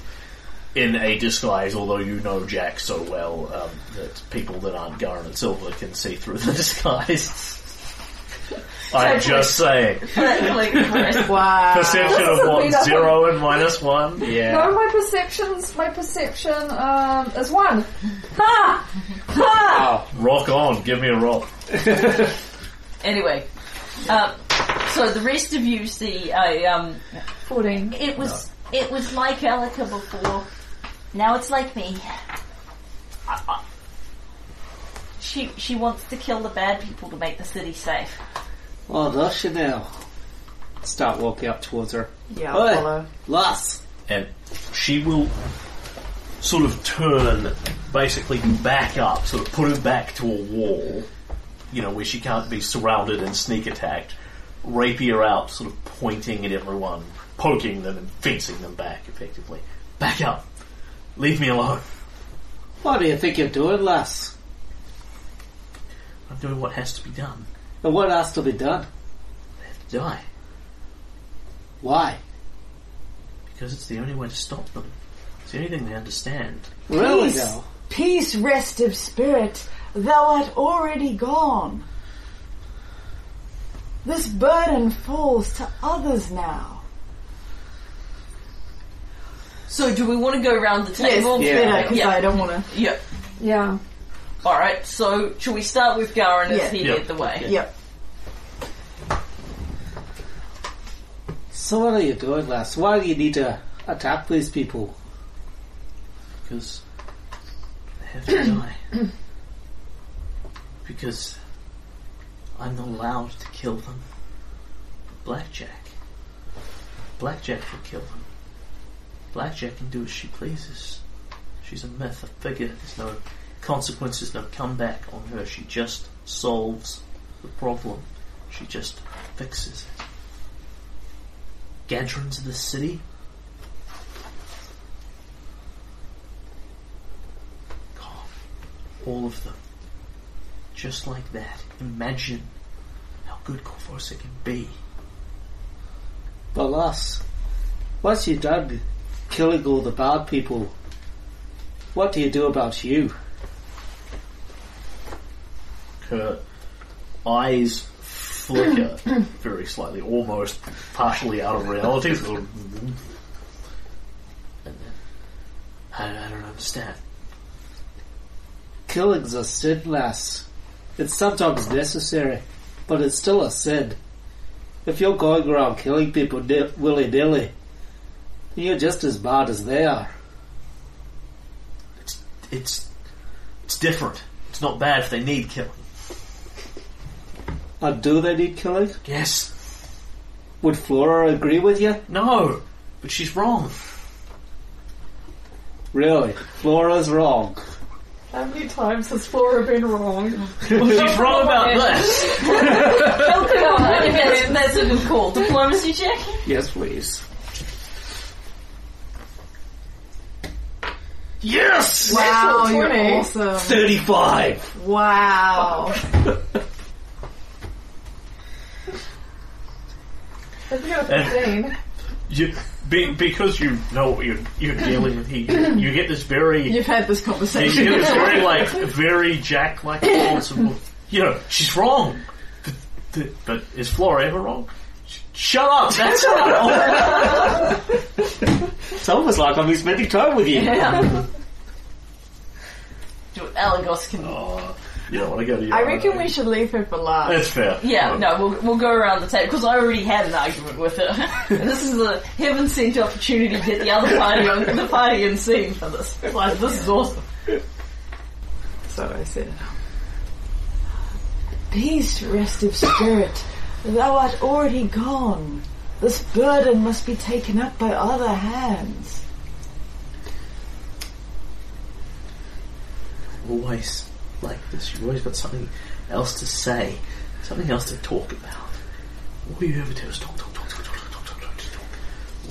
S1: in a disguise, although you know Jack so well um, that people that aren't Garin and Silver can see through the disguise. I'm just saying.
S3: Wow.
S1: Perception of
S2: Wait,
S1: what?
S2: I-
S1: Zero and minus one? Yeah.
S2: No, my perceptions, my perception um, is one. Ha!
S6: Ah!
S2: Ha!
S1: Rock on. Give me a roll.
S6: Anyway, um, so the rest of you see a um,
S2: Fourteen.
S23: It was it was like Elica before. Now it's like me. I- I- She she wants to kill the bad people to make the city safe.
S4: Oh, does she now? Start walking up towards her.
S3: Yeah, I'll
S4: Hey,
S3: follow.
S4: lass.
S1: and she will sort of turn basically back up, sort of put her back to a wall, you know, where she can't be surrounded and sneak attacked, rapier out, sort of pointing at everyone, poking them and fencing them back effectively. Back up. Leave me alone.
S4: What do you think you're doing, lass?
S1: I'm doing what has to be done.
S4: And what has to be done?
S1: I have to die.
S4: Why?
S1: Because it's the only way to stop them. It's the only thing they understand.
S4: Really
S3: Please.
S4: now?
S3: Peace, rest of spirit, thou art already gone. This burden falls to others now.
S6: So do we want to go around the table?
S3: better, because
S6: Yeah.
S3: I don't want to.
S6: Yeah.
S2: Yeah.
S6: All right. So should we start with Garin
S3: Yeah.
S6: as he
S1: Yeah.
S6: led the way?
S3: Yep.
S4: So what are you doing, lass? Why do you need to attack these people?
S1: because I have to die. because I'm not allowed to kill them. Blackjack. Blackjack can kill them. Blackjack can do as she pleases. She's a myth, a figure. There's no consequences, no comeback on her. She just solves the problem. She just fixes it. Gadrons of the city God, all of them. Just like that. Imagine how good Corvosa can be.
S4: But lass, once you've done killing all the bad people, what do you do about you?
S1: Her eyes flicker very slightly, almost partially out of reality. Sort of- and then, I, I don't understand.
S4: Killing's a sin, lass. It's sometimes necessary, but it's still a sin. If you're going around killing people ni- willy nilly, you're just as bad as they are.
S1: It's it's different. It's not bad if they need killing.
S4: And do they need killing?
S1: Yes.
S4: Would Flora agree with you?
S1: No. But she's wrong.
S4: Really? Flora's wrong.
S2: How many times has Flora been wrong?
S1: She's wrong about this.
S6: that's, that's a good call. Diplomacy check.
S4: Yes, please.
S1: Yes.
S3: Wow,
S2: you're
S3: you're awesome.
S4: Thirty-five.
S3: Wow.
S2: If you got a fifteen,
S1: You, be, because you know what you're, you're dealing with here, you get this very,
S3: You've had this
S1: you
S3: conversation.
S1: get this very like, very Jack-like response of, you know, she's wrong. But, but- but is Flora ever wrong? Sh- Shut up! That's not wrong.
S4: It's almost like I'm spending time with you.
S6: Do it. Alagos can.
S1: Oh, you don't want to go to your
S3: I
S1: own
S3: reckon
S1: thing.
S3: we should leave her for last.
S1: That's fair.
S6: Yeah, no, we'll, we'll go around the table because I already had an argument with her. And this is a heaven sent opportunity to get the other party on the party in scene for this. It's Like this is awesome.
S3: So I said, Peace, restive spirit, thou art already gone. This burden must be taken up by other hands.
S1: Always like this. You've always got something else to say, something else to talk about. All you ever do is talk, talk, talk, talk, talk, talk, talk, talk, talk, talk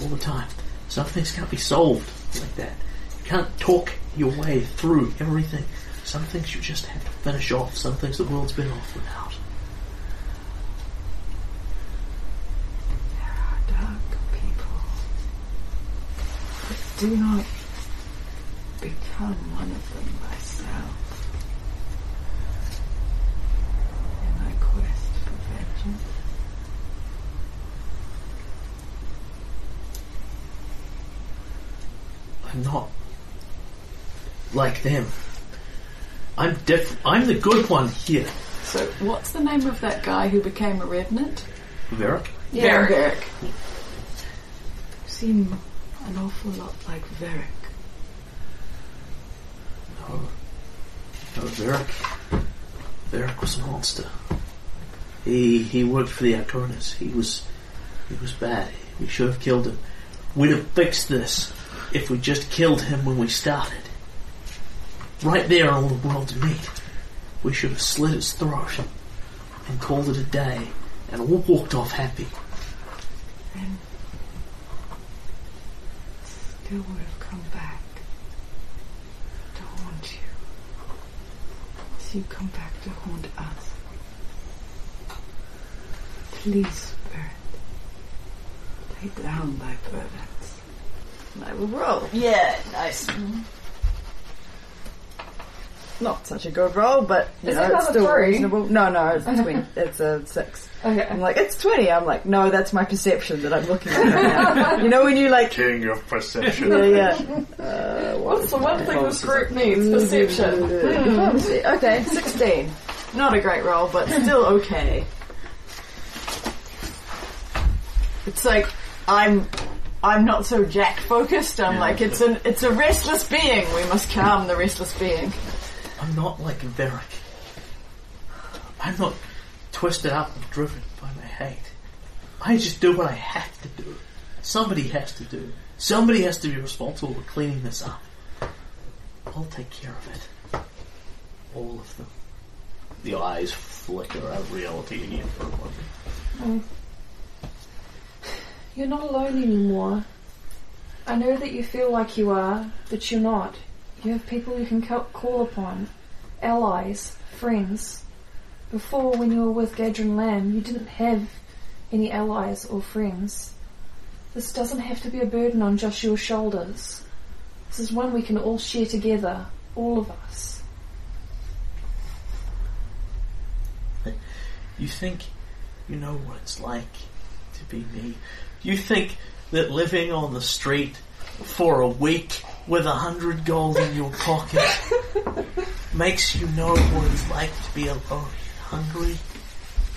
S1: all the time. Some things can't be solved like that. You can't talk your way through everything. Some things you just have to finish off. Some things the world's been off without.
S3: Dark people, do not become one of them myself. In my quest for vengeance.
S1: I'm not like them. I'm def- I'm the good one here.
S2: So, what's the name of that guy who became a revenant?
S1: Varric?
S2: Yeah, Varric.
S3: Seem an awful lot like Varric.
S1: No. No, Varric. Varric oh, was a monster. He he worked for the Arcturus. He was he was bad. We should have killed him. We'd have fixed this if we just killed him when we started. Right there all the world to meet. We should have slit his throat and called it a day and all walked off happy.
S3: Still would have come back to haunt you. So you come back to haunt us. Please, Spirit, lay down thy burdens. And I will roll.
S24: Yeah, nice.
S3: Not such a good roll, but you
S2: Is it
S3: know,
S2: not
S3: it's
S2: a
S3: still
S2: three?
S3: reasonable. No, no, it's twenty. it's a six.
S2: Okay.
S3: I'm like, it's 20. I'm like, no, that's my perception that I'm looking at right now. you know when you like,
S25: King of perception.
S3: yeah, yeah. Uh, what Mm-hmm.
S2: What's the one thing this group needs? Perception.
S3: Hmm. Okay, 16. Not a great roll, but still okay. It's like, I'm, I'm not so Jack focused. I'm like, it's an, it's a restless being. We must calm the restless being.
S1: I'm not like Varric. I'm not twisted up and driven by my hate. I just do what I have to do. Somebody has to do. Somebody has to be responsible for cleaning this up. I'll take care of it. All of them.
S25: The eyes flicker out reality again for a moment.
S2: You're not alone anymore. I know that you feel like you are, but you're not. You have people you can ca- call upon, allies, friends. Before, when you were with Gadrin Lamb, you didn't have any allies or friends. This doesn't have to be a burden on just your shoulders. This is one we can all share together, all of us.
S1: You think you know what it's like to be me. You think that living on the street for a week with a hundred gold in your pocket makes you know what it's like to be alone and hungry.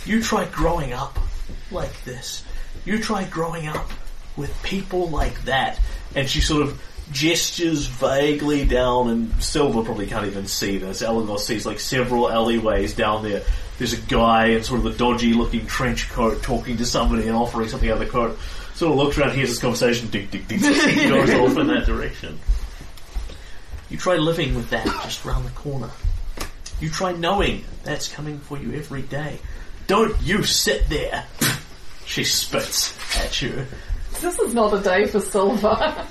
S1: You try growing up like this. You try growing up with people like that.
S25: And she sort of gestures vaguely down, and Silver probably can't even see this. Eleanor sees like several alleyways down there. There's a guy in sort of a dodgy looking trench coat talking to somebody and offering something out of the coat. Sort of looks around, hears this conversation, ding, ding, ding, ding, ding, goes off in that direction.
S1: You try living with that just round the corner. You try knowing that's coming for you every day. Don't you sit there. She spits at you
S2: This is not a day for silver.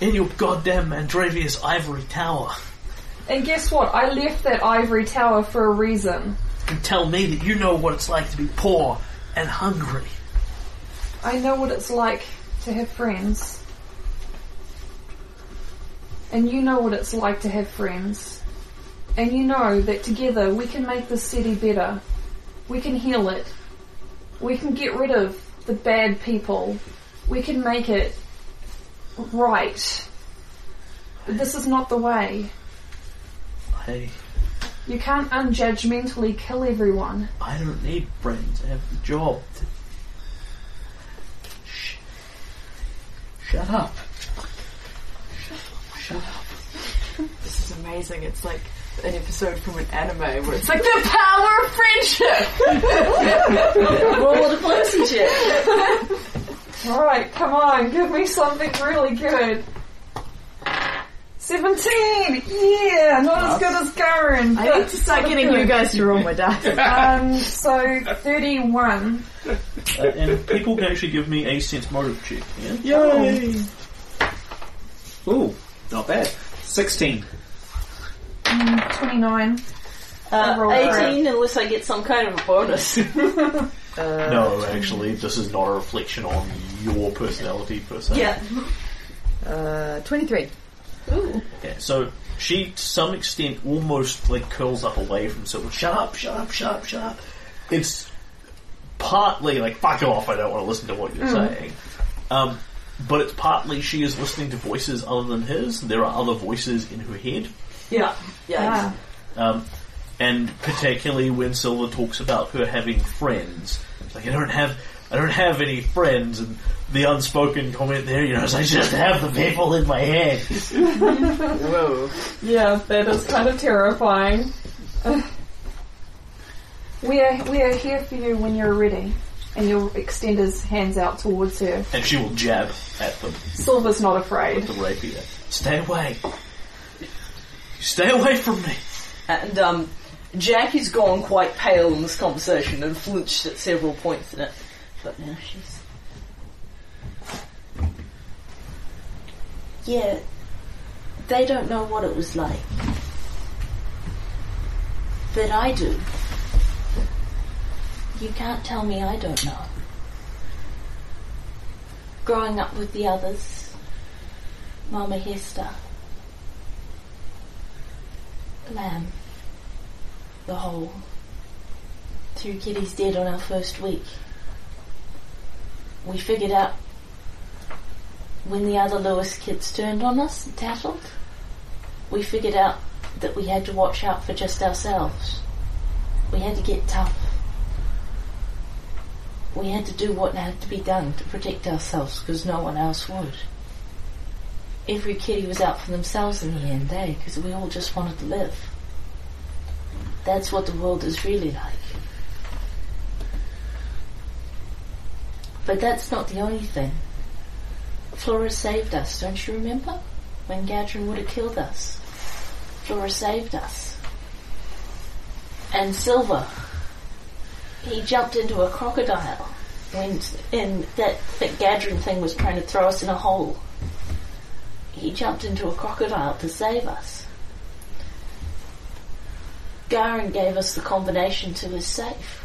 S1: in your goddamn Mandravius ivory tower
S2: and guess what? I left that ivory tower for a reason.
S1: and tell me that you know what it's like to be poor and hungry.
S2: I know what it's like to have friends. And you know what it's like to have friends. And you know that together we can make this city better. We can heal it. We can get rid of the bad people. We can make it right. But this is not the way.
S1: I
S2: You can't unjudgmentally kill everyone.
S1: I don't need friends. I have the job. To... Shh. Shut up.
S3: This is amazing. It's like an episode from an anime where it's
S2: Like the power of friendship!
S6: Roll a diplomacy check.
S2: Alright, come on, give me something really good. 17! Yeah, not as good as Garen.
S3: I need to start getting you guys to roll my dice.
S2: Um, so 31.
S1: Uh, and people can actually give me a sense motive check. Yeah?
S4: Yay! Ooh, not bad. 16.
S2: Mm, 29. Overall,
S6: Uh, 18, unless I get some kind of a bonus.
S25: No, actually, this is not a reflection on your personality per se.
S6: yeah.
S3: Uh, 23.
S1: Yeah, so she, to some extent, almost like curls up away from Silver. Shut up, shut up, shut up, shut up. It's partly like, fuck off, I don't want to listen to what you're saying. Um, but it's partly she is listening to voices other than his. There are other voices in her head.
S6: Yeah. Yeah.
S2: Ah,
S1: Um, and particularly when Silva talks about her having friends, it's like I don't have, I don't have any friends, and the unspoken comment there, you know, is I just have the people in my head.
S2: yeah, that is kind of terrifying. we are we are here for you when you're ready. And you'll extend his hands out towards her.
S1: And she will jab at them
S2: Silver's not afraid.
S1: with the rapier. Stay away. Stay away from me.
S6: And um, Jackie's gone quite pale in this conversation and flinched at several points in it. But now she's.
S20: Yeah, they don't know what it was like. But I do. You can't tell me I don't know. Growing up with the others, Mama Hester, Lamb, the whole, through Kitty's dead on our first week. We figured out when the other Lewis kids turned on us and tattled, we figured out that we had to watch out for just ourselves. We had to get tough. We had to do what had to be done to protect ourselves because no one else would. Every kiddie was out for themselves in the end, eh? Because we all just wanted to live. That's what the world is really like. But that's not the only thing. Flora saved us, don't you remember? When Gadrin would have killed us. Flora saved us. And Silver, he jumped into a crocodile when in that, that Gadrin thing was trying to throw us in a hole. He jumped into a crocodile to save us. Garin gave us the combination to his safe.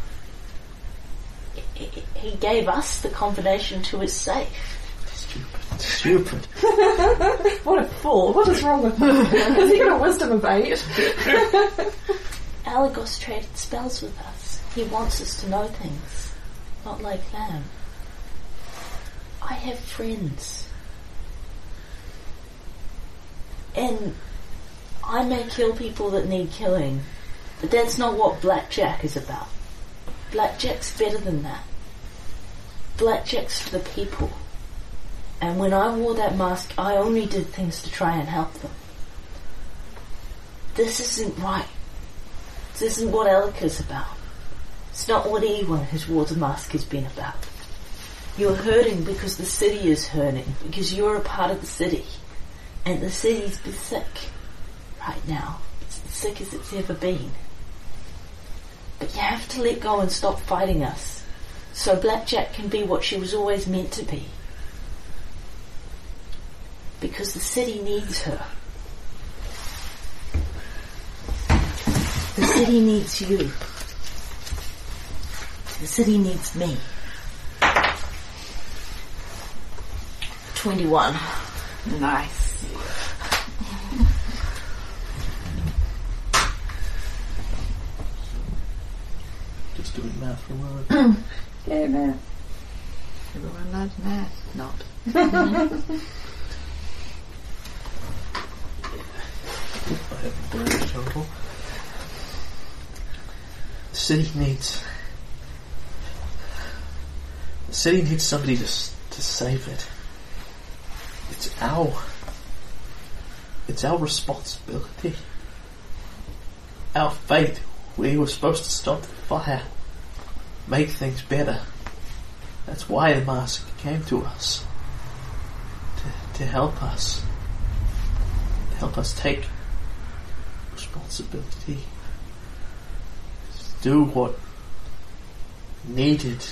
S20: He- he- He gave us the combination to his safe.
S1: Stupid.
S2: What a fool. What is wrong with him? Has he got a wisdom of eight?
S20: Alagos traded spells with us. He wants us to know things, not like Lamb. I have friends. And I may kill people that need killing, but that's not what Blackjack is about. Blackjack's better than that. Blackjack's for the people. And when I wore that mask, I only did things to try and help them. This isn't right. This isn't what Elka's about. It's not what anyone who's wore the mask has been about. You're hurting because the city is hurting, because you're a part of the city. And the city's been sick right now. It's as sick as it's ever been. But you have to let go and stop fighting us. So Blackjack can be what she was always meant to be. Because the city needs her. The city needs you. The city needs me. 21.
S3: Nice.
S1: Just doing math for a moment.
S2: Yeah, man.
S3: Everyone loves math. Not.
S1: I have a brain total. The city needs. The city needs somebody to s- to save it. It's our. It's our responsibility. Our fate. We were supposed to stop the fire, make things better. That's why the mask came to us. To, to help us. To help us take responsibility. Do what needed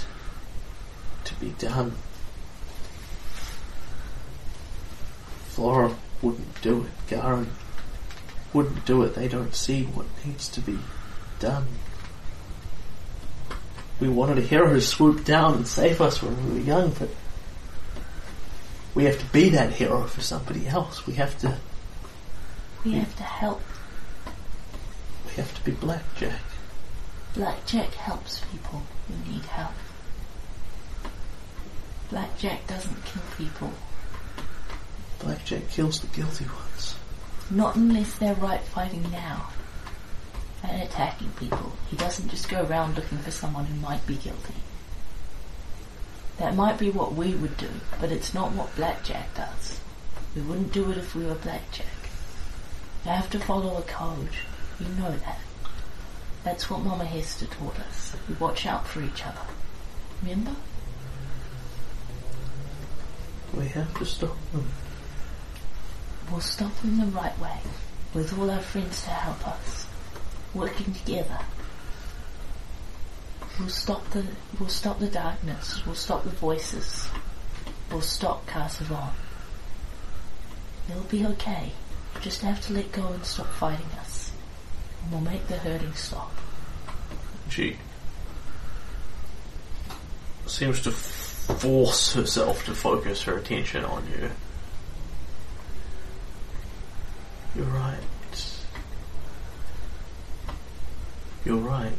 S1: to be done. Flora wouldn't do it. Garen wouldn't do it. They don't see what needs to be done. We wanted a hero to swoop down and save us when we were young, but we have to be that hero for somebody else. We have to
S6: We have to help.
S1: We have to be blackjack.
S6: Blackjack helps people who need help. Blackjack doesn't kill people.
S1: Blackjack kills the guilty ones.
S6: Not unless they're right fighting now and attacking people. He doesn't just go around looking for someone who might be guilty. That might be what we would do, but it's not what Blackjack does. We wouldn't do it if we were Blackjack. You have to follow a code. You know that. That's what Mama Hester taught us. We watch out for each other. Remember?
S1: We have to stop them.
S6: We'll stop them the right way, with all our friends to help us, working together. We'll stop the we'll stop the darkness. We'll stop the voices. We'll stop Casaron. It'll be okay. You just have to let go and stop fighting us, and we'll make the hurting stop.
S1: She seems to force herself to focus her attention on you. You're right. You're right.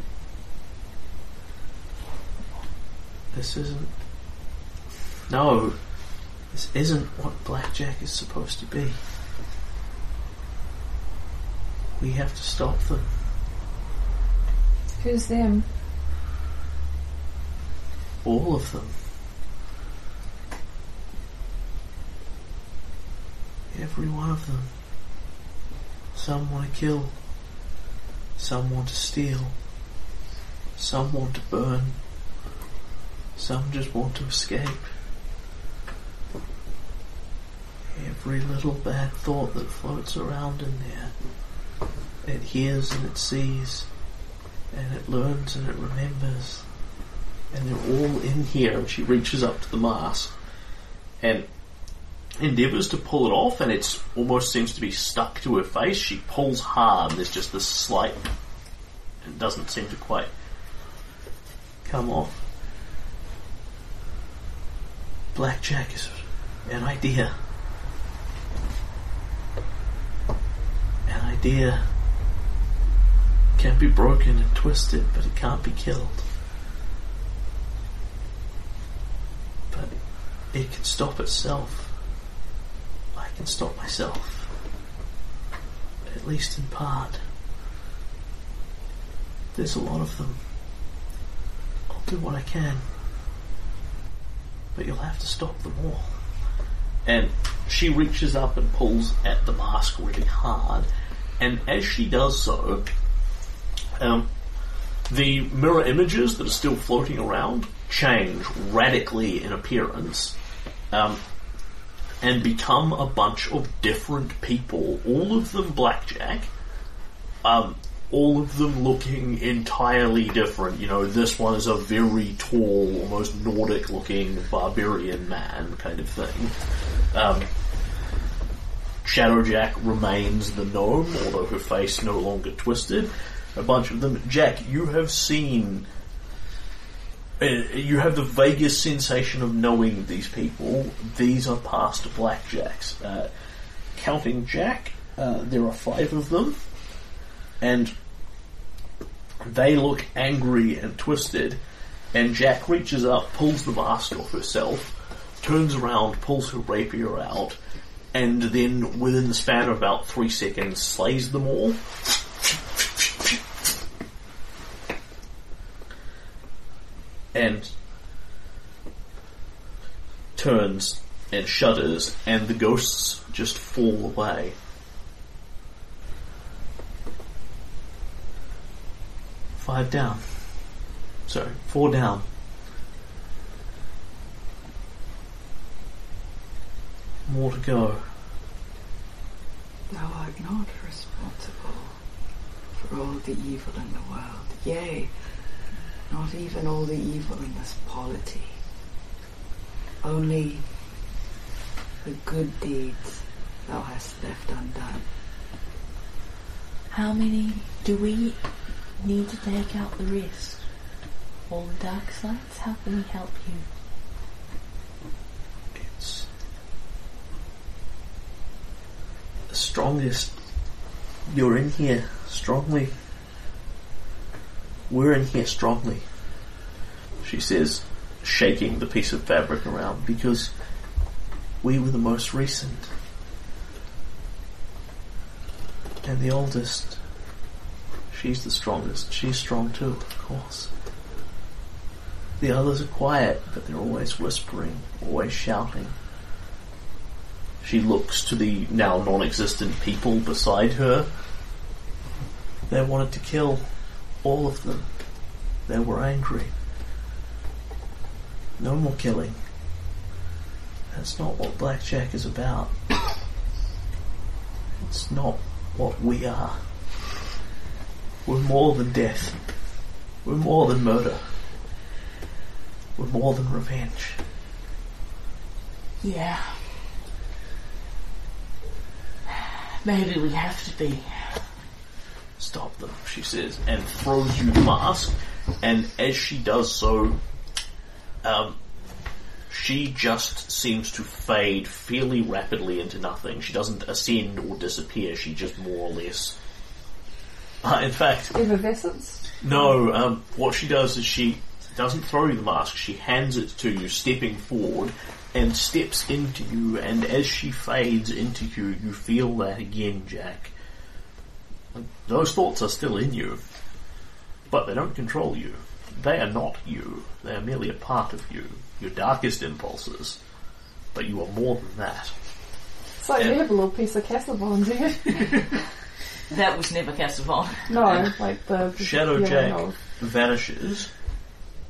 S1: This isn't. No. This isn't what blackjack is supposed to be. We have to stop them.
S2: Who's them?
S1: All of them. Every one of them. Some want to kill. Some want to steal. Some want to burn. Some just want to escape. Every little bad thought that floats around in there, it hears and it sees, and it learns and it remembers. And they're all in here, and she reaches up to the mask and endeavours to pull it off, and it almost seems to be stuck to her face. She pulls hard, and there's just this slight, it doesn't seem to quite come off. Blackjack is an idea. An idea can be broken and twisted, but it can't be killed. But it can stop itself. I can stop myself. At least in part. There's a lot of them. I'll do what I can but you'll have to stop them all. And she reaches up and pulls at the mask really hard. And as she does so, um, the mirror images that are still floating around change radically in appearance um, and become a bunch of different people, all of them blackjack. Um, all of them looking entirely different. You know, this one is a very tall, almost Nordic looking barbarian man kind of thing. Um, Shadowjack remains the gnome, although her face no longer twisted. A bunch of them. Jack, you have seen. Uh, you have the vaguest sensation of knowing these people. These are past blackjacks. Uh, counting Jack, uh, there are five of them and they look angry and twisted. And Jack reaches up, pulls the mask off herself, turns around, pulls her rapier out, and then within the span of about three seconds, slays them all. And turns and shudders, and the ghosts just fall away. five down. Sorry, four down. More to go.
S3: Thou art not responsible for all the evil in the world. Yea, not even all the evil in this polity. Only the good deeds thou hast left undone.
S6: How many do we need to take out the rest. All the dark sides, how can we help you?
S1: It's the strongest You're in here strongly. We're in here strongly. She says, shaking the piece of fabric around because we were the most recent and the oldest. She's the strongest. She's strong too, of course. The others are quiet, but they're always whispering, always shouting. She looks to the now non-existent people beside her. They wanted to kill all of them. They were angry. No more killing. That's not what blackjack is about. It's not what we are. We're more than death. We're more than murder. We're more than revenge.
S6: Yeah. Maybe we have to be.
S1: Stop them, she says, and throws you the mask. And as she does so, um, she just seems to fade fairly rapidly into nothing. She doesn't ascend or disappear. She just more or less. Uh, in fact,
S2: Effervescence?
S1: no, um, what she does is she doesn't throw you the mask, she hands it to you, stepping forward, and steps into you, and as she fades into you, you feel that again, Jack. Like, Those thoughts are still in you, but they don't control you. They are not you, they are merely a part of you, your darkest impulses. But you are more than that.
S2: It's like you have a little piece of Castlevon, dude.
S6: That was never Castlevon.
S2: No, like the
S1: Shadow
S2: yeah,
S1: Jack
S2: no.
S1: vanishes,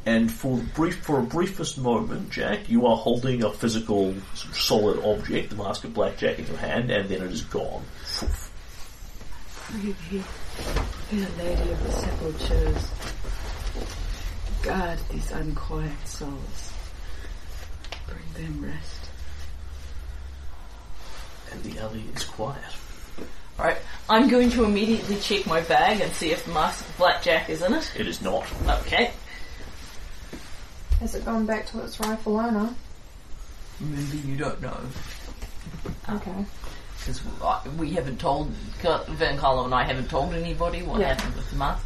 S1: and for the brief for a briefest moment, Jack, you are holding a physical sort of solid object, the mask of blackjack, in your hand, and then it is gone.
S3: Freely, fair lady of the sepulchres, guard these unquiet souls. Bring them rest.
S1: And the alley is quiet.
S6: Alright, I'm going to immediately check my bag and see if the mask of blackjack is in it.
S1: It is not.
S6: Okay.
S2: Has it gone back to its rightful owner?
S6: Maybe you don't know.
S2: Okay.
S6: Because we haven't told, Van Carlo and I haven't told anybody what
S2: Yeah.
S6: happened with the mask.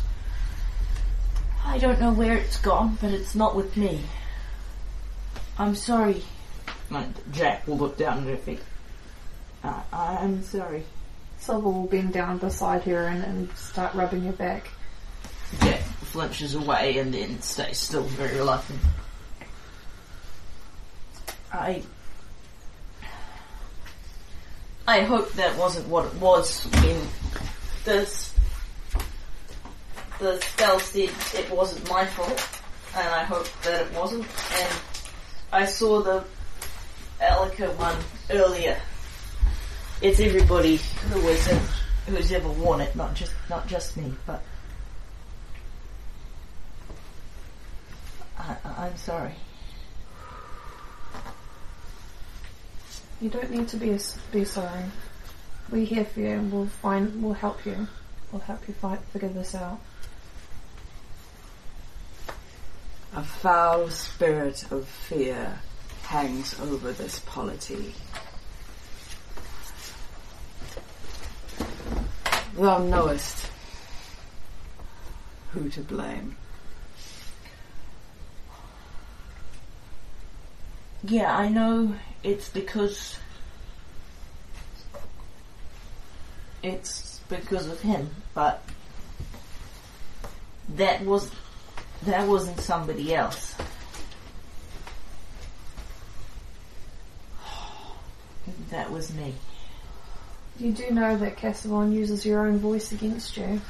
S26: I don't know where it's gone, but it's not with me. I'm sorry.
S6: And Jack will look down at her feet.
S3: I, I'm sorry.
S2: Silver will bend down beside her and, and start rubbing her back.
S6: Jack flinches away and then stays still very reluctant.
S26: I
S6: I hope that wasn't what it was when
S26: the the spell said it wasn't my fault, and I hope that it wasn't. And I saw the Alica one earlier.
S6: it's everybody who was in, who's ever worn it, not just not just me, but I, I- I'm sorry.
S2: You don't need to be s- be sorry. We're here for you, and we'll find we'll help you. We'll help you fight figure this out.
S3: A foul spirit of fear hangs over this polity. Thou knowest who to blame.
S26: Yeah, I know it's because it's because of him, but that was that wasn't somebody else. That was me.
S2: You do know that Castellon uses your own voice against you.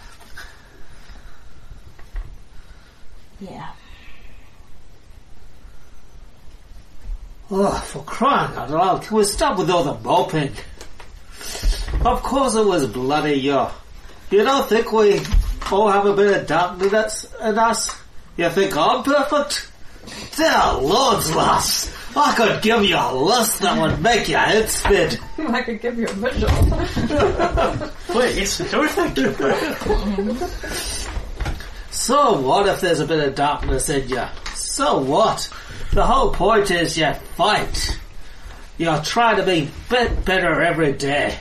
S26: Yeah.
S4: Oh, for crying out loud, can we stop with all the moping? Of course it was bloody you. You don't think we all have a bit of darkness in us? You think I'm perfect? Dear Lord's lass, I could give you a list that would make your head spin.
S2: I could give you a visual.
S1: Please, don't thank you.
S4: So what if there's a bit of darkness in you? So what? The whole point is you fight. You're trying to be bit better every day.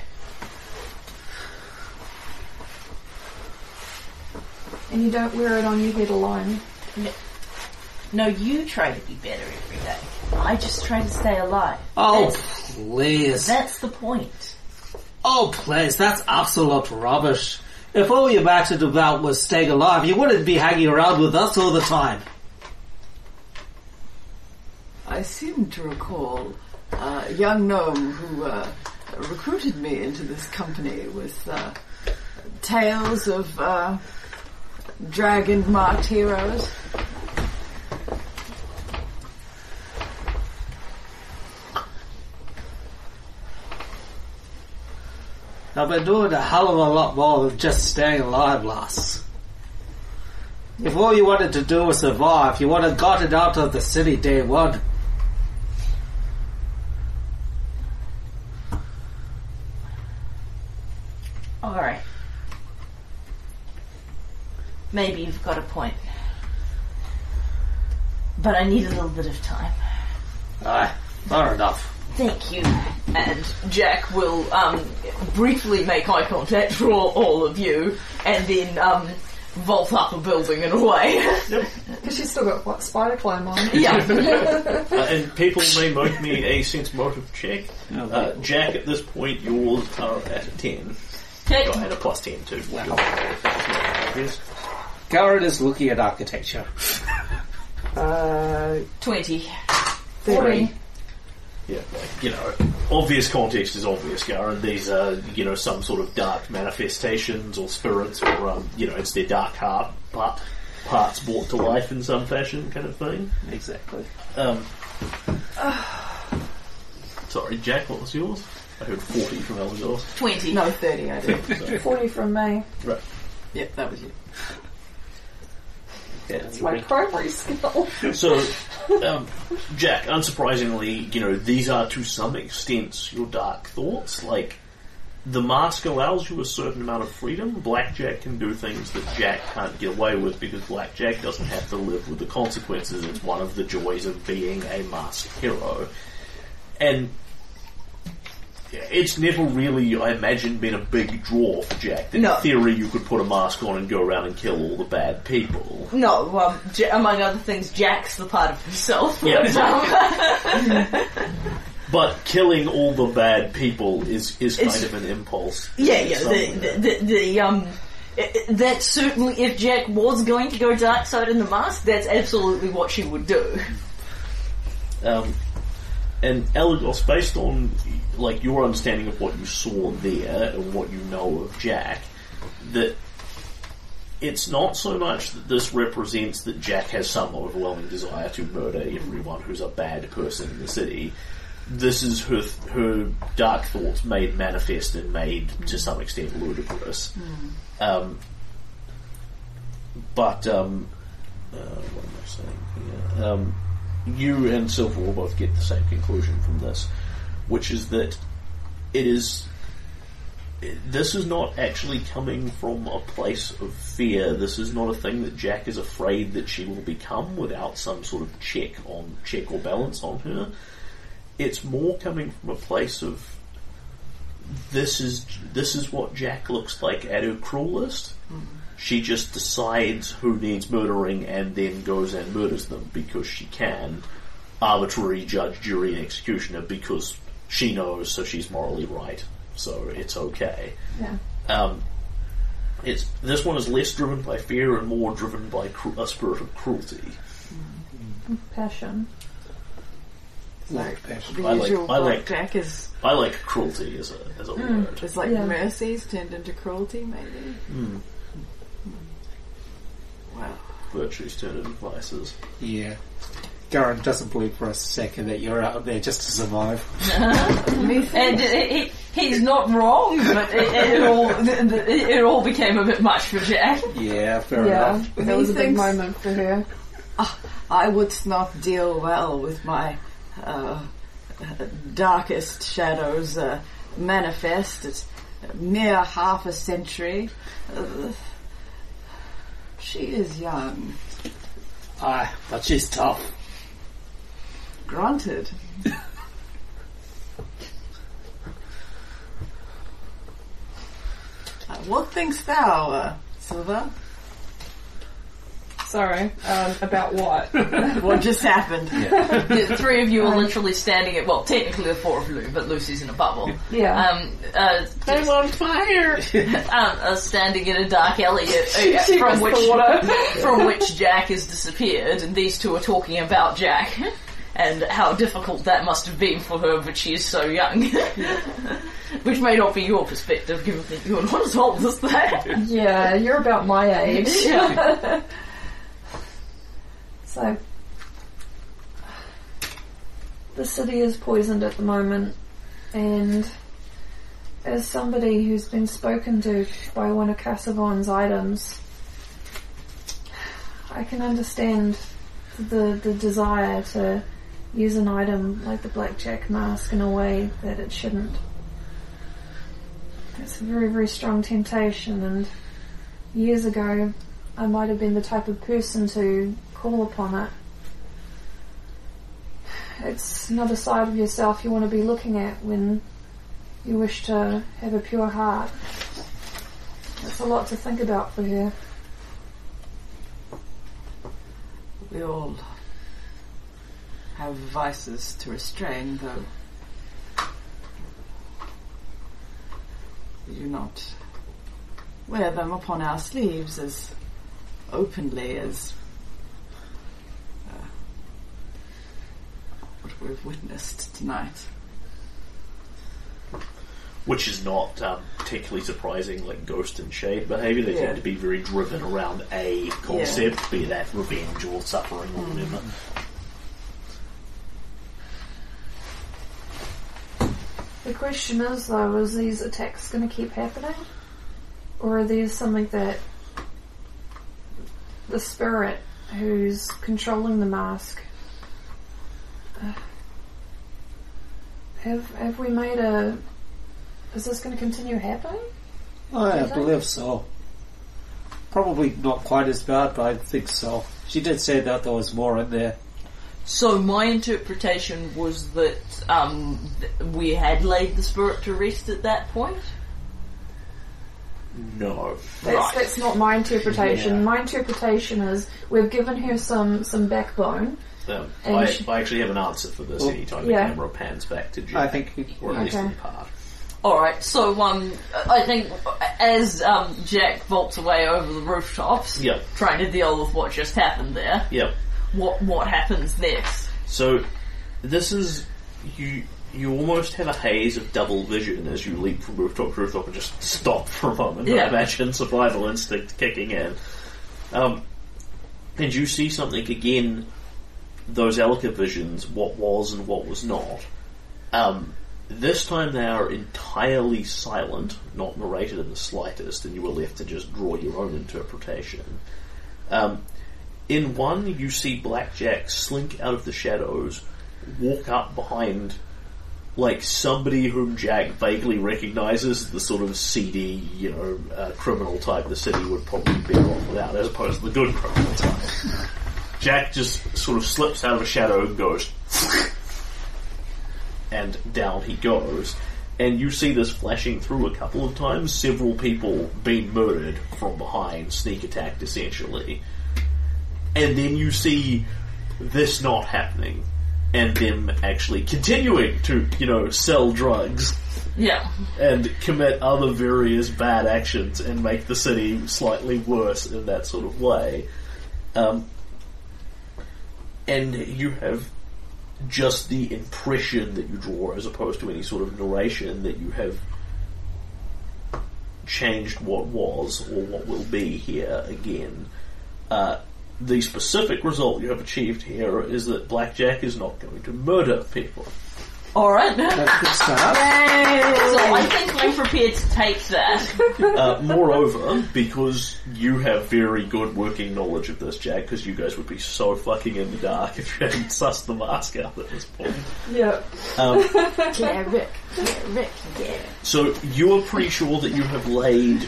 S2: And you don't wear it on your head alone.
S27: No, you try to be better every day. I just try to stay alive.
S4: Oh, please.
S27: That's the point.
S4: Oh, please. That's absolute rubbish. If all your battered about was staying alive, you wouldn't be hanging around with us all the time.
S3: I seem to recall uh, a young gnome who uh, recruited me into this company with uh, tales of uh, dragon marked heroes.
S4: I've been doing a hell of a lot more than just staying alive, lass. If all you wanted to do was survive, you would have got it out of the city day one.
S27: Alright. Maybe you've got a point. But I need a little bit of time.
S4: Aye, fair enough.
S27: Thank you.
S6: And Jack will um, briefly make eye contact for all, all of you, and then um, vault up a building and away.
S2: Because she's still got, what, spider climb on?
S6: yeah.
S1: Uh, and people may make me a sense motive check. Uh, Jack, at this point, yours are at a 10.
S6: Okay.
S1: Oh, I had a plus 10 too. Wow. Yes.
S4: Garrett is looking at architecture.
S3: Uh,
S6: 20.
S3: Forty.
S1: Yeah, like, you know, obvious context is obvious, Garen. These are, you know, some sort of dark manifestations or spirits or, um, you know, it's their dark heart, but parts brought to life in some fashion kind of thing.
S4: Exactly.
S1: Um, sorry, Jack, what was yours? I heard 40 from Elgos.
S6: 20.
S3: no, 30, I did.
S2: 40 from me.
S3: yep, that was you.
S2: It's my primary skill.
S1: So, um, Jack, unsurprisingly, you know, these are to some extent your dark thoughts. Like, the mask allows you a certain amount of freedom. Blackjack can do things that Jack can't get away with because Blackjack doesn't have to live with the consequences. It's one of the joys of being a masked hero. And it's never really, I imagine, been a big draw for Jack. That
S6: No.
S1: In theory, you could put a mask on and go around and kill all the bad people.
S6: No, well, J- among other things, Jack's the part of himself.
S1: Yeah, exactly. but killing all the bad people is, is kind
S6: It's-
S1: of an impulse.
S6: Yeah, yeah.
S1: Somewhere.
S6: The, the, the, the um, i- i- that certainly, if Jack was going to go dark side in the mask, that's absolutely what she would do.
S1: Um, and Elagos, based on like your understanding of what you saw there and what you know of Jack, that it's not so much that this represents that Jack has some overwhelming desire to murder everyone who's a bad person in the city. This is her her dark thoughts made manifest and made to some extent ludicrous. Um, but um, uh, what am I saying? Here? Um, you and Silver will both get the same conclusion from this, which is that it is. This is not actually coming from a place of fear. This is not a thing that Jack is afraid that she will become without some sort of check on check or balance on her. It's more coming from a place of this is this is what Jack looks like at her cruelest. She just decides who needs murdering and then goes and murders them because she can. Arbitrary judge, jury, and executioner because she knows, so she's morally right, so it's okay.
S2: Yeah.
S1: Um, it's this one is less driven by fear and more driven by cru- a spirit of cruelty.
S2: Passion.
S3: Like the
S1: I like-
S3: usual
S1: I like-
S3: blackjack is,
S1: I like cruelty as a as a word.
S3: is like
S2: Yeah.
S3: mercies turned into cruelty, maybe. Wow.
S1: Virtues turned into vices.
S4: Yeah. Garen doesn't believe for a second that you're out there just to survive.
S6: And uh, he, he's not wrong, but it, it all th- th- it all became a bit much for Jack.
S4: Yeah, fair
S2: Yeah,
S4: enough.
S2: that was a big
S3: Methinks-
S2: moment for her.
S3: I would not deal well with my uh, darkest shadows uh, manifest at mere half a century. Uh, she is young,
S4: Aye, but she's tough.
S3: granted. Uh, Uh, what thinkst thou, uh, Silver?
S5: Sorry. Um, about what?
S3: What just happened?
S6: the three of you are literally standing at well, technically the four of you, but Lucy's in a bubble.
S5: Yeah.
S6: Um, uh,
S28: I'm on fire!
S6: um, are standing in a dark alley uh, uh, from which from which Jack has disappeared, and these two are talking about Jack and how difficult that must have been for her, but she is so young. which may not be your perspective, given that you're not as old as that.
S5: yeah, you're about my age. so, the city is poisoned at the moment, and as somebody who's been spoken to by one of Casaubon's items, I can understand the the desire to use an item like the blackjack mask in a way that it shouldn't. It's a very, very strong temptation, and years ago, I might have been the type of person to call upon it. It's another side of yourself you want to be looking at when you wish to have a pure heart. It's a lot to think about for her.
S3: We all have vices to restrain, though. We do not wear them upon our sleeves as openly as uh, what we've witnessed tonight.
S1: Which is not um, particularly surprising, like ghost and shade behaviour. They
S3: Yeah.
S1: tend to be very driven around a concept, be that revenge or suffering or whatever.
S5: The question is, though, is these attacks going to keep happening, or are these something that the spirit who's controlling the mask uh, have have we made a? Is this going to continue happening?
S4: I
S5: Is that-
S4: believe so. Probably not quite as bad, but I think so. She did say that there was more in there.
S6: So my interpretation was that um, th- we had laid the spirit to rest at that point.
S1: No.
S5: That's, that's not my interpretation. My interpretation is we've given her some some backbone.
S1: Um,
S5: And
S1: I,
S5: she-
S1: I actually have an answer for this anytime the
S5: yeah.
S1: camera pans back to Jack.
S4: I think
S1: Or at least
S5: Okay.
S1: in part.
S6: All right, so um, I think as um, Jack vaults away over the rooftops,
S1: Yep.
S6: trying to deal with what just happened there,
S1: Yep.
S6: what what happens next?
S1: So, this is you. You almost have a haze of double vision as you leap from rooftop to rooftop and just stop for a moment.
S6: Yeah.
S1: I imagine survival instinct kicking in. Um, and you see something again. Those Elka visions, what was and what was not. Um, this time they are entirely silent, not narrated in the slightest, and you are left to just draw your own interpretation. Um, in one, you see Blackjack slink out of the shadows, walk up behind, like somebody whom Jack vaguely recognizes, the sort of seedy, you know, uh, criminal type the city would probably bear off without, as opposed to the good criminal type. Jack just sort of slips out of a shadow and goes, and down he goes. And you see this flashing through a couple of times, several people being murdered from behind, sneak attacked essentially and then you see this not happening and them actually continuing to, you know, sell drugs
S6: Yeah,
S1: and commit other various bad actions and make the city slightly worse in that sort of way. Um, and you have just the impression that you draw as opposed to any sort of narration that you have changed what was or what will be here again. Uh, the specific result you have achieved here is that Blackjack is not going to murder people.
S6: all right. So
S4: that's good stuff.
S6: I think I'm prepared to take that.
S1: Uh, moreover, because you have very good working knowledge of this, Jack, because you guys would be so fucking in the dark if you hadn't sussed the mask out at this point.
S5: Yeah.
S1: Um,
S29: Yeah, Rick. Yeah, Rick. Yeah.
S1: So you are pretty sure that you have laid.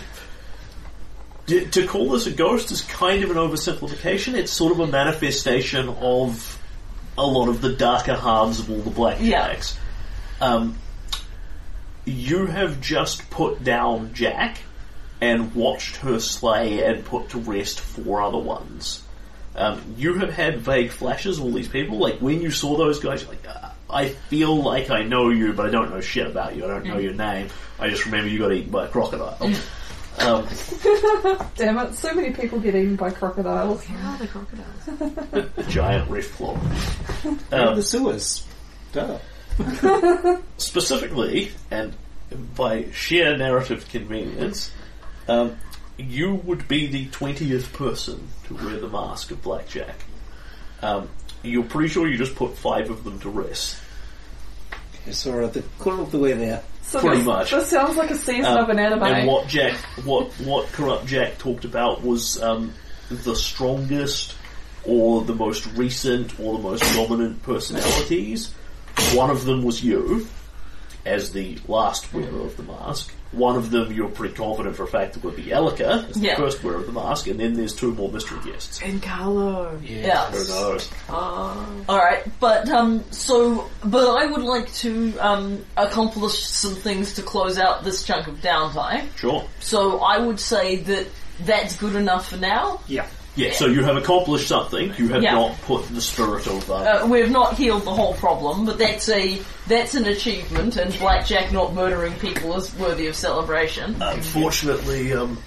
S1: D- to call this a ghost is kind of an oversimplification. It's sort of a manifestation of a lot of the darker halves of all the blackjacks. Um, you have just put down Jack and watched her slay and put to rest four other ones. Um, you have had vague flashes of all these people. Like when you saw those guys, you're like, "Ah, I feel like I know you, but I don't know shit about you. I don't know your name. I just remember you got eaten by a crocodile. um,
S5: Damn it, so many people get eaten by crocodiles.
S1: giant reef floor.
S4: In
S1: Um,
S4: the sewers. Duh.
S1: specifically, and by sheer narrative convenience, um, you would be the 20th person to wear the mask of Blackjack. Um, you're pretty sure you just put five of them to rest.
S4: It's all right. The corner of the way there.
S5: So
S1: Pretty
S5: this,
S1: much.
S5: This sounds like a season
S1: Um,
S5: of an anime.
S1: And what Jack, what what corrupt Jack talked about was um, the strongest, or the most recent, or the most dominant personalities. One of them was you, as the last wearer of the mask. One of them you're pretty confident for a fact that would be Elika, as the
S6: Yeah.
S1: first wearer of the mask, and then there's two more mystery guests.
S3: And Carlo.
S6: Yeah.
S1: Who knows?
S6: All right, but um, so but I would like to um accomplish some things to close out this chunk of downtime.
S1: Sure.
S6: So I would say that that's good enough for now.
S4: Yeah.
S1: Yeah, so you have accomplished something. You have
S6: Yeah.
S1: not put the spirit of...
S5: Oh,
S1: Uh,
S6: Uh, we've not healed the whole problem, but that's a that's an achievement, and Blackjack not murdering people is worthy of celebration.
S1: Unfortunately, um,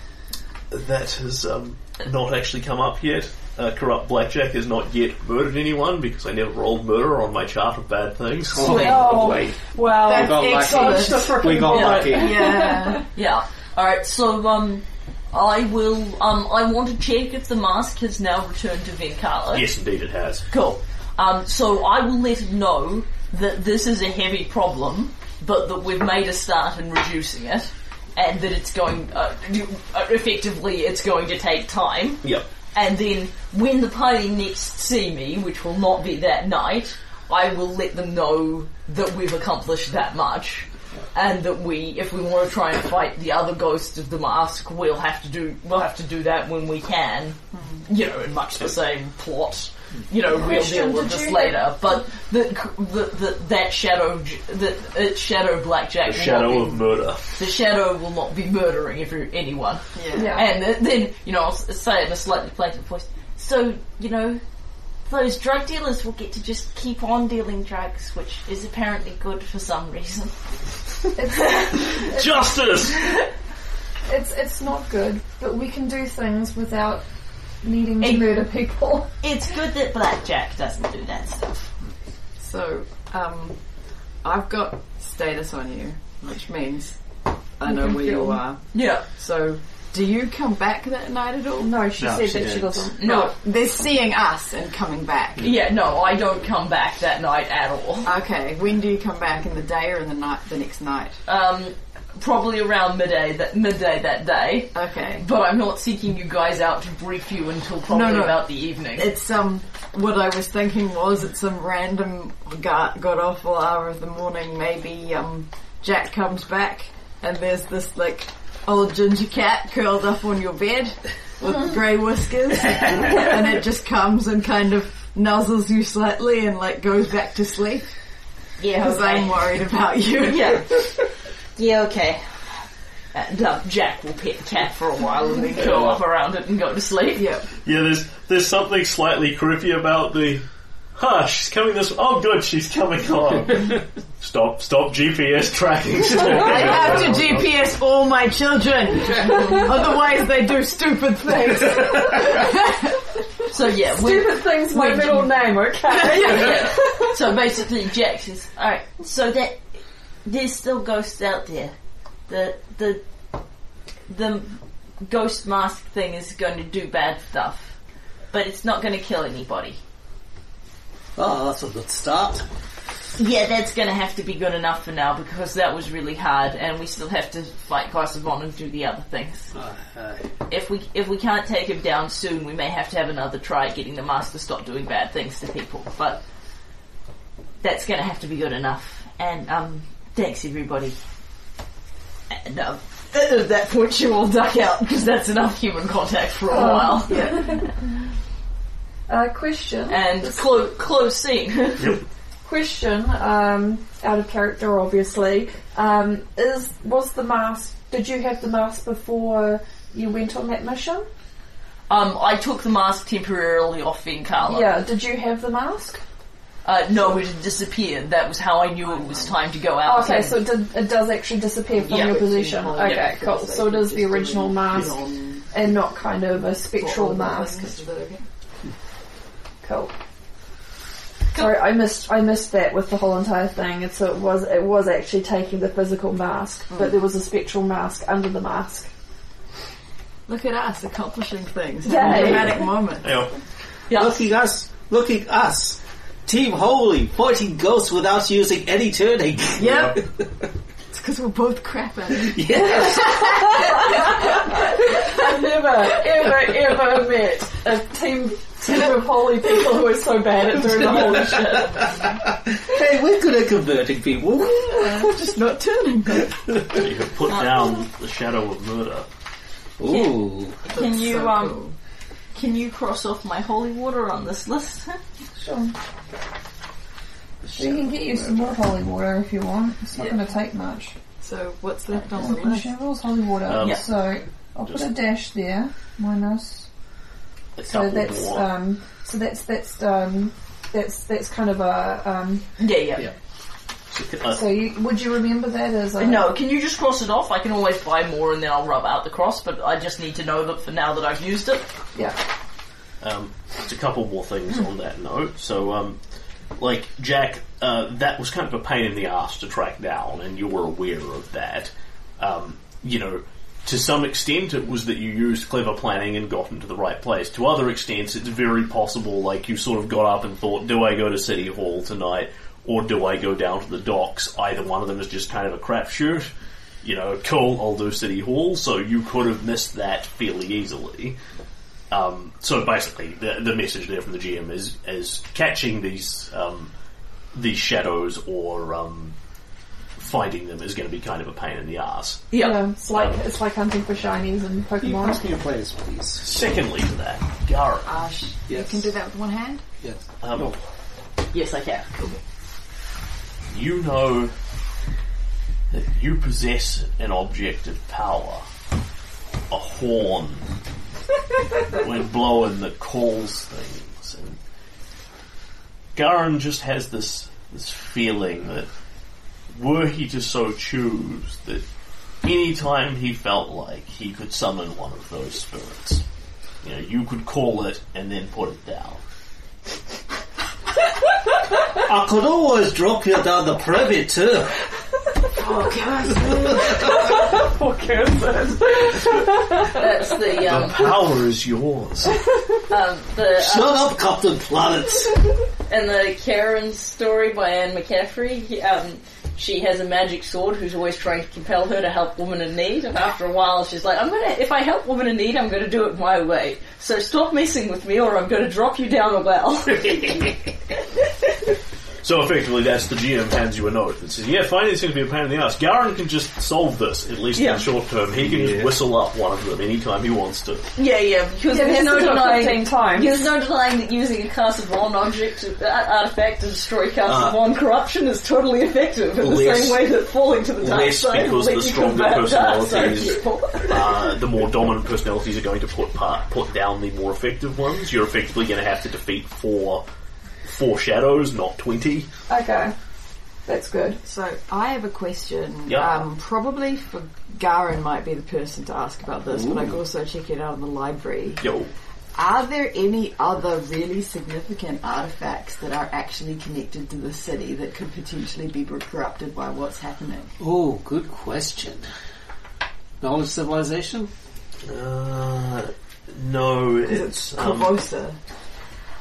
S1: that has um, not actually come up yet. Uh, corrupt Blackjack has not yet murdered anyone because I never rolled murder on my chart of bad things.
S5: Oh, wow.
S3: That's
S4: got lucky.
S5: such
S3: excellent.
S5: the frickin'
S4: We got
S5: bullet.
S4: lucky.
S3: Yeah.
S6: Yeah. All right. So um, I will um, I want to check if the mask has now returned to Venkala.
S1: Yes, indeed it has.
S6: Cool. Um, so I will let him know that this is a heavy problem, but that we've made a start in reducing it, and that it's going uh, you- uh, effectively it's going to take time.
S1: Yep.
S6: And then when the party next see me, which will not be that night, I will let them know that we've accomplished that much. And that we, if we want to try and fight the other ghost of the mask, we'll have to do, we'll have to do that when we can. You know, in much the same plot. You know, we'll deal
S5: Mm-hmm. Question,
S6: with
S5: did
S6: this
S5: you-
S6: later. But the, the, the, that shadow, j- that it's shadow blackjack.
S1: The
S6: will
S1: shadow
S6: not
S1: of murder.
S6: be, the shadow will not be murdering every, anyone.
S5: Yeah.
S6: And th- then, you know, I'll s- say it in a slightly plaintive voice.
S30: So, you know, those drug dealers will get to just keep on dealing drugs, which is apparently good for some reason.
S1: Justice!
S5: It's, it's not good, but we can do things without needing to
S30: It-
S5: murder people.
S30: It's good that Blackjack doesn't do that stuff.
S3: So, um, I've got status on you, which means I
S5: You
S3: know
S5: can
S3: where you
S5: film.
S3: are.
S6: Yeah.
S3: So, do you come back that night at all?
S5: No, she
S4: No,
S5: said
S4: she
S5: that she
S4: didn't.
S5: doesn't.
S6: No.
S3: They're seeing us and coming back.
S6: Yeah, no, I don't come back that night at all.
S3: Okay, when do you come back? In the day or in the night? The next night?
S4: Uh,
S6: Um, probably around midday that midday that day.
S3: Okay.
S6: But I'm not seeking you guys out to brief you until probably
S3: No, no.
S6: about the evening.
S30: Uh,
S3: It's um. What I was thinking was at some random got god awful hour of the morning. Maybe um, Jack comes back and there's this like old ginger cat curled up on your bed with grey whiskers, and it just comes and kind of nuzzles you slightly and like goes back to sleep
S30: Yeah,
S3: because I'm worried about you.
S6: yeah,
S30: Yeah, okay.
S6: and uh, Jack will pet the cat for a while and then curl up around it and go to sleep.
S3: Yep.
S1: Yeah, there's there's something slightly creepy about the... Huh, she's coming this... Oh, good, she's coming home. stop, stop GPS tracking.
S3: I have to GPS all my children, otherwise they do stupid things.
S6: So yeah, we
S5: Stupid things, my
S6: we
S5: middle name, okay?
S6: yeah. So basically, Jack says,
S30: Alright, so that there's still ghosts out there. The the the ghost mask thing is going to do bad stuff, but it's not going to kill anybody.
S4: Oh, that's a good start.
S6: Yeah, that's going to have to be good enough for now because that was really hard, and we still have to fight Casavon and do the other things. If we if we can't take him down soon, we may have to have another try at getting the master to stop doing bad things to people. But that's going to have to be good enough. And um, thanks everybody. And um, at that point, you all duck out because that's enough human contact for a
S5: Oh,
S6: while.
S5: Uh, question.
S6: And clo- close scene.
S5: question um, out of character obviously um, is was the mask did you have the mask before you went on that mission
S6: Um, I took the mask temporarily off Venkala.
S5: Yeah, did you have the mask?
S6: Uh, no, it had disappeared. That was how I knew it was time to go out.
S5: Oh, okay, so it, did, it does actually disappear from
S6: Yeah.
S5: your position.
S3: Yeah.
S5: Okay,
S6: Yeah.
S5: cool. So it is the original mask
S3: On
S5: and not kind of a spectral mask.
S3: Is that okay?
S5: Cool. Sorry, I missed I missed that with the whole entire thing. It's it was it was actually taking the physical mask, but there was a spectral mask under the mask.
S3: Look at us accomplishing things.
S5: Yay.
S3: Dramatic moment.
S4: Look at us. Look at us. Team Holy, fighting ghosts without using any turning.
S3: Yep. it's because we're both crap at it.
S5: I've never, ever, ever met a team team of holy people who are so bad at doing the holy shit.
S4: hey, we're good at converting people.
S3: We're just not turning.
S1: You have put down the shadow of murder.
S4: Ooh.
S6: Can you
S3: so
S6: um,
S3: cool.
S6: can you cross off my holy water on this list?
S5: Sure. She can get you some more holy water if you want. It's not going to take much.
S3: So what's left on the
S5: Well,
S3: list?
S5: She rolls holy water,
S1: Um, Yeah.
S5: so I'll put a dash there minus.
S1: A
S5: So
S1: couple
S5: that's
S1: more.
S5: um, so that's that's um, that's that's kind of a um.
S6: Yeah, yeah,
S1: Uh,
S5: So you, would you remember that as a
S6: No, can you just cross it off? I can always buy more and then I'll rub out the cross, but I just need to know that for now that I've used it.
S5: Yeah.
S1: Um, just a couple more things on that note. So, um, like Jack, uh, that was kind of a pain in the ass to track down, and you were aware of that. Um, you know, to some extent, it was that you used clever planning and got into the right place. To other extents, it's very possible, like you sort of got up and thought, "Do I go to City Hall tonight, or do I go down to the docks?" Either one of them is just kind of a crapshoot. You know, cool, I'll do City Hall. So you could have missed that fairly easily. Um, so basically, the, the message there from the GM is is catching these um, these shadows or um, finding them is going to be kind of a pain in the ass.
S5: yeah, Um, It's like it's like hunting for shinies and
S4: Can you
S5: Pokemon.
S4: pass me your players, please?
S1: Secondly, to that, um, Gara,
S3: Ash,
S4: Yes.
S3: you can do that with one hand?
S4: Yes.
S1: um,
S6: Yes, I can.
S1: you know that you possess an object of power, a horn. when blowing that calls things, and Garin just has this this feeling that were he to so choose, that any time he felt like he could summon one of those spirits, you know, you could call it and then put it down.
S4: I could always drop you down the privy too.
S6: That's the
S1: The
S6: um,
S1: power is yours.
S6: um the uh,
S4: Shut up, Captain Planet.
S6: and the Karen story by Anne McCaffrey. He, um, she has a magic sword who's always trying to compel her to help women in need, and after a while she's like, I'm gonna, if I help women in need, I'm gonna do it my way. So stop messing with me or I'm gonna drop you down a well.
S1: So effectively, that's the GM hands you a note that says, "Yeah, finding going to be a pain in the ass." Garin can just solve this at least in
S6: Yeah.
S1: the short term. He can just whistle up one of them anytime he wants to.
S6: Yeah, yeah, because
S5: Yeah,
S6: there's
S5: that's
S6: no
S5: the top
S6: denying.
S5: 15 times.
S6: There's no denying that using a cast of one object uh, artifact to destroy cast of one corruption is totally effective in the
S1: Ah. less-
S6: same way that falling to the dark
S1: less
S6: side
S1: because
S6: will
S1: the
S6: let you
S1: stronger
S6: combat dark side
S1: personalities-
S6: people.
S1: Uh, the more dominant personalities are going to put part, put down the more effective ones. You're effectively going to have to defeat four four shadows, not twenty.
S5: Okay, that's good.
S3: So I have a question.
S1: Yeah.
S3: Um, probably for Garen might be the person to ask about this, but I could also check it out in the library.
S1: Yo,
S3: Are there any other really significant artifacts that are actually connected to the city that could potentially be corrupted by what's happening?
S4: Oh, good question. Knowledge civilization?
S1: uh, no, it's um,
S3: Corvosa.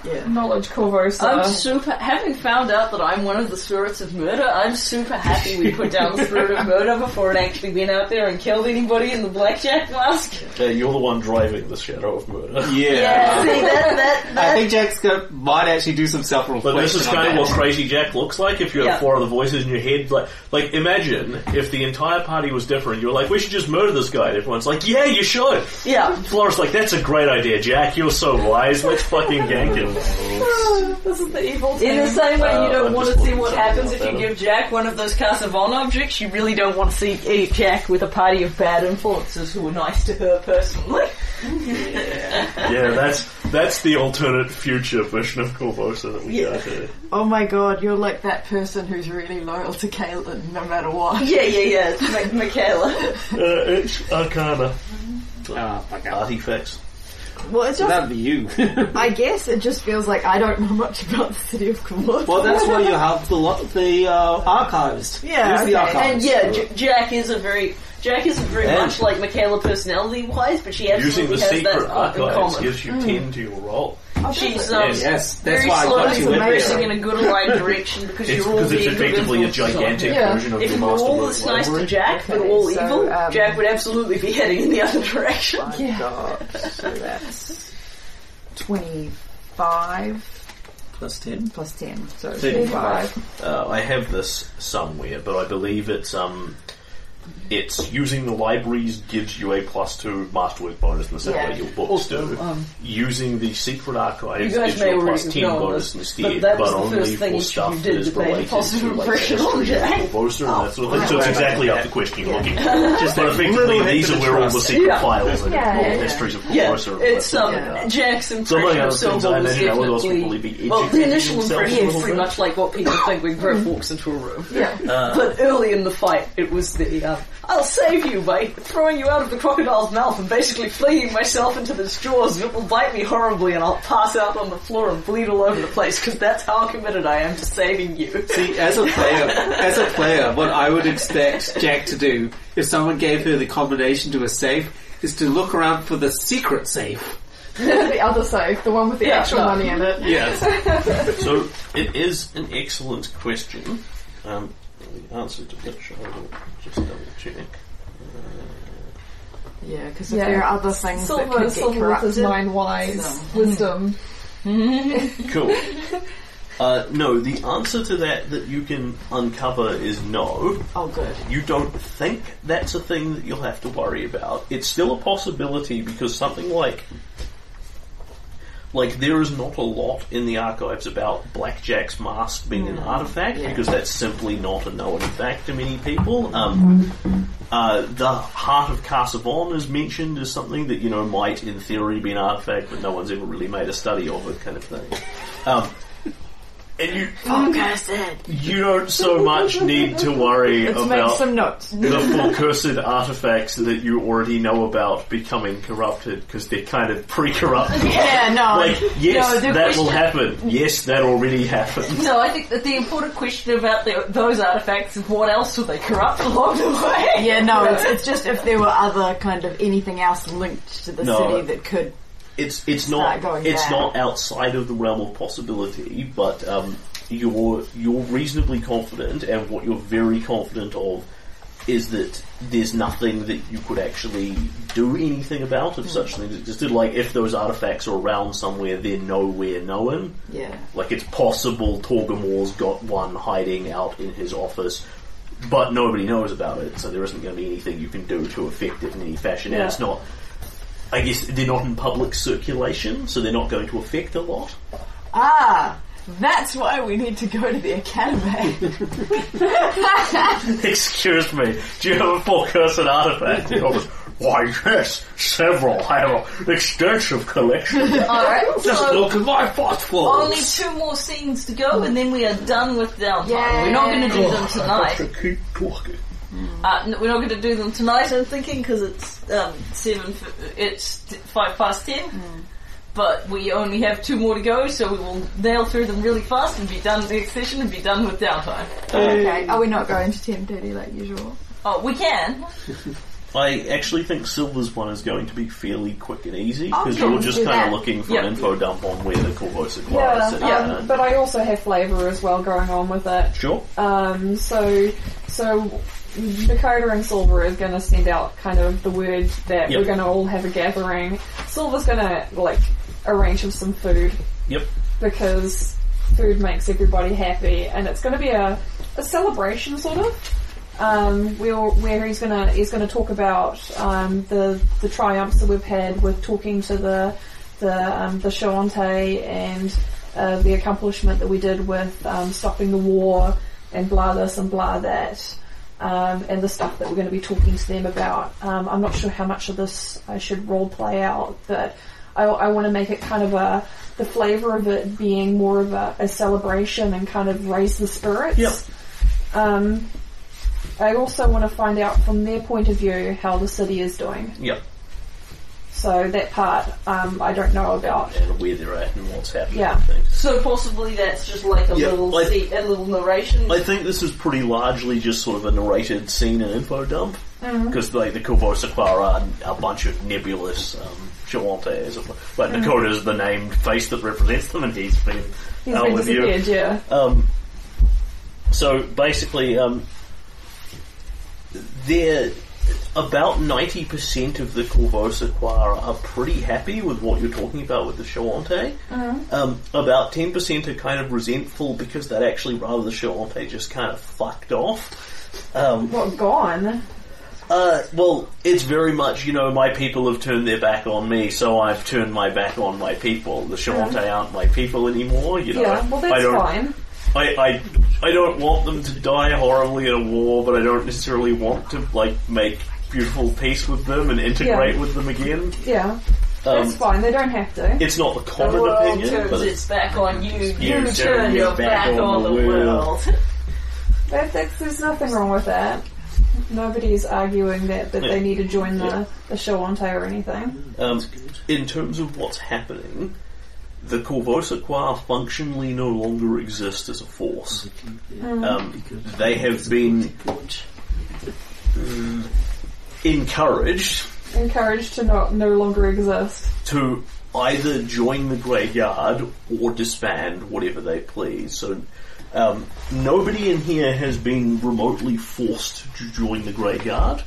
S3: Yeah.
S5: Knowledge Corvosa.
S6: I'm super. Having found out that I'm one of the spirits of murder, I'm super happy we put down the spirit of murder before it actually went out there and killed anybody in the blackjack mask.
S1: uh, you're the one driving the shadow of murder.
S6: Yeah, see that that
S4: I think Jack's gonna might actually do some self reflection.
S1: But this is kind of what Crazy Jack looks like if you have
S6: Yeah.
S1: four other voices in your head. Like, like imagine if the entire party was different. You're like, we should just murder this guy. And everyone's like, yeah, you should.
S6: yeah.
S1: Flora's like, that's a great idea, Jack. You're so wise. Let's fucking gank him.
S4: Oh,
S5: this is the evil
S6: In the
S5: team.
S6: same way
S1: Uh,
S6: you don't
S1: I'm
S6: want
S1: just
S6: to see
S1: looking
S6: what
S1: something
S6: happens
S1: up
S6: if you
S1: better.
S6: give Jack one of those Cast of Honor objects, you really don't want to see eh, Jack with a party of bad influences who are nice to her personally.
S1: Yeah, that's that's the alternate future version of Corvosa that we got here.
S3: Oh my god, you're like that person who's really loyal to Caitlin no matter what.
S6: Yeah, yeah, yeah. It's Mic- Michaela.
S1: Uh, it's Arcana.
S4: Ah, fuck out.
S1: Artifacts.
S3: Well, it's
S4: So
S3: just,
S4: that'd be you.
S3: I guess it just feels like I don't know much about the city of Kawartha.
S4: well, that's why you have the lo- the uh, archives.
S3: Yeah,
S4: Use the
S3: okay.
S4: archives.
S6: And yeah, J- Jack is a very Jack isn't very
S4: Yeah.
S6: much like Michaela personality wise, but she
S1: Using
S6: absolutely
S1: the
S6: has
S1: secret oh,
S6: that in
S1: archives
S6: common.
S1: gives you 10 to your roll.
S6: She's um,
S4: yes, that's
S6: very
S4: why I got
S6: slowly
S4: you in
S6: progressing
S4: there.
S6: in a good right direction because
S1: It's
S6: you're all
S1: because it's
S6: being
S1: effectively a
S6: good influences on her.
S1: gigantic
S3: Yeah.
S1: version of
S6: If
S1: your
S6: we were all
S1: masterwork
S6: this nice to
S1: library.
S6: Jack, but
S3: Okay,
S6: all
S3: so,
S6: evil,
S3: um,
S6: Jack would absolutely be heading in the other direction.
S3: Yeah.
S6: Oh,
S3: God, so that's 25
S1: Plus 10.
S3: plus 10, so
S1: Thirty
S3: 35.
S1: Uh, I have this somewhere, but I believe it's um, it's using the libraries gives you a plus two masterwork bonus in the same
S3: Yeah.
S1: way your books do.
S6: um,
S1: using the secret archives
S6: you guys
S1: gives
S6: may
S1: you a plus
S6: already
S1: ten
S6: know
S1: bonus
S6: this,
S1: instead,
S6: but that was the
S1: only
S6: first thing
S1: for
S6: you
S1: stuff
S6: did
S1: that is
S6: debate
S1: related
S6: positive
S1: to like
S6: impression Oh, on
S1: history
S6: Jack.
S1: and Corvosa and that sort of thing. So it's exactly up the question you're looking for. Just but
S4: little
S1: effectively,
S4: hint
S1: these
S4: of
S1: are where all the
S4: trust.
S1: secret
S6: Yeah.
S1: files and
S2: Yeah,
S1: all the
S2: yeah, yeah.
S1: histories of
S6: Yeah,
S1: Corvosa. and all that
S6: it's
S1: stuff
S6: um,
S1: like that.
S6: Jack's
S1: Some of the
S6: impression
S1: other things
S6: of Silver
S1: I
S6: was
S1: imagine I would also probably
S6: definitely.
S1: be
S6: Well, the
S1: educating
S6: initial
S1: themselves a
S6: impression was
S1: little
S6: pretty
S1: bit. Mm-hmm.
S6: much like what people think when Griff walks into a room. Yeah.
S3: Uh.
S6: but early in the fight, it was the, um, I'll save you by throwing you out of the crocodile's mouth and basically flinging myself into its jaws and it will bite me horribly and I'll pass out on the floor and bleed all over the place because that's how committed I am to saving you.
S4: See, as a player, as a player, what I would expect Jack to do if someone gave her the combination to a safe is to look around for the secret safe.
S3: the other safe, the one with the
S6: Yeah,
S3: actual
S6: no.
S3: money in it.
S1: Yes. so it is an excellent question. Um, the answer to which I will just double check.
S3: Yeah, because
S2: Yeah.
S3: if there are other things that
S2: Silver,
S3: could get
S2: silver with his
S3: corrupted.
S2: mind wise wisdom.
S1: Cool. Uh, no, the answer to that that you can uncover is no.
S3: Oh, good.
S1: You don't think that's a thing that you'll have to worry about. It's still a possibility because something like like there is not a lot in the archives about Blackjack's mask being
S3: Hmm.
S1: an artifact because that's simply not a known fact to many people. Um, uh, the heart of Cassavon is mentioned as something that you know might, in theory, be an artifact, but no one's ever really made a study of it, kind of thing. Um, and you,
S3: Oh,
S1: you don't so much need to worry
S3: Let's make
S1: about
S3: some notes.
S1: the full cursed artifacts that you already know about becoming corrupted because they're kind of pre-corrupted.
S3: Yeah, no.
S1: Like, yes,
S3: no,
S1: that
S3: the
S1: will
S3: question-
S1: happen. Yes, that already happened.
S7: No, I think that the important question about the, those artifacts is what else would they corrupt along the way?
S3: Yeah, no, it's, it's just if there were other kind of anything else linked to the
S1: No.
S3: city that could.
S1: It's it's not
S3: not going
S1: it's
S3: back.
S1: not outside of the realm of possibility, but um, you're you're reasonably confident, and what you're very confident of is that there's nothing that you could actually do anything about
S3: Hmm.
S1: if such things existed. Like if those artifacts are around somewhere, they're nowhere known.
S3: Yeah.
S1: Like it's possible Torgamore's got one hiding out in his office, but nobody knows about it, so there isn't going to be anything you can do to affect it in any fashion. And it's not, I guess, they're not in public circulation, so they're not going to affect a lot.
S3: Ah, that's why we need to go to the academy.
S1: Excuse me, do you have a full cursed artifact? The office, Why, yes, several. I have an extensive collection.
S7: Alright,
S4: Just
S7: so
S4: look at my
S7: only
S4: potholes.
S7: two more scenes to go and then we are done with downtime.
S3: Yay.
S7: We're not going to do them
S1: I
S7: tonight.
S1: should keep talking.
S7: Uh, n- we're not going to do them tonight, I'm thinking, because it's um, seven, f- it's t- five past ten. But we only have two more to go, so we will nail through them really fast and be done with the next session and be done with downtime.
S3: okay, are we not going to 10.30 like usual?
S7: Oh, we can.
S1: I actually think Silver's one is going to be fairly quick and easy because
S3: Okay,
S1: you're
S3: let's
S1: just
S3: do
S1: kind
S3: that.
S1: of looking for
S7: Yeah.
S1: an info dump on where the Corvosa
S2: Yeah,
S1: lies.
S2: um, but I also have flavour as well going on with it.
S1: uh, sure.
S2: Um, so, so the coder and Silver is going to send out kind of the word that
S1: Yep.
S2: we're going to all have a gathering. Silver's going to like arrange us some food
S1: Yep.
S2: because food makes everybody happy, and it's going to be a, a celebration sort of. Um, where, where he's gonna he's gonna talk about um, the the triumphs that we've had with talking to the the um, the Shawante and uh, the accomplishment that we did with um, stopping the war and blah this and blah that. um, and the stuff that we're going to be talking to them about. Um, I'm not sure how much of this I should role play out, but I, I want to make it kind of a the flavour of it being more of a, a celebration and kind of raise the spirits.
S31: Yep.
S2: Um, I also want to find out from their point of view how the city is doing.
S1: Yep.
S2: So that part um, I don't know about.
S1: And where they're at and what's happening.
S2: Yeah.
S1: and things.
S6: So possibly that's just like a
S1: Yeah,
S6: little
S1: like-
S6: se- a little narration.
S1: I think this is pretty largely just sort of a narrated scene and info dump
S2: Mm-hmm.
S1: because like the Corvosa Quara are a bunch of nebulous um, Chawantes. Like
S2: Mm-hmm.
S1: Dakota's the named face that represents them, and he's been
S2: He's
S1: out
S2: been
S1: with you.
S2: disappeared, yeah.
S1: Um, so basically, um, they're about ninety percent of the Corvosa Quara are pretty happy with what you're talking about with the Shawante.
S2: Mm-hmm.
S1: Um, about ten percent are kind of resentful because they'd actually rather the Shawante just kind of fucked off. Um,
S2: What, gone?
S1: uh, well, it's very much you know my people have turned their back on me, so I've turned my back on my people. The Shawante aren't my people anymore. You know,
S2: Mm-hmm. Yeah, well
S1: I
S2: that's
S1: don't,
S2: fine.
S1: I, I I don't want them to die horribly in a war, but I don't necessarily want to like make beautiful peace with them and integrate
S2: Yeah.
S1: with them again.
S2: Yeah, that's
S1: Um,
S2: fine. They don't have to.
S1: it's not the
S6: the
S1: common
S6: world
S1: opinion,
S6: turns
S1: but
S6: its back on you. You,
S1: turn
S6: turn
S1: your
S6: your back, on, the world.
S2: That, that's, there's nothing wrong with that. Nobody is arguing that, that
S1: Yeah.
S2: they need to join the,
S1: Yeah.
S2: the Shawante or anything.
S1: um, in terms of what's happening, the Corvosa Qua functionally no longer exist as a force. Um, they have been mm, encouraged
S2: Encouraged to not, no longer exist.
S1: to either join the graveyard or disband, whatever they please. So, um, nobody in here has been remotely forced to join the graveyard.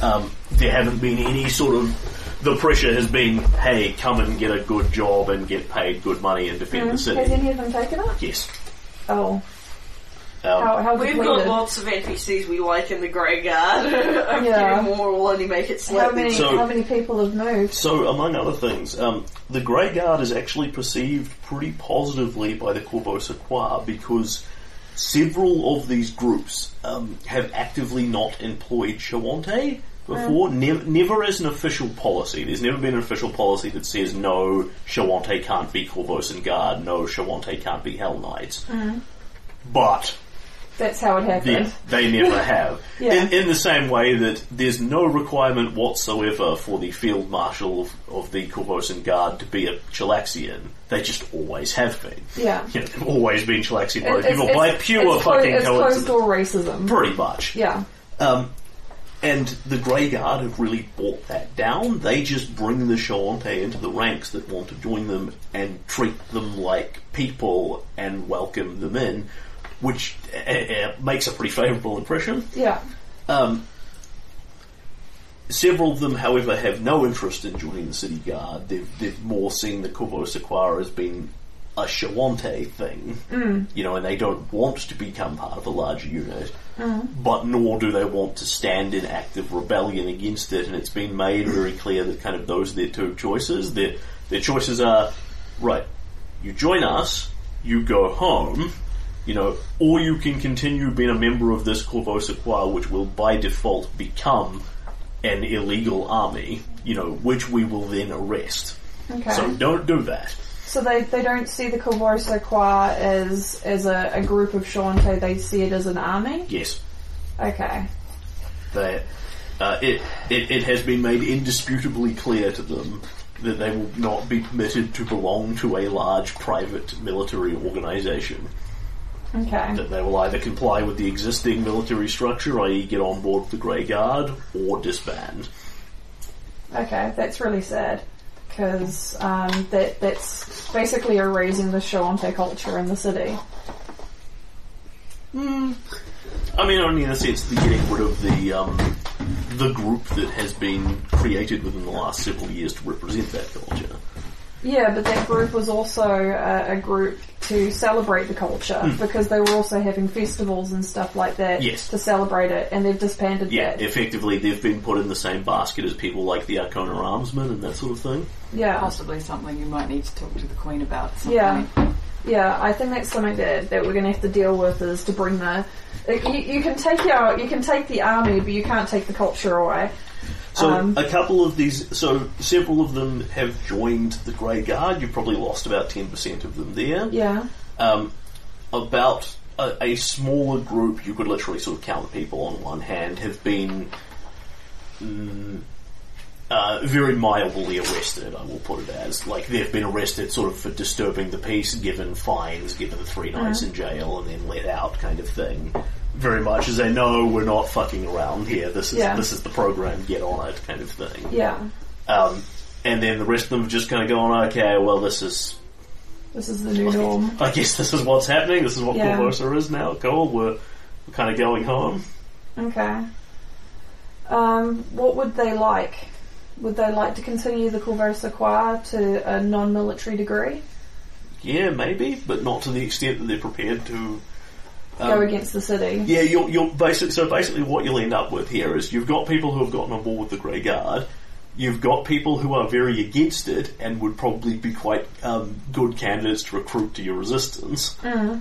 S1: Um, there haven't been any sort of the pressure has been, hey, come and get a good job and get paid good money and defend the
S2: Mm-hmm. Has
S1: city.
S2: any of them taken it?
S1: yes.
S2: Oh, how,
S1: Um,
S2: how
S6: We've
S2: depleted.
S6: got lots of NPCs we like in the Grey Guard. A
S2: Yeah.
S6: few more will only make it
S2: How
S6: slightly.
S2: many,
S1: So-
S2: how many people have moved?
S1: so, among other things, um, the Grey Guard is actually perceived pretty positively by the Corvosa Qua because several of these groups um, have actively not employed Shawante before, nev- never as an official policy. There's never been an official policy that says no, Shawante can't be Corvosan Guard, no, Shawante can't be Hell Knights. But
S2: Mm-hmm. That's how it happened.
S1: yeah, they never have.
S2: Yeah.
S1: in, in the same way that there's no requirement whatsoever for the field marshal of, of the Corvosan Guard to be a Chilaxian. They just always have been.
S2: Yeah.
S1: You know, they've always been Chilaxian by
S2: It-
S1: the people by pure
S2: it's clo-
S1: fucking
S2: it's
S1: coincidence.
S2: closed door racism.
S1: Pretty much.
S2: Yeah.
S1: Um, and the Grey Guard have really brought that down. They just bring the Shawante into the ranks that want to join them and treat them like people and welcome them in, which uh, uh, makes a pretty favourable impression.
S2: Yeah.
S1: Um, several of them, however, have no interest in joining the city guard. They've, they've more seen the Kubo Sequara as being a Shawante thing, you know, and they don't want to become part of a larger unit, but nor do they want to stand in active rebellion against it. And it's been made very clear that kind of those are their two choices. Their their choices are right. You join us, you go home, you know, or you can continue being a member of this Corvosa Choir, which will by default become an illegal army, you know, which we will then arrest.
S2: Okay.
S1: So don't do that.
S2: So they, they don't see the Corvosa Qua as as a, a group of Shawante, they see it as an army?
S1: Yes,
S2: Okay.
S1: that uh, it, it it has been made indisputably clear to them that they will not be permitted to belong to a large private military organization.
S2: Okay.
S1: That they will either comply with the existing military structure, i.e., get on board with the Grey Guard, or disband.
S2: Okay, that's really sad because um, that that's basically erasing the Shawante culture in the city.
S1: I mean, only in the sense of the getting rid of the um, the group that has been created within the last several years to represent that culture.
S2: Yeah, but that group was also
S5: uh,
S2: a, a group to celebrate the culture
S1: Hmm.
S2: because they were also having festivals and stuff like that
S1: Yes.
S2: to celebrate it, and they've disbanded
S1: Yeah,
S2: that.
S1: effectively, they've been put in the same basket as people like the Arcona Armsmen and that sort of thing.
S2: yeah,
S3: Possibly something you might need to talk to the Queen about. at some
S2: yeah,
S3: point.
S5: yeah, I think that's something that, that we're going to have to deal with is to bring the. like, You, you can take your you can take the army, but you can't take the culture away.
S1: So
S5: Um,
S1: a couple of these, so several of them have joined the Grey Guard. You probably lost about ten percent of them there.
S5: Yeah,
S1: Um, about a, a smaller group, you could literally sort of count the people on one hand, have been mm, uh, very mildly arrested. I will put it as like they've been arrested sort of for disturbing the peace, given fines, given three nights
S5: Uh-huh.
S1: in jail, and then let out, kind of thing. Very much as they know we're not fucking around here. This is
S5: Yeah.
S1: this is the program. Get on it, kind of thing.
S5: yeah.
S1: Um, and then the rest of them have just kind of gone, okay, well, this is,
S5: This is the new norm.
S1: I guess this is what's happening. This is what
S5: Yeah.
S1: Corvosa is now. Cool, we're, we're kind of going home.
S5: Okay. Um, what would they like? Would they like to continue the Corvosa Choir to a non-military degree?
S1: Yeah, maybe, but not to the extent that they're prepared to. um,
S5: Go against the city.
S1: Yeah, you'll, you'll basically, so basically what you'll end up with here is you've got people who have gotten on board with the Grey Guard, you've got people who are very against it and would probably be quite um, good candidates to recruit to your resistance,
S5: Mm.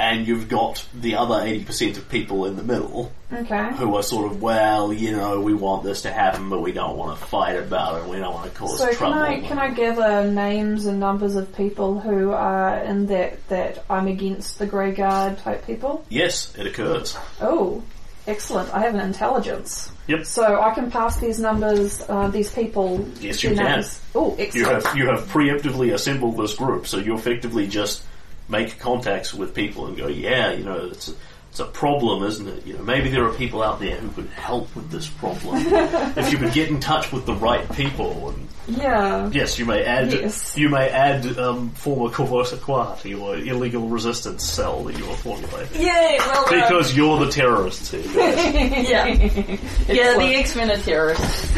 S1: and you've got the other 80% of people in the middle.
S5: Okay.
S1: who are sort of, well, you know, we want this to happen, but we don't want to fight about it. We don't want to cause
S5: So can
S1: trouble.
S5: I can I gather names and numbers of people who are in that that I'm against the Grey Guard type people?
S1: Yes, it occurs.
S5: Oh, excellent! I have an intelligence.
S1: Yep.
S5: So I can pass these numbers, uh, these people.
S1: Yes,
S5: their
S1: you can.
S5: names. Oh,
S1: You
S5: excellent!
S1: have you have preemptively assembled this group, so you effectively just make contacts with people and go, yeah, you know, it's a, it's a problem, isn't it? You know, maybe there are people out there who could help with this problem if you could get in touch with the right people. And
S5: yeah.
S1: yes, you may add
S5: Yes.
S1: you may add um, former Corvosa Quad to your illegal resistance cell that you are formulating
S6: Yay! Well done.
S1: because you're the terrorists here.
S6: yeah, yeah. The X Men are terrorists.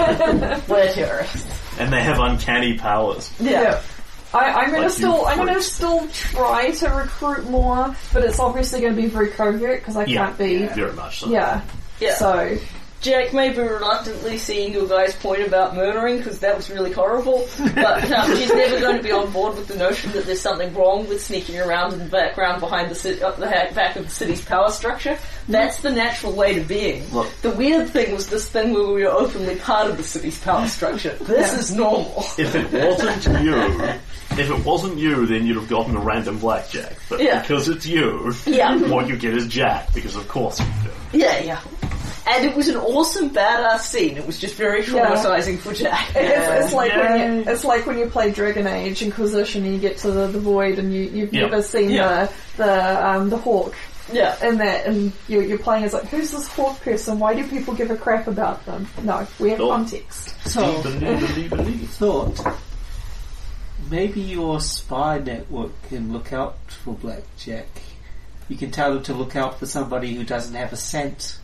S6: We're terrorists.
S1: and they have uncanny powers.
S6: Yeah.
S5: I, I'm gonna
S1: Like you
S5: still, I'm gonna
S1: freaks.
S5: still try to recruit more, but it's obviously gonna be very covert because I
S1: Yeah.
S5: can't be, yeah.
S1: Very much so.
S6: Yeah.
S5: So,
S6: Jack may be reluctantly seeing your guy's point about murdering because that was really horrible, but um, she's never going to be on board with the notion that there's something wrong with sneaking around in the background behind the, ci- uh, the ha- back of the city's power structure. That's the natural way to being.
S1: Look.
S6: The weird thing was this thing where we were openly part of the city's power structure. This is normal.
S1: If it wasn't you, if it wasn't you, then you'd have gotten a random blackjack. But
S6: Yeah.
S1: because it's you,
S6: Yeah.
S1: what you get is Jack. Because of course you do.
S6: Yeah, yeah. And it was an awesome badass scene. It was just very traumatizing for Jack.
S5: It's, it's like when you, it's like when you play Dragon Age Inquisition and you get to the, the void and you you've
S1: Yeah.
S5: never seen
S6: Yeah.
S5: the the um, the hawk
S6: Yeah.
S5: and that and you're, you're playing as like who's this hawk person? Why do people give a crap about them? No, we have
S1: Oh.
S5: context.
S4: So,
S1: Believe it.
S4: thought maybe your spy network can look out for Blackjack. You can tell them to look out for somebody who doesn't have a scent.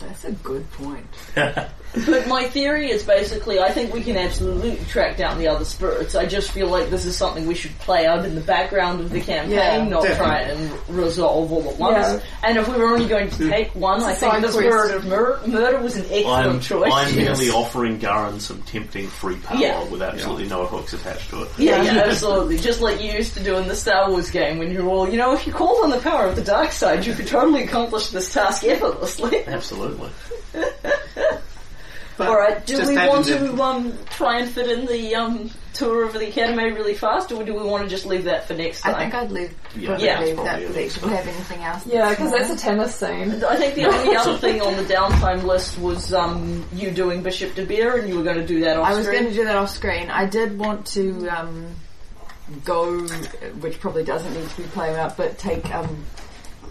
S32: That's a good point.
S6: But my theory is basically, I think we can absolutely track down the other spirits. I just feel like this is something we should play out in the background of the campaign,
S32: Yeah,
S6: not try and resolve all at once.
S5: Yeah.
S6: And if we were only going to take one, I think
S5: side
S6: the
S5: quest.
S6: spirit of mur- murder was an excellent
S1: I'm,
S6: choice.
S1: I'm
S6: yes.
S1: merely offering Garen some tempting free power
S6: Yeah.
S1: with absolutely no hooks attached to it.
S6: yeah, yeah, absolutely. Just like you used to do in the Star Wars game when you're all, you know, if you called on the power of the dark side, you could totally accomplish this task effortlessly.
S1: Absolutely.
S4: But
S6: All right. Do
S4: just
S6: we
S4: added
S6: want
S4: it-
S6: to um, try and fit in the um, tour of the academy really fast, or do we want to just leave that for next time?
S3: I think I'd leave,
S1: Yeah,
S3: probably
S6: Yeah.
S3: leave that
S1: Probably.
S3: for the Do we have anything else?
S5: Yeah, because that's a tennis scene.
S6: I think the only other thing on the downtime list was um, you doing Bishop de Beer, and you were going to do that off
S3: I was
S6: screen.
S3: going to do that off screen. I did want to um, go, which probably doesn't need to be played out, but take um,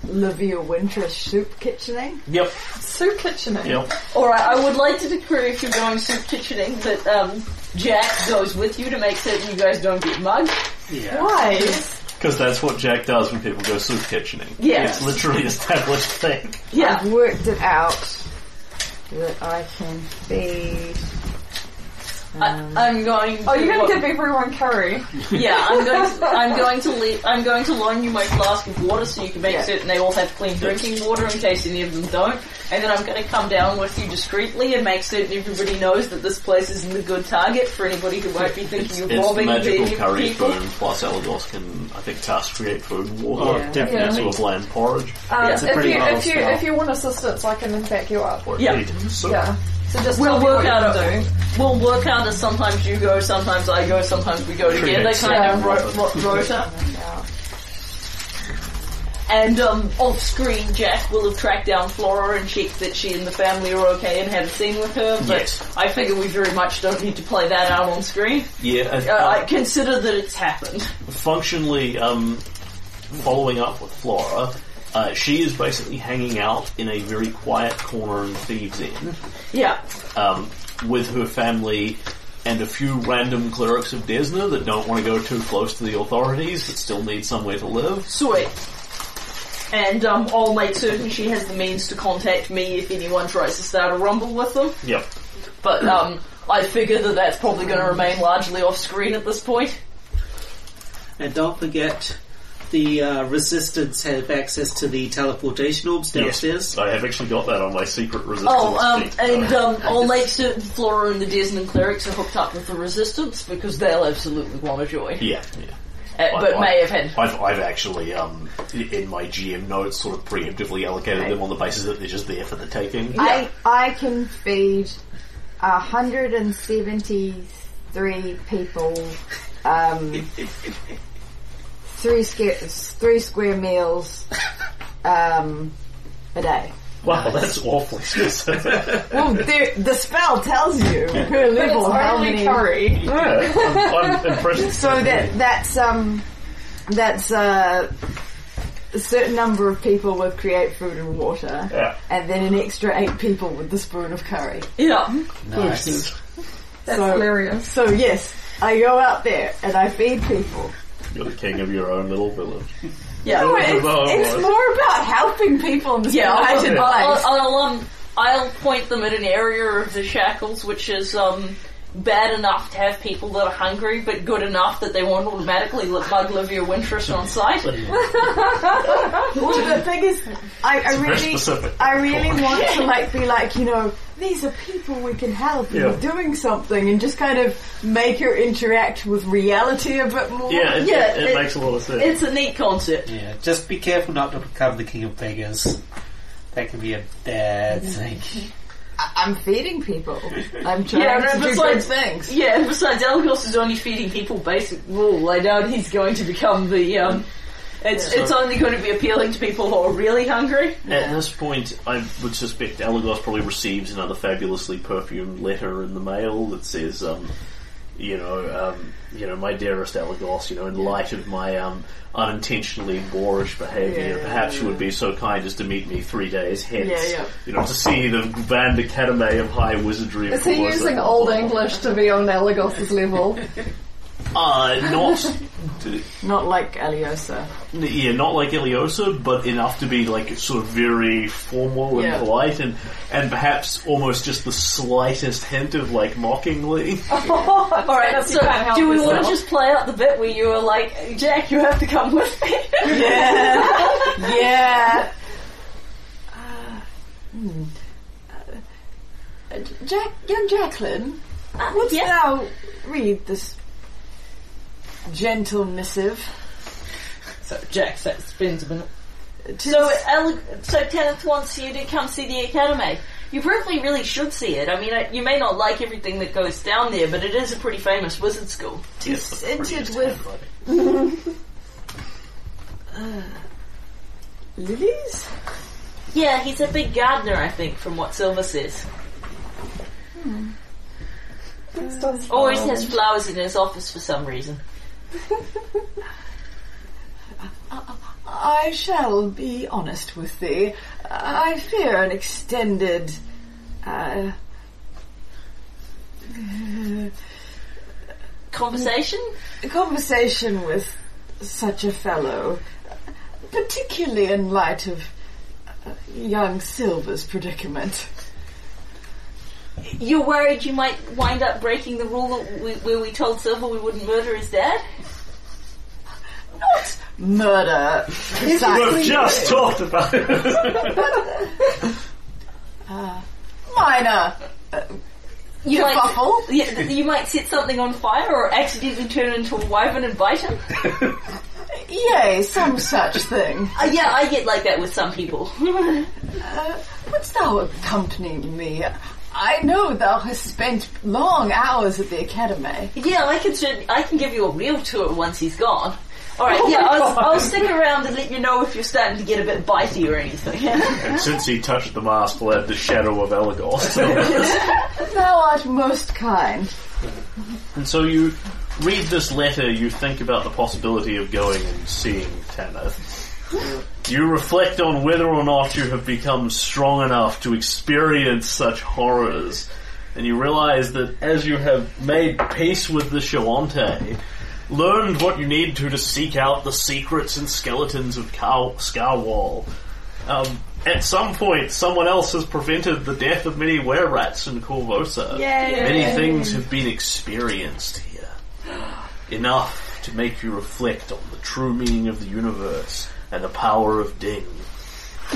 S3: Livia Winter's soup kitchening.
S1: Yep.
S5: Soup kitchening.
S1: Yep.
S6: All right. I would like to decree if you're going soup kitchening that um, Jack goes with you to make certain you guys don't get mugged.
S4: Yeah.
S5: Why?
S1: Because that's what Jack does when people go soup kitchening.
S6: Yeah.
S1: It's literally established thing.
S6: Yeah.
S3: I've worked it out that I can feed
S6: I, I'm going. To
S5: Oh, you're gonna give everyone curry.
S6: Yeah, I'm going. To, I'm going to. Le- I'm going to loan you my flask of water so you can make
S5: Yeah.
S6: certain they all have clean drinking water in case any of them don't. And then I'm going to come down with you discreetly and make certain everybody knows that this place isn't a good target for anybody who might be thinking of
S1: It's the
S6: robbing
S1: magical
S6: the
S1: curry
S6: people.
S1: spoon plus Elagos can, I think, task create food and
S4: Oh,
S1: water.
S4: definitely.
S1: Sort of bland porridge.
S5: Um,
S6: it's
S4: a
S5: if
S4: pretty
S5: you
S4: mild
S5: if you
S4: spell.
S5: if you want assistance, I can back you up.
S1: Or
S6: Yeah.
S1: eat soup.
S5: Yeah. So just
S6: We'll
S5: tell me
S6: work
S5: what you
S6: out
S5: can
S6: a, we'll work out as sometimes you go, sometimes I go, sometimes we go together
S1: Correct.
S6: kind of ro- ro- rota. And um, off screen, Jack will have tracked down Flora and checked that she and the family are okay and had a scene with her. But
S1: Yes.
S6: I figure we very much don't need to play that out on screen.
S1: Yeah, and,
S6: Uh, I
S1: uh,
S6: consider that it's happened.
S1: functionally, um, following up with Flora, uh, she is basically hanging out in a very quiet corner in Thieves Inn
S6: Yeah,
S1: um, with her family and a few random clerics of Desna that don't want to go too close to the authorities but still need somewhere to live.
S6: sweet. And um, I'll make certain she has the means to contact me if anyone tries to start a rumble with them.
S1: Yep.
S6: But um, I figure that that's probably going to remain largely off screen at this point.
S4: And don't forget, the uh, resistance have access to the teleportation orbs downstairs.
S1: Yes, I have actually got that on my secret resistance
S6: Oh, um,
S1: sheet.
S6: and um, I'll make certain Flora and the Desmond clerics are hooked up with the Resistance because they'll absolutely want to join.
S1: yeah, yeah.
S6: Uh, but
S1: I-
S6: may have had.
S1: I've, I've actually, um, i- in my GM notes, sort of preemptively allocated them on the basis that they're just there for the taking.
S3: I I can feed hundred and seventy three people um, three square three square meals um, a day.
S1: Wow, that's awfully specific.
S3: Well, the, the spell tells you per
S5: do.
S3: level how many.
S5: curry.
S1: yeah, I'm, I'm impressed.
S3: So that that's um that's uh, a certain number of people would create food and water,
S1: Yeah.
S3: and then an extra eight people with the spoon of curry.
S6: Yeah.
S4: Nice.
S5: That's
S3: So-
S5: hilarious.
S3: So yes, I go out there and I feed people.
S1: You're the king of your own little village.
S6: Yeah.
S3: No, it's, it's more about helping people in this
S6: Yeah, I'll,
S3: United
S6: I'll,
S3: Life.
S6: I'll, um, I'll point them at an area of the shackles which is um, bad enough to have people that are hungry, but good enough that they won't automatically li- mug Livia Wintress on sight.
S3: Well, the thing is, I, I
S1: Very
S3: really,
S1: specific.
S3: I really want to like be like, you know, these are people we can help and
S1: Yeah.
S3: we're doing something, and just kind of make her interact with reality a bit more.
S1: Yeah, it,
S6: Yeah,
S1: it, it
S6: it-
S1: makes a lot of sense.
S6: It's a neat concept.
S4: Yeah, just be careful not to become the king of beggars. That can be a bad thing.
S3: I'm feeding people. I'm trying
S6: Yeah, no,
S3: to
S6: but
S3: do
S6: it's
S3: good
S6: like-
S3: things.
S6: Yeah, and besides, Elgos is only feeding people basic wool. I doubt he's going to become the. Um, it's it's only going to be appealing to people who are really hungry.
S1: At this point, I would suspect Elagos probably receives another fabulously perfumed letter in the mail that says, um, you know, um, you know, my dearest Elagos, you know, in light of my um, unintentionally boorish behaviour, perhaps you would be so kind as to meet me three days hence,
S3: Yeah, yeah.
S1: you know, to see the Grand Academy of High Wizardry. of
S5: Is he
S1: Coruscant,
S5: using
S1: blah,
S5: Old
S1: blah, blah.
S5: English to be on Alagos's level?
S1: Uh, not, d-
S3: Not like Aliosa.
S1: yeah, not like Iliosa, but enough to be like sort of very formal and
S3: Yeah.
S1: polite, and and perhaps almost just the slightest hint of like mockingly.
S6: All right, so do we want to just play out the bit where you were like, Jack, you have to come with me?
S3: Yeah. hmm. Uh, hmm. Uh, Jack, young Jacqueline, wouldst
S6: Uh, yeah.
S3: thou read this gentle missive?
S6: so Jack says, spins a minute.
S3: Tis-
S6: So, Ele- so Kenneth wants you to come see the academy. You probably really should see it. I mean, I, you may not like everything that goes down there, but it is a pretty famous wizard school.
S3: tis scented with lilies.
S6: Yeah, he's a big gardener, I think, from what Silver says. Always has flowers in his office for some reason.
S3: I shall be honest with thee. I fear an extended. Uh,
S6: Conversation?
S3: a conversation with such a fellow, particularly in light of uh, young Silver's predicament.
S6: You're worried you might wind up breaking the rule that we, where we told Silver we wouldn't murder his dad?
S3: Murder. Exactly.
S1: Just talked about it.
S3: Minor.
S6: You might,
S3: Kerfuffle.
S6: yeah, th- you might set something on fire or accidentally turn into a wyvern and bite him.
S3: Yay, some such thing.
S6: Uh, yeah, I get like that with some people.
S3: Wouldst thou accompany me? I know thou hast spent long hours at the academy.
S6: Yeah, I can certainly, I can give you a real tour once he's gone. Alright,
S3: Oh
S6: yeah, I'll, I'll stick around and let you know if you're starting to get a bit bitey or anything.
S1: And since he touched the master, led the shadow of Elagor.
S3: Thou art most kind.
S1: And so you read this letter, you think about the possibility of going and seeing Tanith. You reflect on whether or not you have become strong enough to experience such horrors, and you realize that as you have made peace with the Shawante, learned what you need to to seek out the secrets and skeletons of Car- Scarwall, um, at some point someone else has prevented the death of many were-rats in Corvosa. Many things have been experienced here. Enough to make you reflect on the true meaning of the universe and the power of Ding.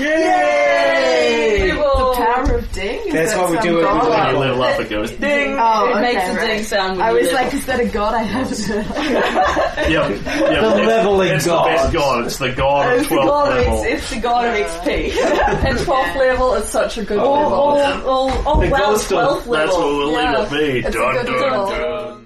S33: Oh.
S3: The power of ding? Is
S4: That's
S3: that
S4: what we
S3: some
S4: do it with
S3: god?
S1: When you level up, it goes ding.
S3: Oh,
S33: It
S3: okay,
S33: makes a
S3: right.
S33: ding sound. When
S3: I
S33: you
S3: was
S33: live.
S3: like, is that a god I haven't heard of?
S1: Yep, yep.
S4: The
S1: it's,
S4: leveling
S1: it's
S4: god.
S1: the best god. It's the god of
S33: It's the god of
S1: twelfth level.
S33: X, it's the god of XP. and 12th level is such a good level.
S6: Oh, oh, oh,
S1: the
S6: wow,
S1: ghost of
S6: 12th
S1: that's what
S6: level.
S1: we'll leave it be.
S3: It's a
S1: Dun,
S3: good
S1: dun,
S3: level.
S1: dun.